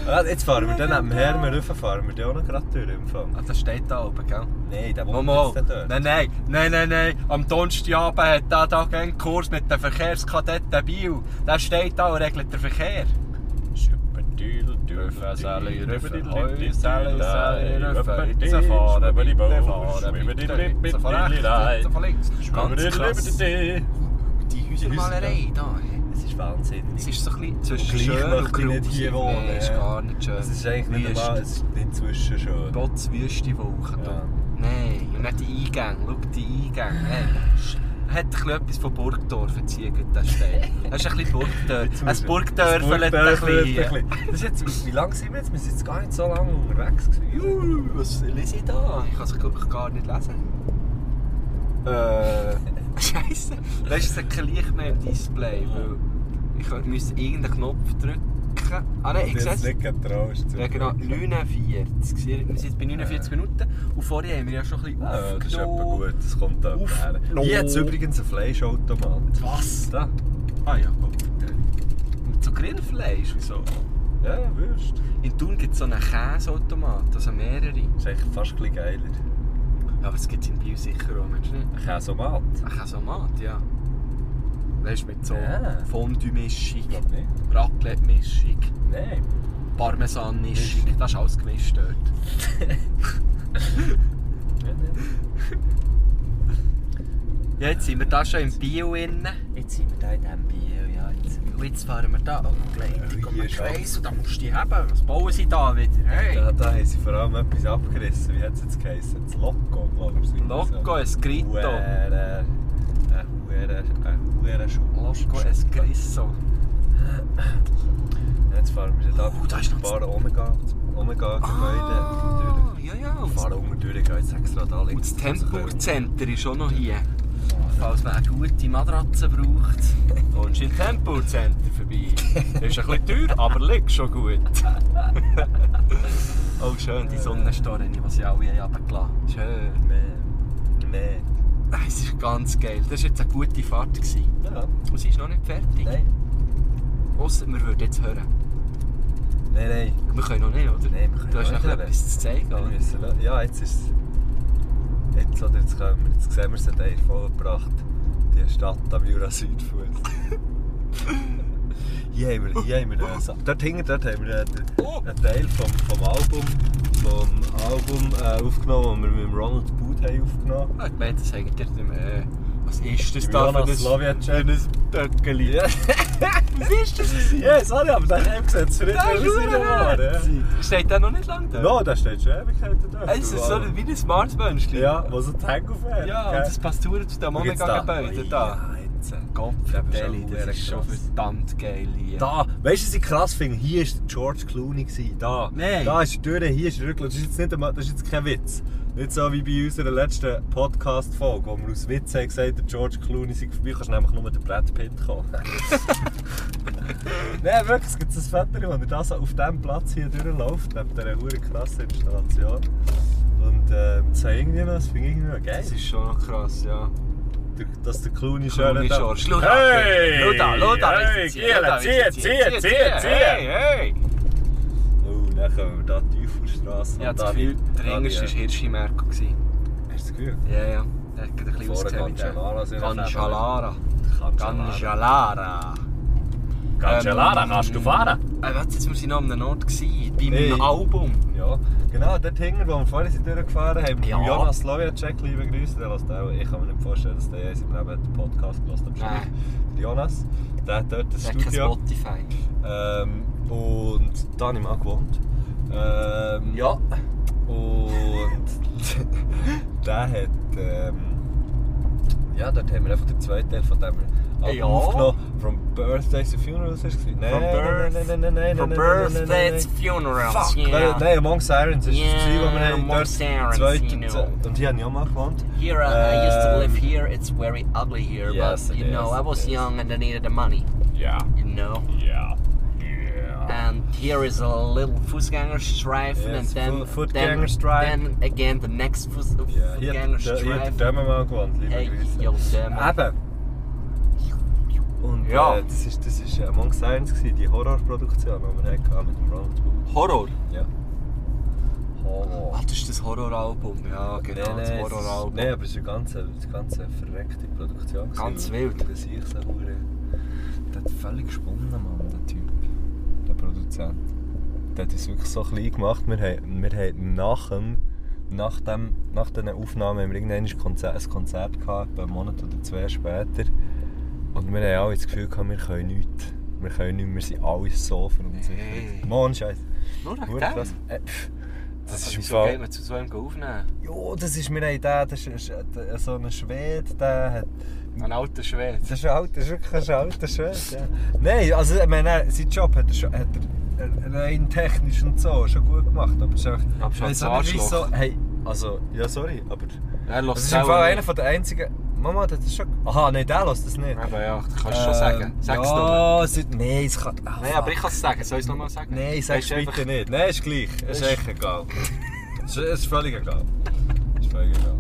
Speaker 5: ah, jetzt fahren wir dann am Hermen rauf, fahren wir die auch noch gerade durch im Fall.
Speaker 1: Ah, das steht da oben, gell?
Speaker 5: Nein, der
Speaker 1: Mama,
Speaker 5: wohnt jetzt dort.
Speaker 1: nein, nein, nein, nein, nein. Am Donnerstagabend hat der da einen Kurs mit den Verkehrskadetten Biel. Der steht da und regelt den Verkehr.
Speaker 5: Schüppendüdel,
Speaker 1: Rüffel, Säli, Rüffel, Heu, Säli, Säli, Rüffel. Jetzt fahren, bitte fahren, bitte. Jetzt fahren rechts, jetzt fahren links. Ganz krass.
Speaker 5: Schwimmen
Speaker 1: Die Häusermalerei da.
Speaker 5: Es ist
Speaker 1: Es
Speaker 5: wahnsinnig.
Speaker 1: ist so ein bisschen zwischen
Speaker 5: Und gleich
Speaker 1: schön
Speaker 5: möchte
Speaker 1: und
Speaker 5: ich
Speaker 1: gruselig.
Speaker 5: nicht hier wohnen,
Speaker 1: Nee, ist
Speaker 5: ja.
Speaker 1: gar nicht schön.
Speaker 5: Es ist eigentlich nicht
Speaker 1: Wüst.
Speaker 5: normal, es ist nicht zwischen schön.
Speaker 1: Botswüste Wolken.
Speaker 5: Ja.
Speaker 1: Ja. Nein, und nicht die Eingänge. Schau die Eingänge. Hey. Hat ein bisschen etwas von Burgdorf erzielt, der Stein. Das ist ein bisschen Burgdörf. Ein Burgdörfel ein bisschen äh, hier.
Speaker 5: Das ist jetzt, wie lange sind wir jetzt? Wir sind jetzt gar nicht so lange unterwegs gewesen.
Speaker 1: Juhu, was lese ich da? Ich kann es glaub ich, gar nicht lesen.
Speaker 5: Äh,
Speaker 1: Scheiße. Da ist es kein Licht mehr im Display, weil ich könnte- müsste irgendeinen Knopf drücken. Ah nein, ich
Speaker 5: ich
Speaker 1: sehe
Speaker 5: hab's
Speaker 1: es.
Speaker 5: nicht getraust.
Speaker 1: Ja, genau, 49. Wir sind jetzt bei 49 Minuten und vorher haben wir ja schon ein bisschen
Speaker 5: Ja, Äh, Ah, das ist etwa
Speaker 1: aufgenommen.
Speaker 5: gut, das kommt da
Speaker 1: Auf-
Speaker 5: her.
Speaker 1: No.
Speaker 5: Hier hat es übrigens einen Fleischautomat. Was? Da.
Speaker 1: Ah ja, gut. Und so Grillfleisch und so.
Speaker 5: Ja, Würst.
Speaker 1: In Thun gibt es so einen Käseautomat, also mehrere.
Speaker 5: Das ist eigentlich fast ein bisschen geiler.
Speaker 1: Aber es gibt es in Bio sicher auch, meinst du nicht?
Speaker 5: Ein Käsomat.
Speaker 1: Ein Käseautomat, ja. Weißt du, mit so
Speaker 5: Ja.
Speaker 1: Fondue-Mischung,
Speaker 5: glaube nicht.
Speaker 1: Raclette-Mischung,
Speaker 5: Nein.
Speaker 1: Parmesan-Mischung, das ist alles gemischt dort. Ja, jetzt sind wir da schon im Bio innen.
Speaker 5: Jetzt sind wir da in diesem Biel, ja. Jetzt.
Speaker 1: Und jetzt fahren wir da um Gleitung
Speaker 5: Hier
Speaker 1: um den
Speaker 5: ist
Speaker 1: Kreis und da musst du die haben. Was bauen sie da wieder? Hey!
Speaker 5: Da, da haben sie vor allem etwas abgerissen. Wie hat es jetzt geheißen? Das Loco, glaube ich.
Speaker 1: Loco Escrito.
Speaker 5: Huere. Ein Huere. Ein Huere Schuh.
Speaker 1: Loco Escriso.
Speaker 5: Jetzt fahren wir da
Speaker 1: Oh, da ist noch
Speaker 5: paar Omega- Omega-Gebäude.
Speaker 1: Ah, ja, ja.
Speaker 5: durch.
Speaker 1: Und das-
Speaker 5: Fahren unten durch, gehen jetzt extra da
Speaker 1: und
Speaker 5: links.
Speaker 1: das Tempur-Center ist auch noch hier. Falls man eine gute Matratze braucht, kommst du im Tempur-Center vorbei. Ist ein bisschen teuer, aber liegt schon gut. oh, schön, die Sonnenstorren, die sie alle haben runtergelassen haben. Schön.
Speaker 5: Nein. Nein.
Speaker 1: Nein, Es ist ganz geil. Das war jetzt eine gute Fahrt. Gewesen.
Speaker 5: Ja,
Speaker 1: Und sie ist noch nicht fertig.
Speaker 5: nein.
Speaker 1: Ausser wir würden jetzt hören.
Speaker 5: Nein, nein.
Speaker 1: Wir können noch nicht, oder?
Speaker 5: Nein, wir können
Speaker 1: du hast
Speaker 5: noch
Speaker 1: noch
Speaker 5: nicht
Speaker 1: etwas zu zeigen,
Speaker 5: Wir
Speaker 1: oder?
Speaker 5: müssen la- Ja, jetzt ist es. Jetzt, oder, jetzt, können wir, jetzt sehen wir es hat eigentlich vorgebracht. Die Stadt am Jura Südfuss. hier haben wir, hier haben wir einen Sa- dort hinten dort haben wir einen,
Speaker 1: Oh!
Speaker 5: einen Teil vom, vom Album, vom Album äh, aufgenommen, das wir mit dem Ronald Boot haben aufgenommen
Speaker 1: Ah, Ich meine, das sagt ihr dem, äh, was ist das
Speaker 5: Im
Speaker 1: da für
Speaker 5: Jonas
Speaker 1: ein
Speaker 5: Slowjacek.
Speaker 1: für ein Böckeli?
Speaker 5: Ja.
Speaker 1: Was ist das? gewesen?
Speaker 5: Ja, sorry, aber das haben wir gesehen.
Speaker 1: Das ist
Speaker 5: ja.
Speaker 1: verdammt Steht der noch nicht lange da?
Speaker 5: No, da steht schon Ewigkeiten dort.
Speaker 1: Es ist so ein- wie ein smartes Mönchchen.
Speaker 5: Ja, was ein Tango fährt.
Speaker 1: Ja, und das passt super zu dem Omega-Gebäude da.
Speaker 5: Ja, jetzt.
Speaker 1: äh, Gott,
Speaker 5: Deli,
Speaker 1: das ist schon verdammt geil hier.
Speaker 5: Da, weißt du, was ich krass finde? Hier war George Clooney. Gewesen, da.
Speaker 1: Nein.
Speaker 5: Da ist er durch, hier ist er rückwärts. Das ist jetzt nicht einmal, das ist jetzt kein Witz. Nicht so wie bei unserer letzten Podcast-Folge, wo wir aus Witz haben gesagt der George Clooney sei vorbei, kannst du nämlich nur den Brad Pitt kommen. Nein, wirklich, es gibt ein Foto, wo er da so auf diesem Platz hier durchläuft, neben dieser huere krassen Installation. Und ähm, das habe ich irgendwie noch, das finde ich irgendwie noch geil.
Speaker 1: Das ist schon noch krass, ja.
Speaker 5: Der- dass der Clooney schön
Speaker 1: Clooney George. Schau da, schau da, schau da,
Speaker 5: Hey!
Speaker 1: wie sie ziehen, schau da, wie sie
Speaker 5: Zieh,
Speaker 1: ziehen,
Speaker 5: zieh,
Speaker 1: ziehen,
Speaker 5: zieh,
Speaker 1: ziehen. Hey, hey.
Speaker 5: zieh! Oh, dann kommen wir hier die Teufelstrasse.
Speaker 1: Ich habe
Speaker 5: und
Speaker 1: das
Speaker 5: da
Speaker 1: Gefühl,
Speaker 5: die-
Speaker 1: der
Speaker 5: da
Speaker 1: Englisch
Speaker 5: die-
Speaker 1: war Hirschimerko.
Speaker 5: Hast du das Gefühl?
Speaker 1: Ja, ja. Der hat gerade ein bisschen
Speaker 5: Vorne Cancellara sind
Speaker 1: der.
Speaker 5: auf jeden Fall.
Speaker 1: Cancellara. Cancellara.
Speaker 5: Cancellara,
Speaker 1: Ähm,
Speaker 5: kannst du fahren?
Speaker 1: Äh, warte, jetzt, wir sind noch an einem Ort. Gewesen, bei
Speaker 5: Hey.
Speaker 1: meinem Album.
Speaker 5: Ja, genau, dort hinten, wo wir vorhin sind durchgefahren haben,
Speaker 1: Ja.
Speaker 5: Jonas Slowjacek, liebe Grüße, der lässt auch, ich kann mir nicht vorstellen, dass der jemals im Leben den Podcast gelassen hat.
Speaker 1: Nein.
Speaker 5: Der Jonas, der hat dort ein
Speaker 1: Das ist kein
Speaker 5: Studio.
Speaker 1: Spotify.
Speaker 5: Ähm, und da habe ich mal gewohnt. Ähm, ja. Und der hat. Ähm, ja, dort haben wir einfach den zweiten Teil von dem Album
Speaker 1: Ja.
Speaker 5: aufgenommen. From Birthdays to Funerals ist es. gewesen. Nein,
Speaker 1: From
Speaker 5: nein, nein, nein, nein, nein,
Speaker 1: For
Speaker 5: nein, nein, nein, nein,
Speaker 1: birthdays,
Speaker 5: nein.
Speaker 1: funerals.
Speaker 5: Fuck,
Speaker 1: yeah.
Speaker 5: weil- nein, Among Sirens ist
Speaker 1: Yeah,
Speaker 5: es, gewesen, wo wir haben
Speaker 1: Among
Speaker 5: dort
Speaker 1: Sirens,
Speaker 5: zweite-
Speaker 1: you know.
Speaker 5: Und hier habe ich auch mal gewohnt.
Speaker 1: Here, uh, I used to live
Speaker 5: Ähm,
Speaker 1: here. It's very ugly here,
Speaker 5: Yes,
Speaker 1: but
Speaker 5: it
Speaker 1: you know,
Speaker 5: is,
Speaker 1: I was
Speaker 5: it is.
Speaker 1: young and I needed the money.
Speaker 5: Ja,
Speaker 1: You know.
Speaker 5: ja, ja.
Speaker 1: and here is a little Fußgängerstreifen and
Speaker 5: Yes,
Speaker 1: then,
Speaker 5: Fu-
Speaker 1: then,
Speaker 5: Fußgängerstreifen.
Speaker 1: then again the next Fuß,
Speaker 5: Ja, hier hat der- hier hat
Speaker 1: Fußgängerstreifen.
Speaker 5: der Dömer mal gewohnt, liebe
Speaker 1: Ey,
Speaker 5: Grüße.
Speaker 1: yo, Dömer.
Speaker 5: Eben. Und
Speaker 1: Ja.
Speaker 5: äh, das war ist, das ist Among Sirens, gewesen, die Horrorproduktion, die wir hatten mit dem Ronald Wood.
Speaker 1: Horror?
Speaker 5: Ja. Horror.
Speaker 1: Ah, das ist das Horroralbum. Ja, genau, das Horroralbum.
Speaker 5: Nein, aber es war eine ganz, eine ganz verreckte Produktion.
Speaker 1: Ganz wild.
Speaker 5: Das ich so hure. Der hat völlig gesponnen, Mann, der Typ. Der Produzent. Der hat uns wirklich so klein gemacht. Wir haben, wir haben nach dem nach, dem, nach diesen Aufnahmen haben wir irgendwann ein Konzert, ein Konzert gehabt, etwa einen Monat oder zwei später. Und Und wir haben alle das Gefühl, gehabt, wir können nichts. Wir können nichts, wir sind alle so verunsichert.
Speaker 1: Nee.
Speaker 5: Mann, Scheiße.
Speaker 1: Nur nach
Speaker 5: Hure
Speaker 1: dem?
Speaker 5: krass. Äh, pff,
Speaker 1: Ah,
Speaker 5: Das ist im
Speaker 1: Wieso
Speaker 5: Fall.
Speaker 1: geht man zu so einem aufnehmen?
Speaker 5: Ja, das ist mir ein der, das ist äh, so ein Schwede, der hat.
Speaker 1: Ein alter Schwede.
Speaker 5: Das ist ein alter, das ist wirklich ein alter Schwede. Ja. Nein, also ich meine, er- seinen Job hat er, schon, hat er äh, rein technisch und so schon gut gemacht. Aber es ist einfach.
Speaker 1: Aber es ist halt
Speaker 5: ich weiss
Speaker 1: ein
Speaker 5: auch nicht,
Speaker 1: Arschloch.
Speaker 5: wieso- Hey, also, ja, sorry, aber.
Speaker 1: Er lässt
Speaker 5: Das
Speaker 1: es
Speaker 5: ist im
Speaker 1: selber
Speaker 5: Fall
Speaker 1: nicht.
Speaker 5: einer von der einzigen. Mama, das ist schon. Aha, nein, der lässt das nicht. Ähm,
Speaker 1: Aber ja, das kannst du schon sagen. Sag es doch.
Speaker 5: ja, es ist- Nein, es kann. Ah,
Speaker 1: Nein, aber ich kann es sagen. Soll ich es nochmal sagen?
Speaker 5: Nein, sag
Speaker 1: Weißt
Speaker 5: es
Speaker 1: du,
Speaker 5: bitte
Speaker 1: einfach-
Speaker 5: nicht. Nein, ist gleich. Ist echt egal. ist, ist völlig egal. Ist völlig egal.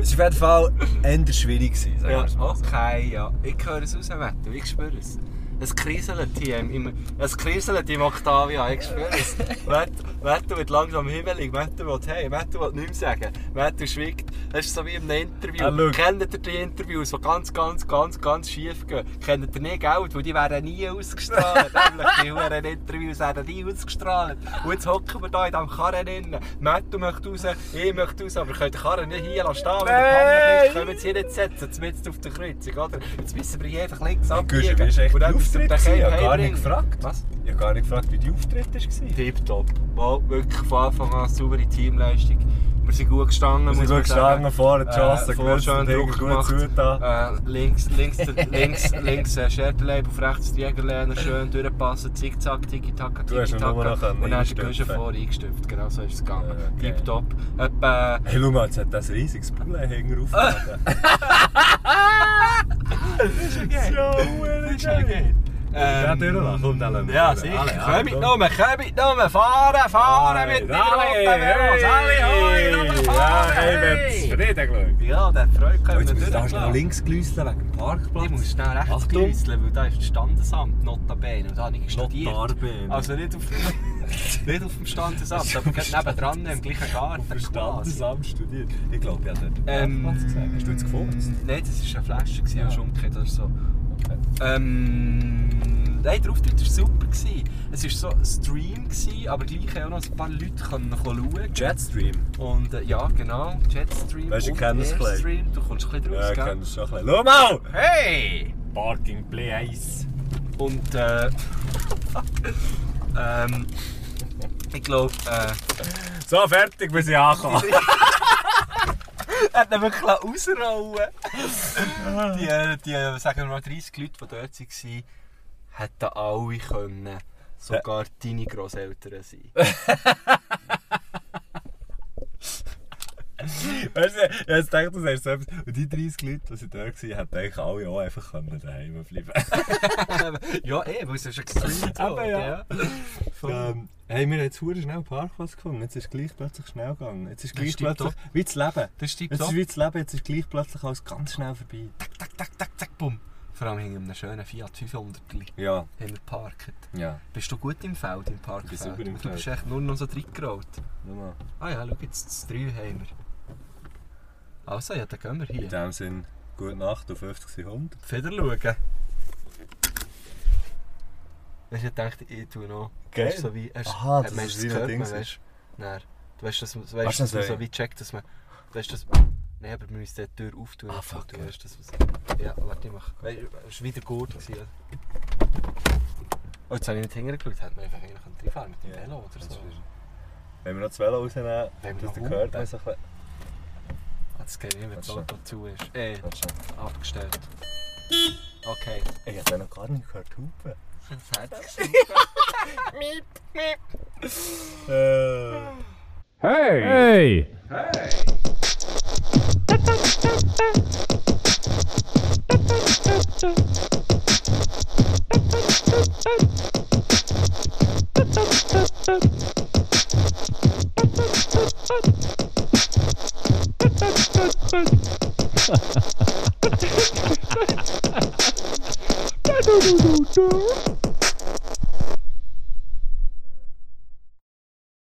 Speaker 5: Es war auf jeden Fall eher schwierig, gewesen, sagen
Speaker 1: Ja, Oh,
Speaker 5: wir's mal so.
Speaker 1: okay, ja. Ich höre es raus, Wetter. Ich spüre es. Es kriselt hier im, im, es kriselt im Octavia, ich spüre es. Wetter- Wetter wird langsam himmelig, Wetter will hey, Wetter will nichts mehr sagen. Wetter schweigt. Es ist so wie in einem Interview.
Speaker 5: Ah, schau.
Speaker 1: Kennt ihr die Interviews, die ganz, ganz, ganz, ganz schief gehen? Kennt ihr nicht, gell? Weil die werden nie ausgestrahlt. Nämlich die huren Interviews werden nie ausgestrahlt. Und jetzt hocken wir hier in diesem Karren drin. Mattu möchte raus, ich möchte raus, aber ihr könnt den Karren nicht hier lassen stehen, weil der Panne ist. Können wir jetzt hier nicht setzen, jetzt mitten auf der Kreuzung, oder? Jetzt müssen wir hier einfach links abbiegen.
Speaker 5: Guschen, wie ist echt
Speaker 1: Und dann
Speaker 5: der
Speaker 1: müssen wir
Speaker 5: Auftritt
Speaker 1: den Kerl
Speaker 5: gewesen? Ich habe gar nicht
Speaker 1: heimbringen.
Speaker 5: gefragt.
Speaker 1: Was?
Speaker 5: Ich habe gar nicht gefragt, wie die Auftritt war.
Speaker 1: Tipptopp. Mal wirklich von Anfang an saubere Teamleistung. Wir sind gut gestanden,
Speaker 5: Wir sind gut gestanden, vorne die Chance
Speaker 1: äh,
Speaker 5: gewusst,
Speaker 1: schön
Speaker 5: Ding
Speaker 1: Druck
Speaker 5: gut
Speaker 1: gemacht.
Speaker 5: zugetan.
Speaker 1: Äh, links, links, links, links äh, Schertenleib auf rechts die Jägerlehner, schön durchpassen, zickzack, tiki-taka,
Speaker 5: Du hast ihn
Speaker 1: tiki-taka.
Speaker 5: nur noch können
Speaker 1: Und dann hast du den Guschen
Speaker 5: einstüpfen.
Speaker 1: vorne eingestüpft. Genau so ist es gegangen.
Speaker 5: Ja, okay.
Speaker 1: Tipptopp. Etwa,
Speaker 5: Hey, schau mal, jetzt hat das ein riesiges Poulet hängen aufgeladen.
Speaker 1: Das ist ja geil.
Speaker 5: äh, Ja, durchlassen, komm, dann lassen wir
Speaker 1: Ja,
Speaker 5: durch.
Speaker 1: sicher. Oh,
Speaker 5: Alle, alle,
Speaker 1: Kommt
Speaker 5: komm.
Speaker 1: nochmal, kommt nochmal. Fahren, fahren mit dem roten Velos. Alle, hoi, lass mal fahren. hey.
Speaker 5: zufrieden geschaut.
Speaker 1: Ja, der Freude
Speaker 5: Oh,
Speaker 1: können
Speaker 5: jetzt
Speaker 1: wir
Speaker 5: musst du da schnell
Speaker 1: durchlassen.
Speaker 5: links gelüsseln wegen dem Parkplatz.
Speaker 1: Ich muss schnell rechts
Speaker 5: Achtung.
Speaker 1: gleisseln, weil da ist das Standesamt, notabene, und da habe ich studiert.
Speaker 5: Notabene.
Speaker 1: Also nicht auf, nicht auf dem Standesamt, aber gerade nebenan, im gleichen Garten quasi.
Speaker 5: Standesamt studiert. Ich glaube, ich habe dort
Speaker 1: Ähm,
Speaker 5: Parkplatz gesagt. Hast du jetzt gefurzt?
Speaker 1: Nein, das war eine Flasche, die
Speaker 5: Ja.
Speaker 1: ja. umgekehrt oder so. Ähm, nein, der Auftritt war super. gewesen. Es war so ein Stream, gewesen, aber gleich haben auch noch ein paar Leute können schauen.
Speaker 5: Jetstream.
Speaker 1: Und äh, ja, genau, Jetstream
Speaker 5: Weißt du, ich
Speaker 1: und
Speaker 5: kenne das gleich.
Speaker 1: Airstream, du kommst ein bisschen
Speaker 5: Ja,
Speaker 1: raus,
Speaker 5: ich
Speaker 1: gell?
Speaker 5: kenne das schon ein bisschen. Schau mal!
Speaker 1: Hey!
Speaker 5: Parking Place.
Speaker 1: Und äh, ähm, ich glaube, äh,
Speaker 5: So, fertig, wir sind angekommen.
Speaker 1: er hat ihn wirklich ausrollen Die, äh, die, äh, sagen wir mal, 30 Leute, die dort waren, hätten alle können, sogar deine Grosseltern sein.
Speaker 5: Weißt du, jetzt denkt du sagst so etwas. Und die 30 Leute, die sind dort waren, hätten eigentlich alle auch einfach können daheim bleiben
Speaker 1: ja, eh, weil es ist ja gestreamt worden.
Speaker 5: ja.
Speaker 1: ja. Voll.
Speaker 5: ähm, Hey, wir haben jetzt verdammt schnell einen Parkplatz gefunden. Jetzt ist es gleich plötzlich schnell gegangen. Jetzt ist
Speaker 1: Das
Speaker 5: gleich
Speaker 1: ist tipptopp.
Speaker 5: plötzlich. Wie das Leben.
Speaker 1: Das ist
Speaker 5: Jetzt
Speaker 1: tipptopp.
Speaker 5: ist wie das Leben, jetzt ist gleich plötzlich alles ganz schnell vorbei.
Speaker 1: Tack, tack, tack, tack, tack, bumm. Vor allem hinter einem schönen Fiat 500 haben
Speaker 5: Ja,
Speaker 1: wir geparkt.
Speaker 5: ja.
Speaker 1: Bist du gut im Feld, im Parkfeld?
Speaker 5: bin super im
Speaker 1: Du bist
Speaker 5: Feld.
Speaker 1: echt nur noch so reingerollt.
Speaker 5: Schau mal.
Speaker 1: Ah ja, schau, jetzt das 3 haben wir. Also, ja, dann gehen wir
Speaker 5: In
Speaker 1: hier.
Speaker 5: dem Sinn, gute Nacht auf 50 Hund.
Speaker 1: Feder schauen. Weißt du, ich dachte, ich tue noch.
Speaker 5: Geil.
Speaker 1: Weisst du, so wie, hast,
Speaker 5: Aha,
Speaker 1: hat
Speaker 5: dass
Speaker 1: man
Speaker 5: es
Speaker 1: es
Speaker 5: wie ein
Speaker 1: gehört,
Speaker 5: Ding
Speaker 1: man
Speaker 5: ist.
Speaker 1: weißt, nein, du weißt, dass man, du
Speaker 5: Weißt
Speaker 1: weißt,
Speaker 5: du,
Speaker 1: dass man
Speaker 5: das
Speaker 1: so
Speaker 5: sei?
Speaker 1: wie checkt, dass man. Du weißt, dass, nein, aber wir müssen die Tür auftun.
Speaker 5: Ah, fuck,
Speaker 1: Du
Speaker 5: ja.
Speaker 1: weißt, dass man- ja, warte, ich mach. Weißt du, es war wieder gut. Gewesen, ja. oh, jetzt habe ich nicht hingeschaut, hätte man einfach eigentlich reinfahren mit dem
Speaker 5: Ja,
Speaker 1: Velo oder so.
Speaker 5: Wenn wir noch das Velo rausnehmen,
Speaker 1: Wenn wir
Speaker 5: dass
Speaker 1: noch
Speaker 5: der
Speaker 1: Hund-
Speaker 5: gehört ein bisschen.
Speaker 1: Ah, Das geht nicht, wenn
Speaker 5: Das
Speaker 1: das
Speaker 5: schon.
Speaker 1: Auto zu ist. Äh, abgestellt. Okay.
Speaker 5: Ich habe den noch gar nicht gehört hupen.
Speaker 1: Das hat
Speaker 5: Äh.
Speaker 7: Hey!